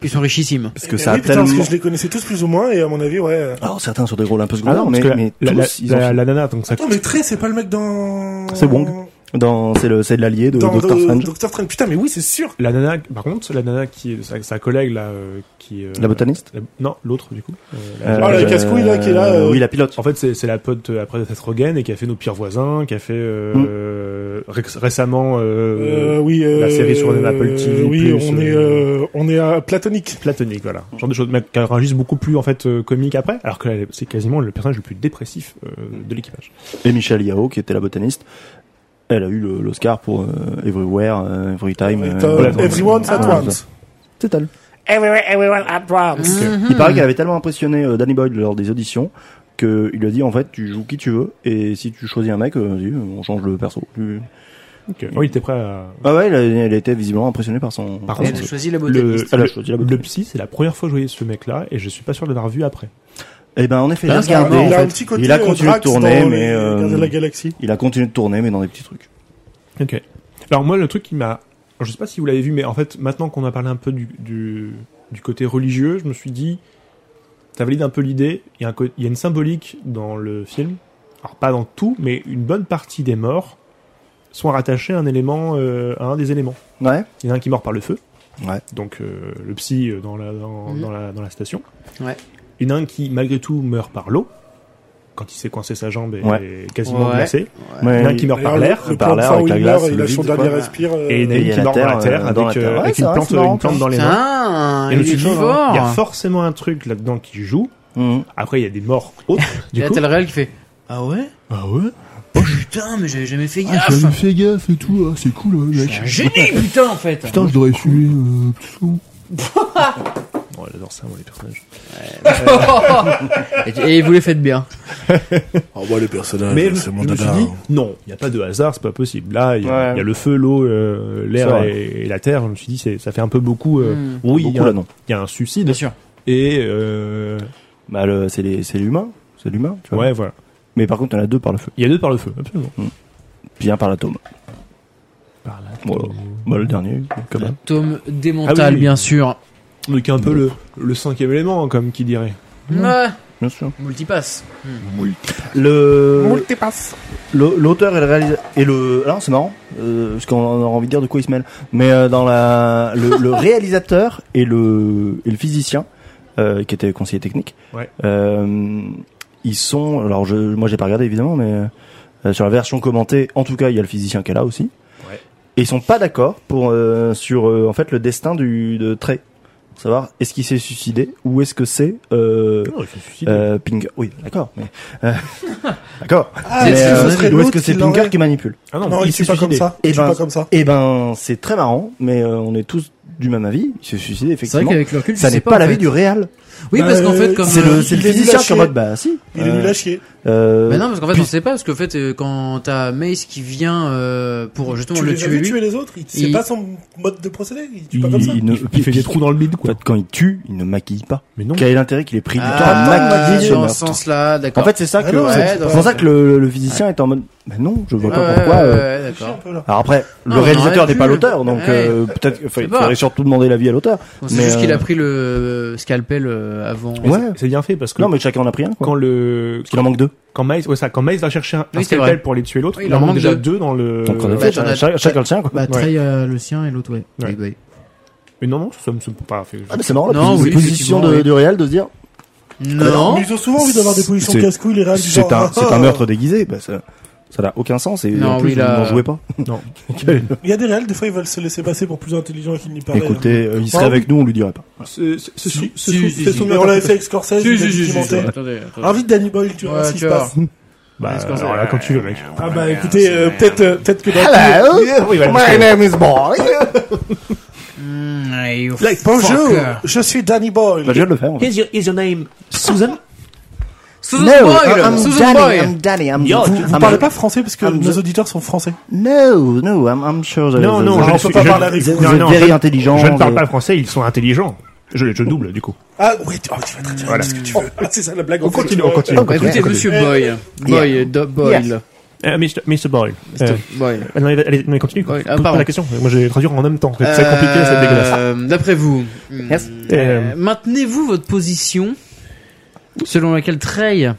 Speaker 5: Ils sont richissimes.
Speaker 6: Parce
Speaker 2: eh
Speaker 6: que
Speaker 2: ben
Speaker 6: ça
Speaker 2: oui,
Speaker 6: a
Speaker 2: putain,
Speaker 6: tellement.
Speaker 2: Parce que je les connaissais tous plus ou moins et à mon avis, ouais. euh.
Speaker 6: Alors certains sur des rôles un peu
Speaker 4: Ah
Speaker 6: secondaires,
Speaker 4: non, parce
Speaker 6: mais,
Speaker 4: que la,
Speaker 6: mais
Speaker 4: la,
Speaker 6: tous, ils
Speaker 4: la-
Speaker 6: ont
Speaker 4: la nana, donc ça.
Speaker 2: Attends, mais Trey, c'est pas le mec dans.
Speaker 6: C'est Wong. dans c'est le c'est de l'allié de
Speaker 2: Dans
Speaker 6: Doctor
Speaker 2: Doctor
Speaker 6: Strange,
Speaker 2: Doctor Strange. Putain, mais oui, c'est sûr.
Speaker 4: La nana, par contre, la nana qui est sa, sa collègue là, euh, qui. euh,
Speaker 6: la botaniste.
Speaker 4: la- Non, l'autre du coup. Euh,
Speaker 6: Euh,
Speaker 2: Ah, la casse-couille, là, qui est là, euh,
Speaker 6: Oui, la pilote.
Speaker 4: En fait, c'est c'est la pote euh, après Seth Rogen et qui a fait Nos pires voisins, qui a fait euh,
Speaker 1: Mm.
Speaker 4: ré- récemment euh,
Speaker 2: Euh, oui, euh,
Speaker 4: la série sur Apple TV+,
Speaker 2: Oui, on
Speaker 4: euh,
Speaker 2: est, euh, on est à platonique.
Speaker 4: platonique, voilà. Genre de choses, mais qui agit beaucoup plus en fait euh, comique après, alors que là, c'est quasiment le personnage le plus dépressif euh, de l'équipage.
Speaker 6: Et Michelle Yao qui était la botaniste. Elle a eu le- l'Oscar pour euh, Everywhere, euh, Everytime.
Speaker 2: Every
Speaker 6: euh,
Speaker 2: time,
Speaker 6: voilà, donc,
Speaker 2: everyone
Speaker 6: euh,
Speaker 2: at
Speaker 1: Ah,
Speaker 6: voilà,
Speaker 2: once.
Speaker 6: C'est elle.
Speaker 8: Everywhere, everyone at once.
Speaker 6: Il
Speaker 2: Hmm.
Speaker 6: paraît qu'elle avait tellement impressionné euh, Danny Boyd lors des auditions qu'il lui a dit en fait tu joues qui tu veux et si tu choisis un mec, euh, vas-y, on change le perso. Tu-
Speaker 4: Ok. Oui, il était prêt à.
Speaker 1: Ah ouais, elle, a- elle était visiblement impressionnée par son.
Speaker 4: Par
Speaker 1: son
Speaker 4: contre,
Speaker 5: Elle
Speaker 1: jeu.
Speaker 5: a choisi la beauté.
Speaker 4: Le,
Speaker 1: elle a
Speaker 4: le-
Speaker 1: choisi la bonne
Speaker 4: le
Speaker 1: chose.
Speaker 4: psy, c'est la première fois que je voyais ce mec-là, et je suis pas sûr de l'avoir vu après.
Speaker 1: Eh ben en effet,
Speaker 5: Ben,
Speaker 1: j'ai
Speaker 5: c'est un
Speaker 1: regardé.
Speaker 5: mort,
Speaker 1: en
Speaker 2: il a un
Speaker 1: fait.
Speaker 2: petit côté
Speaker 1: il a
Speaker 2: euh,
Speaker 1: continué de
Speaker 2: Drax
Speaker 1: tourner,
Speaker 2: dans
Speaker 1: mais
Speaker 2: les Gardiens de la
Speaker 1: euh,
Speaker 2: galaxie.
Speaker 1: il a continué de tourner, mais dans des petits trucs.
Speaker 4: Ok. Alors moi, le truc qui m'a, je sais pas si vous l'avez vu, mais en fait, maintenant qu'on a parlé un peu du, du, du côté religieux, je me suis dit, ça valide un peu l'idée. Il y, a un co- il y a une symbolique dans le film. Alors pas dans tout, mais une bonne partie des morts sont rattachés à un élément, euh, à un des éléments.
Speaker 1: Ouais.
Speaker 4: Il y en a un qui est mort par le feu.
Speaker 1: Ouais.
Speaker 4: Donc euh, le psy euh, dans la dans,
Speaker 5: Mhm.
Speaker 4: dans la dans la station.
Speaker 5: Ouais.
Speaker 4: Il y en a un qui malgré tout meurt par l'eau quand il s'est coincé sa jambe et
Speaker 1: Ouais.
Speaker 4: est quasiment
Speaker 5: Ouais.
Speaker 4: glacé.
Speaker 1: Ouais,
Speaker 4: Il y en a un qui meurt par l'air.
Speaker 2: Le
Speaker 1: par
Speaker 2: plan de
Speaker 1: l'air,
Speaker 2: fin
Speaker 1: avec
Speaker 2: où
Speaker 1: la
Speaker 2: il
Speaker 1: glace,
Speaker 2: meurt et il
Speaker 1: le
Speaker 2: a son
Speaker 1: vide,
Speaker 2: dernier
Speaker 1: quoi.
Speaker 2: respire. euh,
Speaker 4: Et il y en a
Speaker 1: Et
Speaker 4: une
Speaker 1: il y a
Speaker 4: qui
Speaker 1: la
Speaker 4: mord dans
Speaker 1: terre,
Speaker 4: la terre
Speaker 1: euh, dans
Speaker 4: avec,
Speaker 1: la terre.
Speaker 4: euh,
Speaker 1: Ouais,
Speaker 4: avec
Speaker 1: c'est
Speaker 4: une
Speaker 1: vrai,
Speaker 4: plante,
Speaker 1: c'est marrant.
Speaker 4: une plante dans les mains.
Speaker 5: Putain,
Speaker 4: Et je me
Speaker 5: il est
Speaker 4: suis dit,
Speaker 5: fort.
Speaker 4: il y a forcément un truc là-dedans qui joue.
Speaker 1: Mhm.
Speaker 4: Après, il y a des morts autres.
Speaker 5: Et
Speaker 4: du
Speaker 5: là,
Speaker 4: coup.
Speaker 5: t'as le réel qui fait Ah ouais Oh,
Speaker 4: Ah ouais
Speaker 5: Putain, mais j'avais jamais fait gaffe.
Speaker 9: fais gaffe et tout, c'est cool,
Speaker 5: Je suis un génie, putain, en fait.
Speaker 9: je devrais fumer euh,
Speaker 4: Oh, j'adore ça, moi, les personnages.
Speaker 5: Et, et vous les faites bien.
Speaker 2: Oh, bah, les personnages,
Speaker 4: Mais je
Speaker 2: c'est mon
Speaker 4: me suis
Speaker 2: dada,
Speaker 4: dit,
Speaker 2: hein.
Speaker 4: non, il n'y a pas de hasard, c'est pas possible. Là, il y, a
Speaker 1: Ouais.
Speaker 4: il y a le feu, l'eau, euh,
Speaker 1: C'est
Speaker 4: l'air
Speaker 1: vrai.
Speaker 4: et, et la terre. Je me suis dit, c'est- ça fait un peu beaucoup. euh,
Speaker 5: Hmm.
Speaker 4: Oui, il y,
Speaker 1: Beaucoup
Speaker 4: a
Speaker 1: là
Speaker 4: un-
Speaker 1: non.
Speaker 4: il y a un suicide.
Speaker 5: Bien sûr.
Speaker 4: Et euh,
Speaker 1: Bah le, c'est les- c'est l'humain, c'est l'humain. Tu vois.
Speaker 4: ouais, voilà.
Speaker 1: Mais par contre, il y en a deux par le feu,
Speaker 4: Il y a deux par le feu, absolument.
Speaker 1: puis un par l'atome.
Speaker 4: Par là.
Speaker 1: Voilà. Bah le dernier, quand même.
Speaker 5: Tome démental,
Speaker 4: Ah oui.
Speaker 5: bien sûr.
Speaker 1: Hmm.
Speaker 4: Donc, il y a un peu le, le cinquième élément, hein, comme qui dirait.
Speaker 5: Ouais.
Speaker 1: Bien sûr.
Speaker 5: Multipass.
Speaker 2: Euh.
Speaker 1: Le le- l'auteur et le réalisateur et le alors c'est marrant euh, parce qu'on aura envie de dire de quoi il se mêle. Mais euh, dans la le, le réalisateur et le et le physicien euh, qui était conseiller technique.
Speaker 4: Ouais.
Speaker 1: euh, ils sont alors je moi j'ai pas regardé évidemment mais euh, sur la version commentée en tout cas il y a le physicien qui est là aussi.
Speaker 4: Ouais.
Speaker 1: Et ils sont pas d'accord pour euh, sur euh, en fait le destin du de Trey. Pour savoir est-ce qu'il s'est suicidé ou est-ce que c'est euh,
Speaker 4: Non, il se suicide.
Speaker 1: euh, Pink- Oui, d'accord. Mais euh, d'accord.
Speaker 2: Ah,
Speaker 1: Mais,
Speaker 2: est-ce que ce
Speaker 1: euh,
Speaker 2: serait
Speaker 1: ou est-ce
Speaker 2: l'autre
Speaker 1: que c'est
Speaker 2: qui
Speaker 1: Pinker
Speaker 2: l'aurait
Speaker 1: qui manipule
Speaker 4: Ah non,
Speaker 2: Non,
Speaker 4: il
Speaker 2: il
Speaker 4: s'est
Speaker 2: tue pas comme
Speaker 4: suicidé.
Speaker 2: ça.
Speaker 1: Eh
Speaker 2: Il tue
Speaker 1: ben-
Speaker 2: pas comme ça.
Speaker 1: Eh ben, c'est très marrant, mais euh, on est tous du même avis. Il s'est suicidé
Speaker 5: C'est vrai
Speaker 1: effectivement.
Speaker 5: qu'avec le recul, je
Speaker 1: Ça
Speaker 5: sais
Speaker 1: n'est
Speaker 5: pas.
Speaker 1: pas
Speaker 5: en
Speaker 1: l'avis
Speaker 5: fait.
Speaker 1: du réel.
Speaker 5: Oui, parce qu'en
Speaker 2: Euh,
Speaker 5: fait, comme.
Speaker 1: C'est
Speaker 2: euh,
Speaker 1: le, c'est le
Speaker 2: il est nul
Speaker 1: physicien
Speaker 2: à
Speaker 1: qui est en
Speaker 2: chier.
Speaker 1: mode bah si.
Speaker 2: Il est
Speaker 1: euh,
Speaker 2: nul à chier.
Speaker 1: euh,
Speaker 5: Mais Bah non, parce qu'en fait,
Speaker 1: puis-
Speaker 5: on sait pas, parce qu'en fait, euh, quand t'as Mace qui vient euh, pour justement
Speaker 2: Tu
Speaker 5: le
Speaker 2: les as
Speaker 5: tuer
Speaker 2: vu
Speaker 5: lui.
Speaker 2: tuer les autres, il- c'est
Speaker 5: Il-
Speaker 2: pas son mode de procédé, il tue
Speaker 4: Il,
Speaker 2: pas comme ça.
Speaker 4: il ne-
Speaker 1: Il-
Speaker 4: il fait des
Speaker 1: il-
Speaker 4: trous dans le bide,
Speaker 1: en
Speaker 4: quoi.
Speaker 1: fait, quand il tue, il ne maquille pas.
Speaker 4: Mais non.
Speaker 1: Quel est l'intérêt qu'il ait pris du temps
Speaker 5: Ah,
Speaker 1: à maquiller ce
Speaker 5: dans ce
Speaker 1: meurtre
Speaker 5: sens-là, d'accord.
Speaker 1: En fait, c'est ça
Speaker 2: Ah
Speaker 1: que
Speaker 2: non,
Speaker 1: ouais,
Speaker 5: ouais,
Speaker 1: c'est
Speaker 5: dans-
Speaker 1: pour ça que le, le physicien est en mode. Bah non, je vois
Speaker 5: Ouais,
Speaker 1: pas
Speaker 5: ouais,
Speaker 1: pourquoi. euh,
Speaker 5: ouais,
Speaker 2: Il tue un
Speaker 5: d'accord.
Speaker 2: peu, là.
Speaker 1: Alors après,
Speaker 5: Ah,
Speaker 1: le
Speaker 5: on
Speaker 1: réalisateur
Speaker 5: aurait
Speaker 1: n'est pas
Speaker 5: pu.
Speaker 1: l'auteur, donc
Speaker 5: Ouais.
Speaker 1: euh, peut-être qu'il
Speaker 5: Je sais
Speaker 1: faudrait
Speaker 5: pas.
Speaker 1: faudrait surtout demander l'avis à l'auteur.
Speaker 5: C'est
Speaker 1: Mais,
Speaker 5: juste qu'il
Speaker 1: euh,
Speaker 5: a pris le euh, scalpel euh, avant.
Speaker 4: Mais
Speaker 1: Ouais.
Speaker 4: c'est- C'est bien fait parce que
Speaker 1: Non, mais chacun en a pris un. Quoi.
Speaker 4: quand le
Speaker 1: Parce qu'il en manque deux.
Speaker 4: quand Miles ouais, ça quand Miles va chercher un, un
Speaker 5: Oui, c'est
Speaker 4: scalpel
Speaker 5: vrai.
Speaker 4: pour aller tuer l'autre,
Speaker 5: Oui,
Speaker 4: il en manque déjà deux dans le
Speaker 1: Donc en
Speaker 5: ouais,
Speaker 1: effet,
Speaker 5: Euh, bah, j'en ai-
Speaker 1: cha- chacun le sien. Quoi.
Speaker 5: Bah,
Speaker 4: Trey,
Speaker 5: le sien et l'autre, ouais.
Speaker 4: Ouais. Mais non non, ça me semble pas fait.
Speaker 1: Ah, mais c'est marrant la
Speaker 5: Non,
Speaker 1: posi-
Speaker 5: oui,
Speaker 1: position
Speaker 5: effectivement,
Speaker 1: de,
Speaker 5: oui.
Speaker 1: du réel de se dire
Speaker 5: Non. Ah,
Speaker 2: Mais ils ont souvent envie d'avoir des positions
Speaker 1: C'est-
Speaker 2: casse-couilles, les réels du
Speaker 1: c'est
Speaker 2: genre,
Speaker 1: un,
Speaker 2: ah,
Speaker 1: c'est
Speaker 2: ah.
Speaker 1: un meurtre déguisé. Bah, ça ça n'a aucun sens et
Speaker 5: Non,
Speaker 1: en plus
Speaker 5: oui, là-
Speaker 1: ils n'en jouaient pas.
Speaker 4: Non.
Speaker 2: Il y a des réels, des fois, ils veulent se laisser passer pour plus intelligents qu'ils n'y paraissent.
Speaker 1: Écoutez, euh, il serait
Speaker 2: Ah,
Speaker 1: avec nous, on lui dirait pas.
Speaker 5: si, si, si, si.
Speaker 2: Mais on l'avait fait avec Scorsese, il a dit qu'il mentait.
Speaker 5: Attendez, attendez.
Speaker 2: Invite Danny Boyle, tu vois
Speaker 5: Ouais,
Speaker 2: ce qui
Speaker 5: tu
Speaker 2: se
Speaker 5: vois.
Speaker 2: passe.
Speaker 4: Bah
Speaker 5: Est-ce qu'on sait-
Speaker 4: alors là quand tu veux mec.
Speaker 2: Ah bah écoutez, euh, peut-être euh, peut-être
Speaker 1: Bah,
Speaker 2: que dans
Speaker 1: My name is Boy.
Speaker 5: Mm, hey, you
Speaker 2: Like, bonjour,
Speaker 5: fucker.
Speaker 2: je suis Danny Boyle.
Speaker 1: Bah, je viens de le faire. en fait.
Speaker 10: Is your, is your name Susan?
Speaker 5: Susan Boyle, Susan Boyle.
Speaker 1: Danny, I'm
Speaker 10: Yo,
Speaker 2: vous vous
Speaker 1: I'm-
Speaker 2: parlez pas français parce que
Speaker 1: I'm
Speaker 2: nos
Speaker 1: the-
Speaker 2: auditeurs sont français.
Speaker 1: No, no, I'm, I'm sure. that-
Speaker 4: Non, non,
Speaker 1: that-
Speaker 4: je
Speaker 2: on
Speaker 4: ne
Speaker 2: peut
Speaker 4: suis-
Speaker 2: pas
Speaker 4: je-
Speaker 2: parler avec
Speaker 1: vous
Speaker 2: vous.
Speaker 4: Non,
Speaker 1: êtes
Speaker 4: non,
Speaker 1: very
Speaker 4: je-
Speaker 1: intelligent.
Speaker 4: Je ne parle
Speaker 1: vous-
Speaker 4: pas français, ils sont intelligents. Je, je double du coup.
Speaker 2: Ah ouais, tu, oh, tu vas très bien
Speaker 4: Voilà.
Speaker 2: ce que tu veux. Ah, c'est ça la blague. en fait, tu
Speaker 4: on
Speaker 2: vois.
Speaker 4: continue.
Speaker 5: Bah, écoutez, monsieur Boyle. Boyle, Do- Boyle.
Speaker 4: Euh, Mr. Mr. Boyle. Euh,
Speaker 5: Boyle.
Speaker 4: non, allez, allez, mais continue.
Speaker 5: Oui,
Speaker 4: Pose
Speaker 5: ah,
Speaker 4: pas
Speaker 5: pardon.
Speaker 4: la question. Moi, je vais traduire en même temps. C'est très compliqué, c'est
Speaker 5: Euh,
Speaker 4: dégueulasse.
Speaker 5: D'après vous, mm,
Speaker 1: Yes.
Speaker 5: euh, maintenez-vous votre position selon laquelle Trey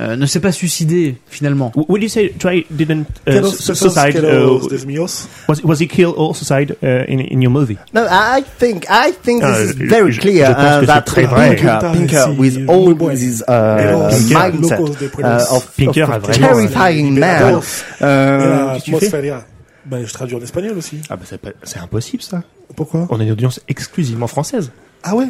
Speaker 5: euh, ne s'est pas suicidé finalement
Speaker 10: Would you say Trey didn't uh,
Speaker 2: Quelle
Speaker 10: su- suicide?
Speaker 2: sauce,
Speaker 10: Uh,
Speaker 2: des mios.
Speaker 10: was was he killed or suicide uh, in in your movie?
Speaker 1: No, I think I think
Speaker 4: Ah,
Speaker 1: this is
Speaker 4: je-
Speaker 1: very
Speaker 4: je-
Speaker 1: clear
Speaker 4: je pense
Speaker 1: uh,
Speaker 4: que
Speaker 1: that
Speaker 4: c'est vrai.
Speaker 1: Pinker, Pinker
Speaker 2: Si,
Speaker 1: with
Speaker 2: muy
Speaker 1: all
Speaker 2: bueno.
Speaker 1: his
Speaker 2: Pero
Speaker 1: uh,
Speaker 2: Pinker,
Speaker 1: mindset
Speaker 2: locos de
Speaker 1: uh,
Speaker 2: pueblos.
Speaker 1: of,
Speaker 4: Pinker
Speaker 1: of
Speaker 4: a
Speaker 1: a
Speaker 4: vraiment-
Speaker 1: terrifying man.
Speaker 2: La
Speaker 1: Euh,
Speaker 2: atmosphère. Bah, je traduis en espagnol aussi.
Speaker 4: Ah bah c'est pas- c'est impossible ça.
Speaker 2: Pourquoi
Speaker 4: On a une audience exclusivement française.
Speaker 2: Ah ouais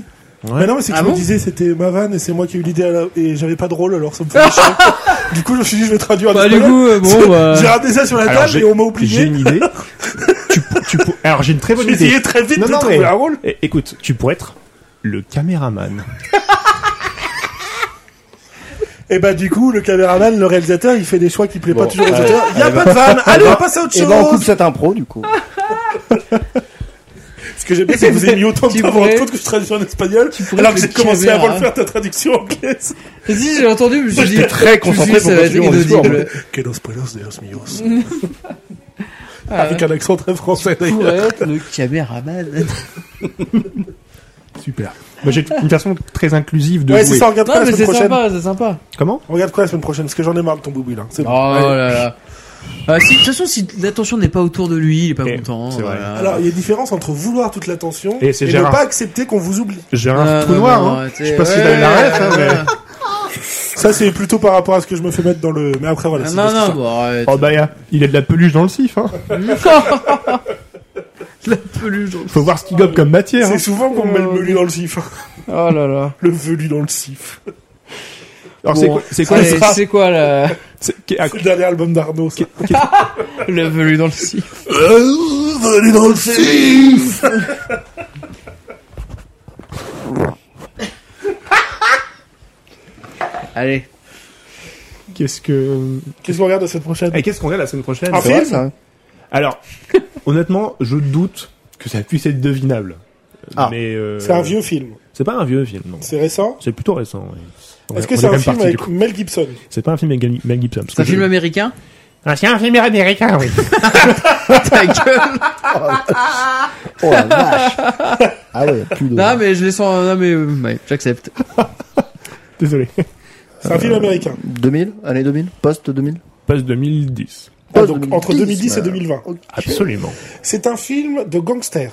Speaker 4: Ouais.
Speaker 2: Mais non, mais c'est que
Speaker 5: Ah
Speaker 2: je
Speaker 5: bon
Speaker 2: me disais, c'était ma vanne et c'est moi qui ai eu l'idée à la- et j'avais pas de rôle alors ça me faisait chier. Du coup, je me suis dit, je vais traduire en espagnol.
Speaker 5: euh,
Speaker 2: J'ai raté ça sur la
Speaker 4: Alors,
Speaker 2: table
Speaker 4: j'ai-
Speaker 2: et on m'a
Speaker 4: J'ai
Speaker 2: oublié.
Speaker 4: une idée. tu, tu pour- Alors j'ai une très bonne
Speaker 2: J'ai
Speaker 4: idée.
Speaker 2: essayé très vite
Speaker 4: Non,
Speaker 2: de
Speaker 4: non,
Speaker 2: trouver
Speaker 4: mais-
Speaker 2: un rôle.
Speaker 4: É- Écoute, tu pourrais être le caméraman.
Speaker 2: Et bah du coup, le caméraman, le réalisateur, il fait des choix qui plaît
Speaker 1: Bon,
Speaker 2: pas toujours aux
Speaker 1: allez.
Speaker 2: auteurs. Il y a pas de vanne. Allez, eh on passe à autre
Speaker 1: Et ben, on coupe
Speaker 2: chose.
Speaker 1: cette impro, du coup.
Speaker 2: Ce que j'aime bien, c'est que vous avez mis autant de
Speaker 5: Tu
Speaker 2: temps pour
Speaker 5: pourrais-
Speaker 2: rendre compte que je traduis en espagnol,
Speaker 5: tu pourrais
Speaker 2: alors que
Speaker 5: te
Speaker 2: j'ai commencé
Speaker 5: caver,
Speaker 2: avant de
Speaker 5: hein.
Speaker 2: faire ta traduction anglaise.
Speaker 5: Et si j'ai entendu, je me suis dit.
Speaker 1: J'étais très
Speaker 5: je me suis dit,
Speaker 1: concentré pour
Speaker 5: ça va être
Speaker 1: continuer mon discours.
Speaker 5: inaudible.
Speaker 2: Que los pelos de los míos.
Speaker 5: Ah,
Speaker 2: Avec un accent très français
Speaker 5: tu
Speaker 2: d'ailleurs.
Speaker 5: pourrais être le caméraman.
Speaker 4: Super. Moi, j'ai une façon très inclusive de
Speaker 2: Ouais, c'est
Speaker 4: jouer.
Speaker 2: ça, on regarde
Speaker 5: Non,
Speaker 2: quoi la
Speaker 5: mais
Speaker 2: semaine
Speaker 5: c'est
Speaker 2: prochaine
Speaker 5: sympa, c'est sympa.
Speaker 4: Comment
Speaker 2: On regarde quoi la semaine prochaine Parce que j'en ai marre de ton boubou là. C'est
Speaker 5: Oh
Speaker 2: bon. Ouais.
Speaker 5: là là. Ah, si, de toute façon, si l'attention n'est pas autour de lui, il est pas
Speaker 4: Eh,
Speaker 5: content.
Speaker 4: c'est vrai.
Speaker 5: voilà.
Speaker 2: Alors, il y a une différence entre vouloir toute l'attention
Speaker 4: Et
Speaker 2: et,
Speaker 4: c'est
Speaker 2: ne
Speaker 4: Gérard.
Speaker 2: pas accepter qu'on vous oublie.
Speaker 4: J'ai un
Speaker 5: Non,
Speaker 4: trou
Speaker 5: non,
Speaker 4: noir,
Speaker 5: non,
Speaker 4: hein.
Speaker 5: t'es-
Speaker 4: Je sais pas si
Speaker 5: Euh, ouais,
Speaker 4: t'avais la ref, hein,
Speaker 5: ouais,
Speaker 4: mais-
Speaker 5: ouais.
Speaker 2: Ça, c'est plutôt par rapport à ce que je me fais mettre dans le. Mais après, voilà.
Speaker 5: Ah,
Speaker 2: c'est
Speaker 5: Non,
Speaker 2: juste
Speaker 5: non,
Speaker 2: ça.
Speaker 5: bon, arrête.
Speaker 4: Oh bah, y a- il a de la peluche dans le sif, hein.
Speaker 5: La peluche.
Speaker 4: Faut voir ce qu'il gobe comme matière, hein.
Speaker 2: C'est souvent qu'on me met le velu dans le sif.
Speaker 5: Oh là là.
Speaker 2: Le velu dans le sif.
Speaker 4: Alors,
Speaker 5: Bon.
Speaker 4: c'est quoi, c'est quoi,
Speaker 5: Allez,
Speaker 4: ça
Speaker 5: C'est quoi la...
Speaker 4: C'est- qu'est- à-
Speaker 2: C'est le dernier album d'Arnaud, ça.
Speaker 5: le velu dans le sif
Speaker 4: Euh,
Speaker 2: velu dans le sif
Speaker 5: Allez.
Speaker 4: Qu'est-ce que. euh,
Speaker 2: Qu'est-ce qu'on regarde la semaine prochaine
Speaker 4: Et qu'est-ce qu'on regarde la semaine prochaine
Speaker 2: Ah,
Speaker 1: C'est vrai, ça. hein.
Speaker 4: Alors, honnêtement, je doute que ça puisse être devinable.
Speaker 1: Ah.
Speaker 4: Mais euh,
Speaker 2: C'est un vieux film.
Speaker 4: C'est pas un vieux film, non.
Speaker 2: C'est récent.
Speaker 4: C'est plutôt récent. ouais. On
Speaker 2: Est-ce que
Speaker 4: on
Speaker 2: c'est
Speaker 4: quand
Speaker 2: un
Speaker 4: même
Speaker 2: film
Speaker 4: parti, du
Speaker 2: avec
Speaker 4: coup.
Speaker 2: Mel Gibson
Speaker 4: C'est pas un film avec Gal- Mel Gibson. parce
Speaker 5: C'est un
Speaker 4: que
Speaker 5: film
Speaker 4: je-
Speaker 5: américain
Speaker 4: Ah, c'est un film américain, oui.
Speaker 5: Ta gueule
Speaker 1: Oh la vache. Ah ouais, plus de.
Speaker 5: Non mais je les sens... Non mais... euh, Ouais, j'accepte.
Speaker 4: Désolé.
Speaker 2: C'est
Speaker 4: Euh,
Speaker 2: un film américain.
Speaker 1: 2000, année 2000, post 2000.
Speaker 4: Passe 2010.
Speaker 2: Ah, donc entre 2010 et
Speaker 1: euh,
Speaker 2: 2020.
Speaker 1: ok.
Speaker 4: Absolument.
Speaker 2: C'est un film de gangster.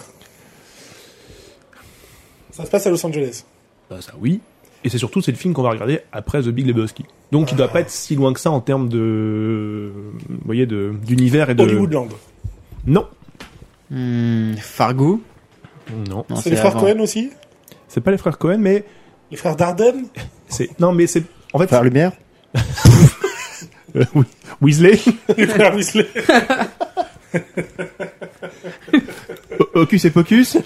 Speaker 2: Ça se passe à Los Angeles.
Speaker 4: Bah, ça, oui. Et c'est surtout, c'est le film qu'on va regarder après The Big Lebowski. Donc, il doit pas être si loin que ça en termes de, vous voyez, de, d'univers et de...
Speaker 2: Hollywoodland.
Speaker 4: Non.
Speaker 5: Hmm, Fargo
Speaker 4: Non.
Speaker 5: Non,
Speaker 2: C'est les frères
Speaker 5: avant.
Speaker 2: Cohen aussi
Speaker 4: C'est pas les frères Cohen, mais
Speaker 2: Les frères Darden
Speaker 4: c'est, non, mais c'est, en fait,
Speaker 1: Faire lumière.
Speaker 4: euh, oui. Weasley,
Speaker 2: Les frères Weasley
Speaker 4: Hocus et Pocus.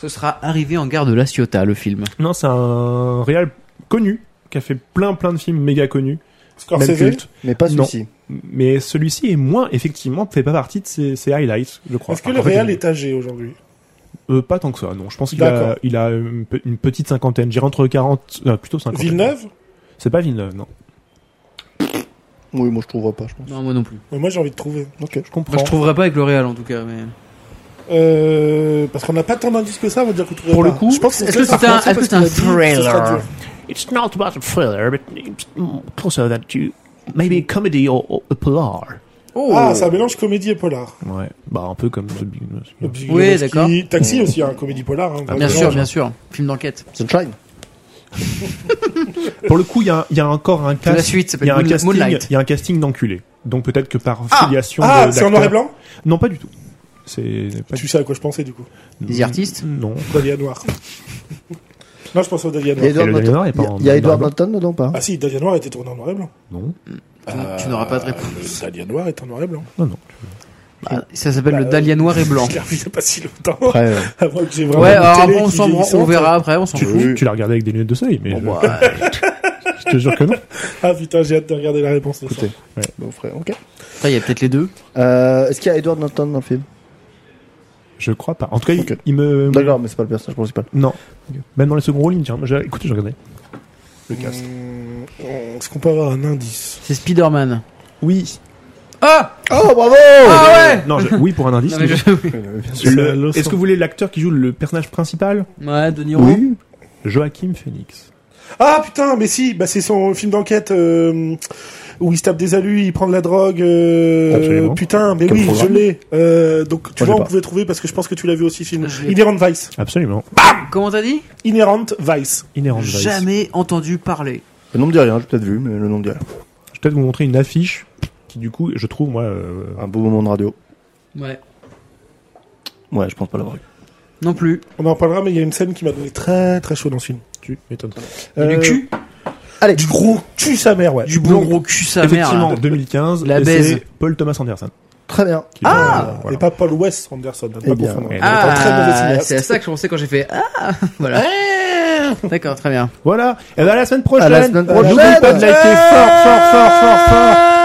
Speaker 5: Ce sera arrivé en gare de La Ciotat, le film.
Speaker 4: Non, c'est un réal connu, qui a fait plein plein de films méga connus, même
Speaker 2: Scorsese
Speaker 4: culte.
Speaker 1: Mais pas
Speaker 4: Non.
Speaker 1: celui-ci.
Speaker 4: Mais celui-ci est moins, effectivement, fait pas partie de ses, ses highlights, je crois.
Speaker 2: Est-ce que
Speaker 4: Enfin,
Speaker 2: le
Speaker 4: en fait,
Speaker 2: Real
Speaker 4: il-
Speaker 2: est âgé aujourd'hui
Speaker 4: euh, Pas tant que ça, non. Je pense qu'il a,
Speaker 2: D'accord.
Speaker 4: il a une, pe- une petite cinquantaine. J'irai entre 40, euh, plutôt 50.
Speaker 2: Villeneuve
Speaker 4: C'est pas Villeneuve, non.
Speaker 1: Oui, moi je trouverais pas, je pense.
Speaker 5: Non, moi non plus.
Speaker 2: Mais Moi j'ai envie de trouver.
Speaker 1: Ok.
Speaker 4: Je
Speaker 5: Moi,
Speaker 4: comprends.
Speaker 5: je trouverais pas avec le Real en tout cas. Mais...
Speaker 2: Euh, parce qu'on n'a pas tant d'indices que ça, on va dire que
Speaker 4: Pour le coup,
Speaker 2: je pense
Speaker 5: Est-ce que c'est un, est-ce que c'est un thriller
Speaker 3: It's not about a thriller, but it's mm, closer than to maybe a comedy or, or a polar.
Speaker 5: Oh.
Speaker 2: Ah, ça mélange comédie et polar.
Speaker 4: Ouais. Bah, un peu comme The Big Lebowski.
Speaker 2: Le petit
Speaker 5: Oui,
Speaker 2: Lebowski,
Speaker 5: d'accord. Mm. Ah,
Speaker 2: Taxi aussi, un comédie polar. hein,
Speaker 5: Bien
Speaker 2: vraiment.
Speaker 5: sûr, bien sûr. Film d'enquête.
Speaker 1: Sunshine.
Speaker 4: Pour le coup, il y a, il y a encore un
Speaker 5: La
Speaker 4: casting. Il
Speaker 5: suite
Speaker 4: y
Speaker 5: s'appelle
Speaker 4: a un
Speaker 5: Moon-
Speaker 4: casting,
Speaker 5: Moonlight.
Speaker 4: il y a un casting d'enculé. Donc peut-être que par
Speaker 5: Ah
Speaker 4: filiation
Speaker 2: Ah,
Speaker 4: de-
Speaker 2: c'est en noir et
Speaker 4: d'acteurs-
Speaker 2: blanc
Speaker 4: Non, pas du tout. C'est pas
Speaker 2: Tu sais à quoi je pensais du coup.
Speaker 5: Des artistes
Speaker 4: Non.
Speaker 2: Dahlia Noir. non, je pense au Dahlia
Speaker 1: Il y a Edward
Speaker 4: Et
Speaker 2: Noir.
Speaker 4: le
Speaker 1: Norton.
Speaker 4: Noir est pas en-
Speaker 1: Il y a Edward
Speaker 4: dans le-
Speaker 1: Norton dedans, ou pas
Speaker 2: Ah si, Dahlia Noir était tourné en noir et blanc.
Speaker 4: Non.
Speaker 5: Tu- Tu n'auras pas de réponse.
Speaker 2: Le Dahlia Noir est en noir et blanc.
Speaker 5: Ah, ça s'appelle le Dahlia noir et blanc.
Speaker 2: Je l'ai revu il n'y a pas si longtemps.
Speaker 1: Après, euh,
Speaker 2: À moins que j'ai vraiment
Speaker 5: Ouais,
Speaker 2: euh, une
Speaker 5: alors
Speaker 2: télé
Speaker 5: bon, on
Speaker 2: qui
Speaker 5: s'en
Speaker 2: vieillissante.
Speaker 5: on verra après, on s'en
Speaker 4: Tu,
Speaker 5: fout.
Speaker 1: Oui.
Speaker 4: tu l'as regardé avec des lunettes de soleil, mais
Speaker 5: Bon,
Speaker 4: je,
Speaker 5: bah,
Speaker 4: je te jure que non.
Speaker 2: Ah putain, j'ai hâte de regarder la réponse. de ça.
Speaker 1: Écoutez. bon, frère, bah, ok.
Speaker 5: après, il y a peut-être les deux.
Speaker 1: Euh, Est-ce qu'il y a Edward Norton dans le film
Speaker 4: Je crois pas. En tout cas, il-
Speaker 1: Ok.
Speaker 4: il, me.
Speaker 1: D'accord, mais c'est pas le personnage principal.
Speaker 4: Non. Même dans les secondes lignes, tiens. j'ai- Écoutez, je regardais. Le cast.
Speaker 2: Hum, Est-ce qu'on peut avoir un indice
Speaker 5: C'est Spider-Man.
Speaker 4: Oui.
Speaker 5: Ah
Speaker 1: Oh, bravo
Speaker 5: Ah ouais
Speaker 4: Non, je- oui pour un indice.
Speaker 5: Non, mais
Speaker 4: mais-
Speaker 5: je-
Speaker 4: Le-
Speaker 2: C'est Los
Speaker 4: Est-ce que vous voulez l'acteur qui joue le personnage principal
Speaker 5: Ouais, De Niro.
Speaker 1: Oui.
Speaker 4: Joachim Phoenix.
Speaker 2: Ah putain, mais si, bah, c'est son film d'enquête euh, où il se tape des alus, il prend de la drogue. euh,
Speaker 4: Absolument.
Speaker 2: putain, mais
Speaker 1: Comme
Speaker 2: oui,
Speaker 1: programme.
Speaker 2: je l'ai. Euh, donc tu
Speaker 1: Moi, j'ai
Speaker 2: vois, on
Speaker 1: pas.
Speaker 2: pouvait trouver parce que je pense que tu l'as vu aussi, ce film.
Speaker 5: Je l'ai.
Speaker 2: Inherent Vice.
Speaker 4: Absolument.
Speaker 5: Comment t'as dit
Speaker 2: Inherent Vice.
Speaker 4: Inherent Vice.
Speaker 5: Jamais entendu parler.
Speaker 1: Le nom me dit rien, j'ai peut-être vu, mais le nom me dit rien.
Speaker 4: Je vais peut-être vous montrer une affiche qui, du coup, je trouve, moi. euh,
Speaker 1: Un beau moment de radio.
Speaker 5: Ouais.
Speaker 1: Ouais, je pense pas l'avoir eu.
Speaker 5: Non plus.
Speaker 2: On en parlera, mais il y a une scène qui m'a donné très très chaud dans ce film.
Speaker 4: tu m'étonnes.
Speaker 5: Et
Speaker 2: Euh,
Speaker 5: Du cul
Speaker 1: Allez,
Speaker 2: Du gros cul sa mère, ouais.
Speaker 5: Du bon gros cul sa mère.
Speaker 4: Effectivement,
Speaker 5: là.
Speaker 4: 2015.
Speaker 5: La
Speaker 4: et
Speaker 5: baise.
Speaker 4: c'est Paul Thomas Anderson.
Speaker 1: très bien.
Speaker 4: qui- euh,
Speaker 2: Et
Speaker 4: voilà.
Speaker 2: pas Paul Wes Anderson, hein,
Speaker 1: Eh
Speaker 2: pas
Speaker 1: bien,
Speaker 11: Ah,
Speaker 2: confondre.
Speaker 4: ouais.
Speaker 2: Un très mauvais
Speaker 5: Ah,
Speaker 2: cinéaste.
Speaker 5: c'est à ça que je pensais quand j'ai fait Ah Voilà.
Speaker 11: D'accord, très bien.
Speaker 1: Voilà. Et ben, à la semaine prochaine.
Speaker 5: À la semaine
Speaker 4: Eh ben,
Speaker 1: N'oubliez pas de liker fort, fort, fort, fort, fort.
Speaker 2: Ah.